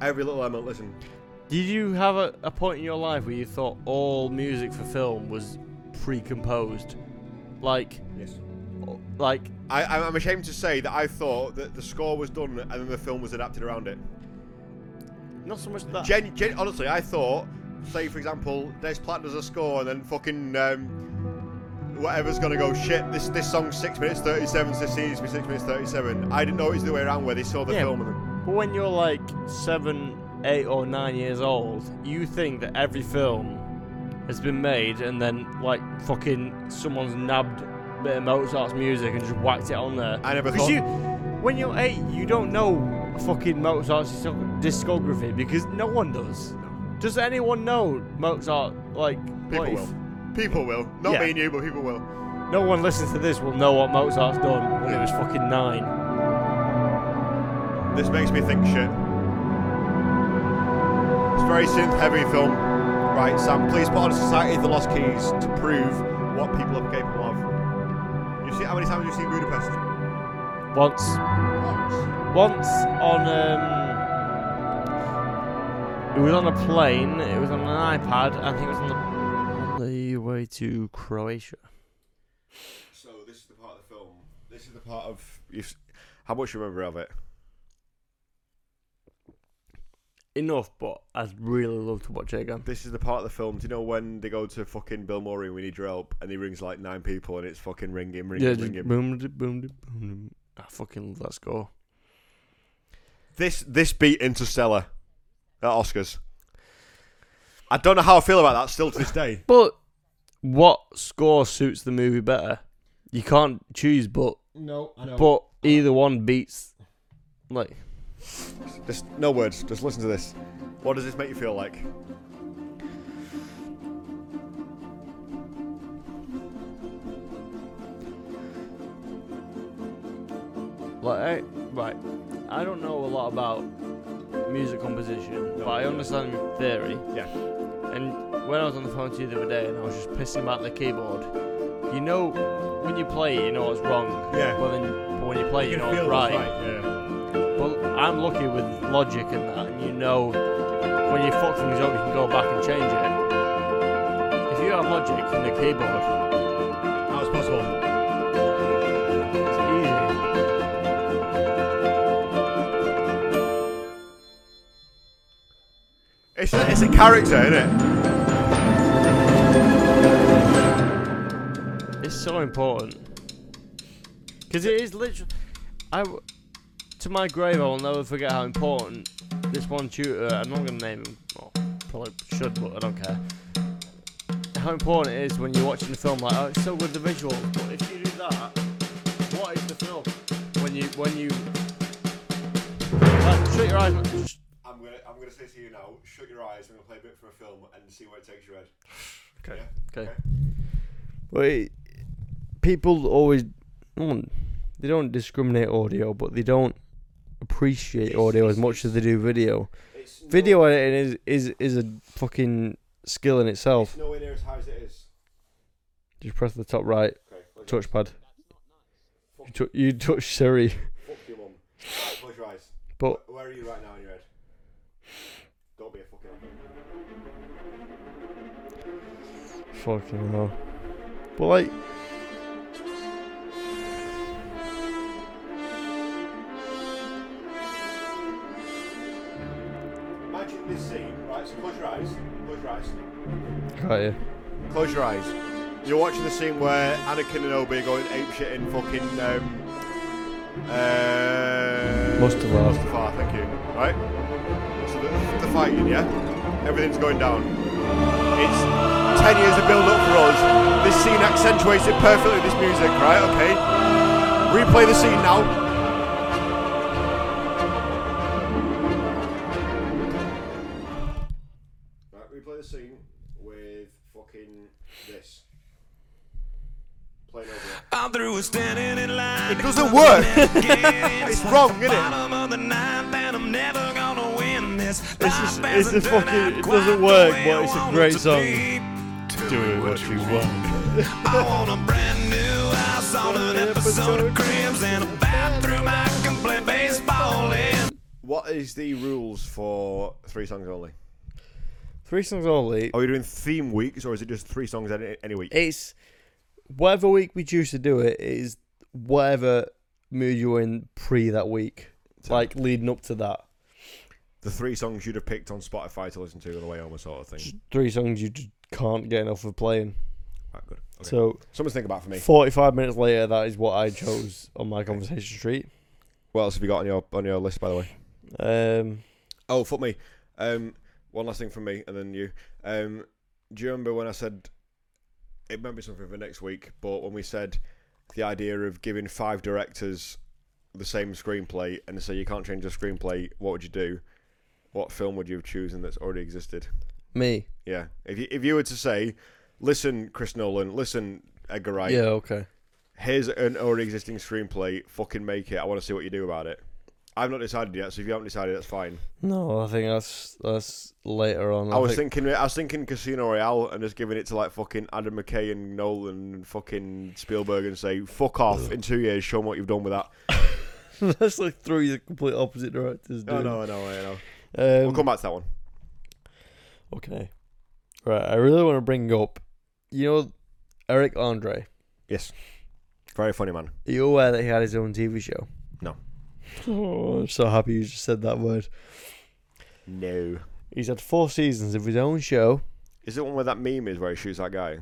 every little element. Listen, Did you have a, a point in your life where you thought all music for film was pre-composed? Like, yes. like I, I'm I'm ashamed to say that I thought that the score was done and then the film was adapted around it. Not so much that. Gen, gen, honestly, I thought, say for example, Des Platt does a score and then fucking um, whatever's gonna go shit. This this song's six minutes thirty-seven. So this needs to be six minutes thirty-seven. I didn't know it was the way around where they saw the Yeah, film and then. But when you're like seven, eight, or nine years old, you think that every film has been made, and then like fucking someone's nabbed a bit of Mozart's music and just whacked it on there. I never because thought- you, when you're eight, you don't know fucking Mozart's discog- discography because no one does. Does anyone know Mozart? Like People what he will. People will. Not me and you, but people will. No one listening to this will know what Mozart's done when he was fucking nine. This makes me think shit. very synth heavy film. Right, Sam, please put on Society of the Lost Keys to prove what people are capable of. You've seen, how many times have you seen Budapest? Once. Once on um It was on a plane, it was on an iPad, I think it was on the on the way to Croatia. So, this is the part of the film. This is the part of. You've, how much you remember of it? Enough, but I'd really love to watch it again. This is the part of the film. Do you know when they go to fucking Bill Murray and we need your help and he rings like nine people and it's fucking ring him, ring Yeah, him, just ring him? boom, da- boom, da- boom, boom. I fucking love that score. This this beat Interstellar at Oscars. I don't know how I feel about that still to this day. But what score suits the movie better? You can't choose, but No, I know. But either one beats, like Just no words. Just listen to this. What does this make you feel like? like I, right. I don't know a lot about music composition, but I understand theory. Yeah. And when I was on the phone to you the other day, and I was just pissing about the keyboard. You know, when you play, it, you know what's wrong. Yeah. But then, but when you play, you, You know can what's feel right. what's right, But I'm lucky with logic and that, and you know, when you fuck things up, you can go back and change it. If you have logic in the keyboard, How is possible? It's easy. It's a, it's a character, isn't it? It's so important because it is literally. I w- to my grave, I will never forget how important this one tutor. I'm not gonna name him. Well, probably should, but I don't care. How important it is when you're watching the film. Like, oh, it's so good the visual. But if you do that, what is the film? When you when you like, shut your eyes. and- sh- I'm gonna I'm gonna say to you now. Shut your eyes. We're gonna play a bit for a film and see where it takes your head. Okay. Yeah? Okay. Wait, people always mm, they don't discriminate audio, but they don't appreciate audio as much as they do video. Video editing is, is is a fucking skill in itself. It's nowhere near as high as it is. Just press the top right Okay. close your- touchpad. You, tou- you touch Siri, Fuck your mum. Right, close your eyes. but Where are you right now in your head? Don't be a fucking. fucking hell. But like, Imagine this scene. Right. So close your eyes. Close your eyes. right here. Close your eyes. You're watching the scene where Anakin and Obi are going ape shit in fucking um, uh, Mustafar. Mustafar, thank you. Right. So the, the fighting, yeah. Everything's going down. It's ten years of build up for us. This scene accentuates it perfectly. This music, right? Okay. Replay the scene now. Right. Replay the scene with fucking this. Playing over. it. I'm through with standing in line. It doesn't work. it's It's wrong, isn't it? Bottom of the ninth, and I'm never gonna win this. It's just Life it's a hasn't turned fucking out it quite doesn't the work, way I but it's a want it great to song. be. Do what you want. I want a brand new house on an episode of Cribs and a bathroom I can play baseball in. What is the rules for three songs only? Three songs only. Are we doing theme weeks or is it just three songs any, any week? It's whatever week we choose to do it it is whatever mood you're in pre that week, like leading up to that. the three songs you'd have picked on Spotify to listen to on the way home, or sort of thing. Three songs you just can't get enough of playing. Right, good. Okay. So Something to think about for me. 45 minutes later, that is what I chose on my conversation street. What else have you got on your on your list, by the way? Um, Oh, fuck me. Um, one last thing from me, and then you. Um, do you remember when I said it might be something for next week? But when we said the idea of giving five directors the same screenplay and say you can't change the screenplay, what would you do? What film would you have chosen that's already existed? me. Yeah. If you if you were to say, listen, Chris Nolan, listen, Edgar Wright, Yeah, okay. here's an already existing screenplay, fucking make it. I want to see what you do about it. I've not decided yet, so if you haven't decided, that's fine. No, oh, I think that's that's later on. I was think- thinking, I was thinking Casino Royale, and just giving it to like fucking Adam McKay and Nolan and fucking Spielberg, and say fuck off in two years. Show 'em what you've done with that. that's like three the complete opposite directors. I doing know, I it. know, I know. Um, we'll come back to that one. Okay. Right, I really want to bring up, you know, Eric Andre. Yes. Very funny man. Are you aware that he had his own TV show? No. Oh, I'm so happy you just said that word. No. He's had four seasons of his own show. Is it one where that meme is where he shoots that guy?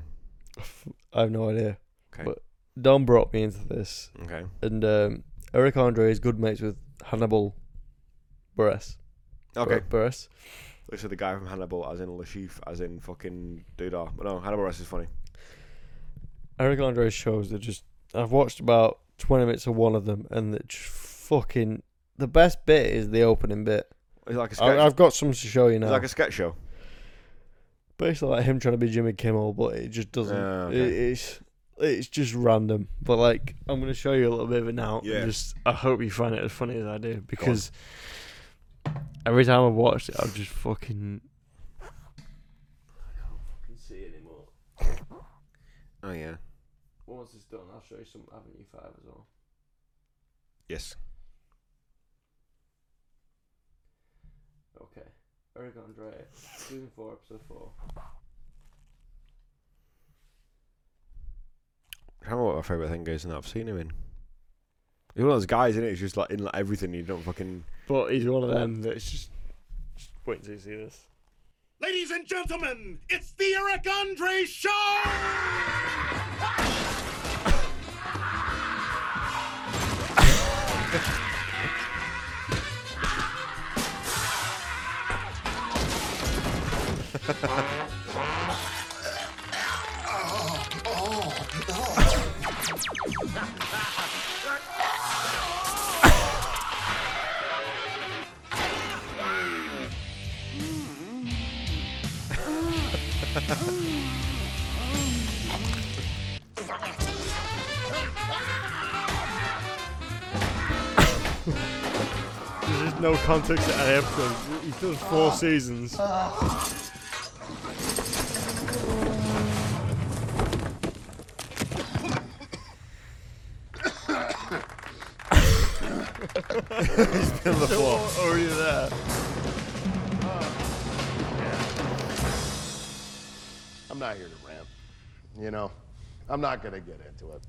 I have no idea. Okay. But Don brought me into this. Okay. And um, Eric Andre is good mates with Hannibal Buress. Okay. Buress. Looks like the guy from Hannibal, as in Lashif, as in fucking Doodah. But no, Hannibal Rest is funny. Eric Andre's shows are just. I've watched about 20 minutes of one of them, and they just fucking. The best bit is the opening bit. It's like a sketch. I, have got some to show you now. It's like a sketch show. basically like him trying to be Jimmy Kimmel, but it just doesn't. Ah, okay. it, it's it's just random. But like, I'm gonna show you a little bit of it now. and Yeah. Just I hope you find it as funny as I do because every time I've watched it, I've just fucking. see anymore. Oh yeah. Once it's done, I'll show you some Avenue Five as well. Yes. Okay. Eric Andre, season four, episode four. I don't know what my favourite thing is, and I've seen him in. He's one of those guys, isn't it? He's just like in like everything. You don't fucking. But he's one of them that's just. just wait until you see this. Ladies and gentlemen, it's the Eric Andre Show! There's just no context at any episode. He's done four seasons. He's been on the floor. Already there. I'm not here to rant. You know, I'm not going to get into it.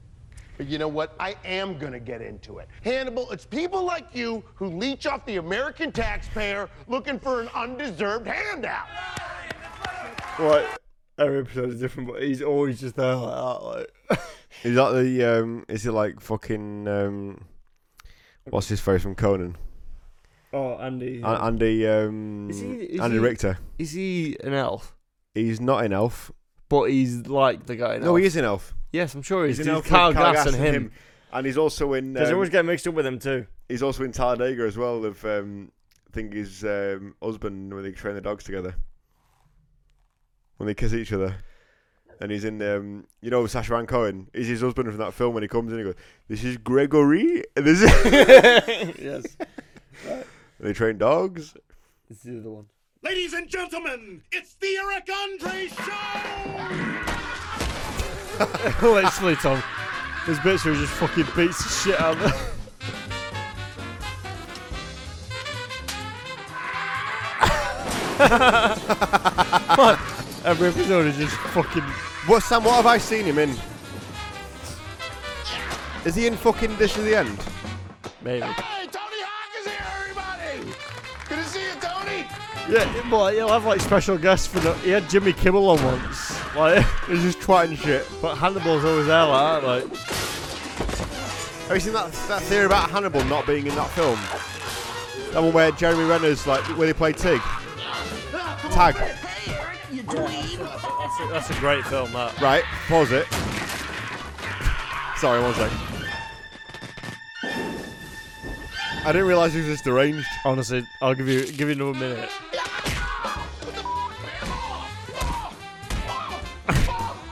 But you know what? I am going to get into it. Hannibal, it's people like you who leech off the American taxpayer looking for an undeserved handout. Right. Every episode is different, but he's always just there like that. Like. Is that the um? Is it like fucking um? What's his face from Conan? Oh, Andy. A- Andy um. Is he- is Andy he- Richter. Is he an elf? He's not an elf. But he's like the guy. In No, elf. he is an elf. Yes, I'm sure he is. He's He's an elf with Carl Kyle Gass and him. And he's also in. 'Cause they um, always get mixed up with him too. He's also in Talladega as well. Of um, I think his um, husband when they train the dogs together, when they kiss each other, and he's in um, you know Sacha Baron Cohen. He's his husband from that film when he comes in. He goes, "This is Gregory." And this is yes. they train dogs. It's the other one. Ladies and gentlemen, it's the Eric Andre Show! Literally, Tom. His bitch were just fucking beats the shit out of him. Man, every episode is just fucking. What Sam? What have I seen him in? Is he in fucking This Is the End? Maybe. Hey, Tony Hawk is here, everybody! Good to see you, Tony! Yeah, well, he'll have like special guests for the. He had Jimmy Kimmel on once. Like, he's just twatting shit. But Hannibal's always there, like, that, like. Have you seen that, that theory about Hannibal not being in that film? That one where Jeremy Renner's like where they play Tig. Tag. That's a, that's a great film, that. Right, pause it. Sorry, one sec. I didn't realise he was this deranged. Honestly, I'll give you give you another minute.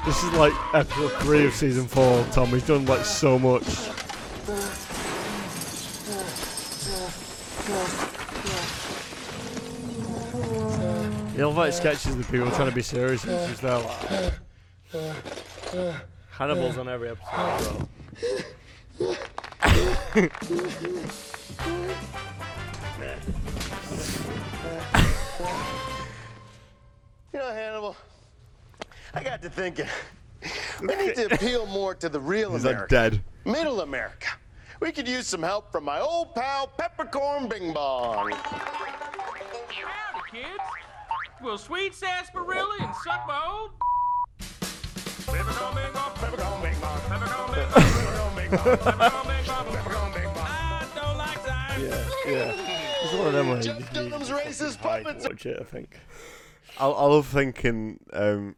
This is like episode three of season four, Tom. He's done like so much. You love how it sketches the people trying to be serious. It's just that Hannibal's on every episode, You know, Hannibal, I got to thinking. We need to appeal more to the real He's like America. dead. Middle America. We could use some help from my old pal Peppercorn Bing Bong. Howdy, kids. Well, sweet sarsaparilla and suck my old. Peppercorn Bing Bong, Peppercorn Bing Bong, Peppercorn Bing Bong, Peppercorn Bing Bong, Peppercorn Bing Bong, Peppercorn Bing Bong. I don't like well. science. Yeah, yeah. It's one of them where you just need Dunham's to racist hide puppets. Watch it, I think. I, I love thinking, um,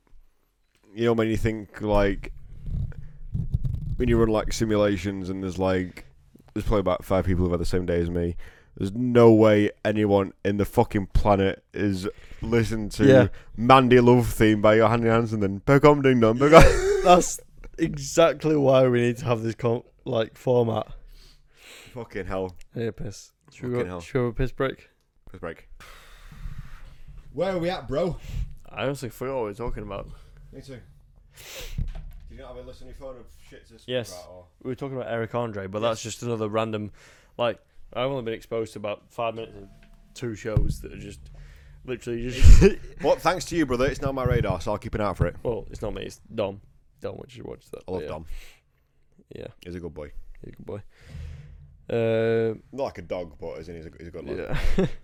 you know, when you think like when you run like simulations and there's like there's probably about five people who've had the same day as me. There's no way anyone in the fucking planet is listened to Yeah. Mandy Love theme by Johanny Hansen then Pegom Ding Dong Pegom. That's exactly why we need to have this con- like format. Fucking hell. Yeah, piss. Should we, Fucking go, hell. should we have a piss break? Piss break. Where are we at, bro? I honestly forgot what we were talking about. Me too. Do you not have a listen on your phone of shit to speak Yes, about? Or? we were talking about Eric Andre, but that's just another random. Like I've only been exposed to about five minutes of two shows that are just literally just. Well, thanks to you, brother, it's now on my radar, so I'll keep an eye out for it. well, it's not me. It's Dom. Dom, which you watch that. I love yeah. Dom. Yeah, He's a good boy. he's a good boy. Uh, Not like a dog, but as in he's a, he's a good lad. yeah.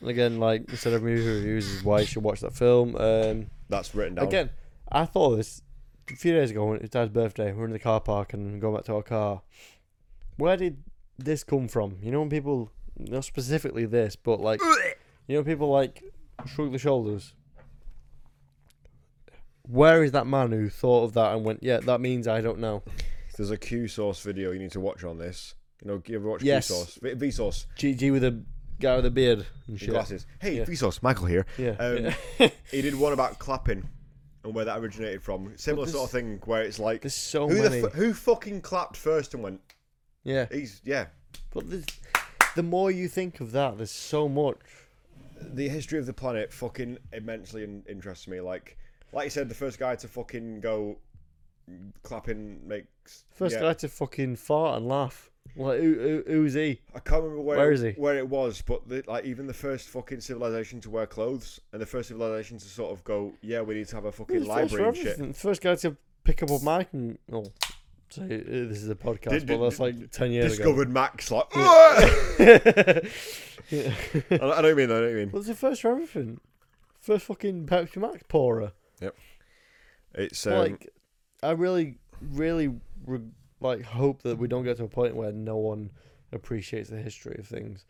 And again, like we said, every movie reviews is why you should watch that film. Um, That's written down. Again, I thought this a few days ago when it was Dad's birthday. We were in the car park and going back to our car. Where did this come from? You know, when people, not specifically this, but like, you know, people like shrug their shoulders. Where is that man who thought of that and went, yeah, that means I don't know? There's a Q Source video you need to watch on this. You know, you ever watch Yes. Q Source? V Source. GG with a guy with a beard and shit. Glasses. Hey, Yeah. V Source, Michael here. Yeah. Um, he did one about clapping and where that originated from. Similar But sort of thing where it's like, There's so who, many. The f- who fucking clapped first and went, Yeah. he's, yeah. But there's, the more you think of that, there's so much. The history of the planet fucking immensely in- interests me. Like, like you said, the first guy to fucking go clapping makes. First yeah. guy to fucking fart and laugh. Like, who, who, who's he? I can't remember where, Where it, is he? where it was, but the, like even the first fucking civilization to wear clothes and the first civilization to sort of go, yeah, we need to have a fucking He's first library for and shit. everything. First guy to pick up a mic and oh, say uh, this is a podcast, Did- but did- that's like ten years Discovered Max, like, ago. yeah. I don't- I don't mean, I don't mean. Well, it's the first for everything. First fucking Pepsi Max pourer. It's um, like, I really, really, re- like hope that we don't get to a point where no one appreciates the history of things.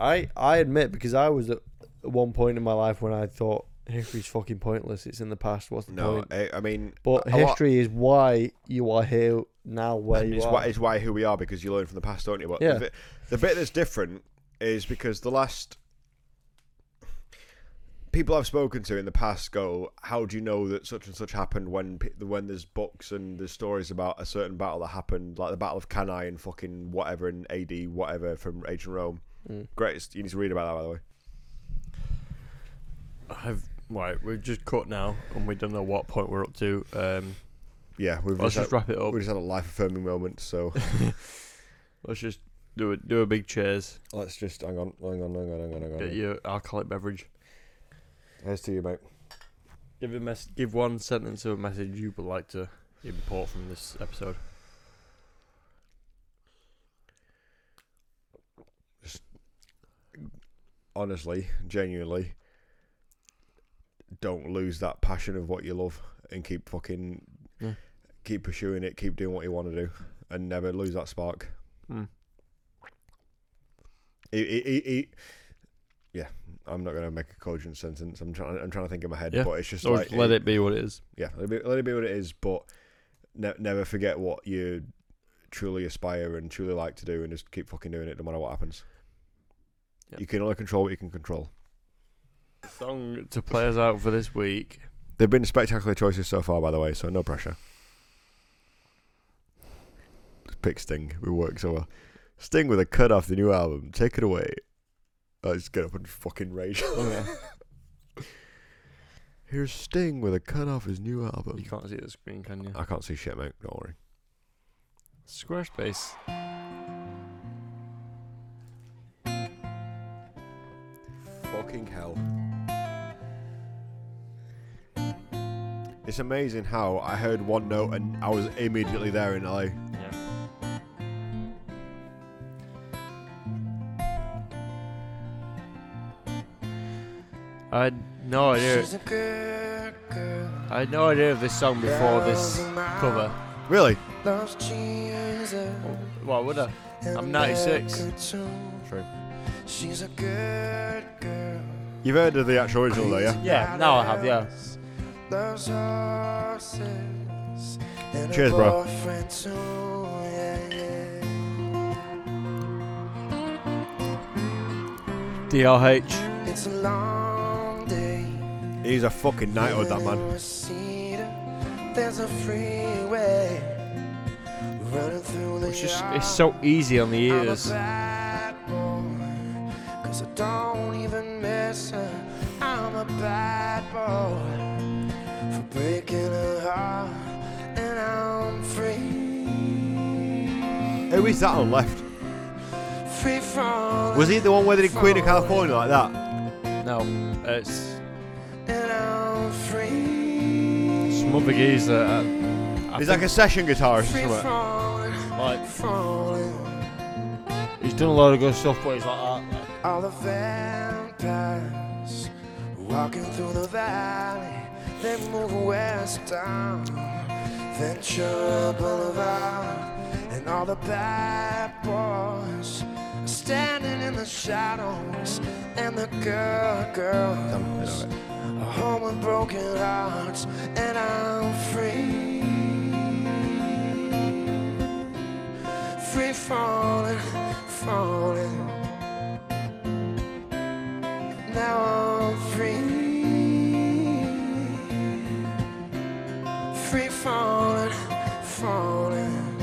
I I admit because I was at one point in my life when I thought history's fucking pointless. It's in the past. What's the no, point? I, I mean, But a lot- history is why you are here now, where you it's are. why it's why who we are because you learn from the past, don't you? But Yeah. the, bit, the bit that's different is because the last people I've spoken to in the past go, "How do you know that such and such happened when pe- when there's books and there's stories about a certain battle that happened, like the Battle of Cannae and fucking whatever in AD whatever from ancient Rome." Mm. Greatest, you need to read about that by the way. I've, right, we've just cut now, and we don't know what point we're up to. Um, Yeah, we've let's just, just wrap it had, up. we just had a life affirming moment, so Let's just do a do a big cheers. let's just hang on, hang on, hang on, hang on, hang on. Get your alcoholic beverage. Here's to you, mate. Give a mess. Give one sentence of a message you would like to import from this episode. honestly, genuinely, don't lose that passion of what you love and keep fucking Yeah. keep pursuing it, keep doing what you want to do, and never lose that spark. Mm. E- e- e- e- yeah, I'm not gonna make a cogent sentence. I'm trying. I'm trying to think in my head, Yeah. but it's just Or like let it be what it is. Yeah, let it be, let it be what it is, but ne- never forget what you truly aspire and truly like to do, and just keep fucking doing it no matter what happens. Yeah. You can only control what you can control. Song to play us out for this week. They've been spectacular choices so far, by the way, so no pressure. Just Pick Sting, we work so well. Sting with a cut off the new album. Take it away. Oh, I just get up and fucking rage. Oh, Here's Sting with a cut off his new album. You can't see the screen, can you? I can't see shit, mate. Don't worry. Squarespace. Fucking hell. It's amazing how I heard one note and I was immediately there in LA. I had no idea. I had no idea of this song before this cover. Really? Why would I? I'm 96. True. You've heard of the actual original though, yeah? Yeah, now I have, yeah. Cheers, bro. DRH. It's a long day. He's a fucking knighthood, that man. There's a freeway running through the It's just, it's so easy on the ears. Cause I don't even miss her. I'm a bad boy for breaking her heart, and I'm free, Who is that on left? free from. Was he the one where they did Queen of California like that? No, it's And I'm free, some other geezer. uh, I He's think like a session guitarist or free something. from like, falling. he's done a lot of good stuff, but he's like uh, that. All the vampires walking through the valley. They move west down Ventura Boulevard. And all the bad boys are standing in the shadows. And the girl girls are home with broken hearts. And I'm free. Free falling, falling. Now I'm free. Free falling, falling.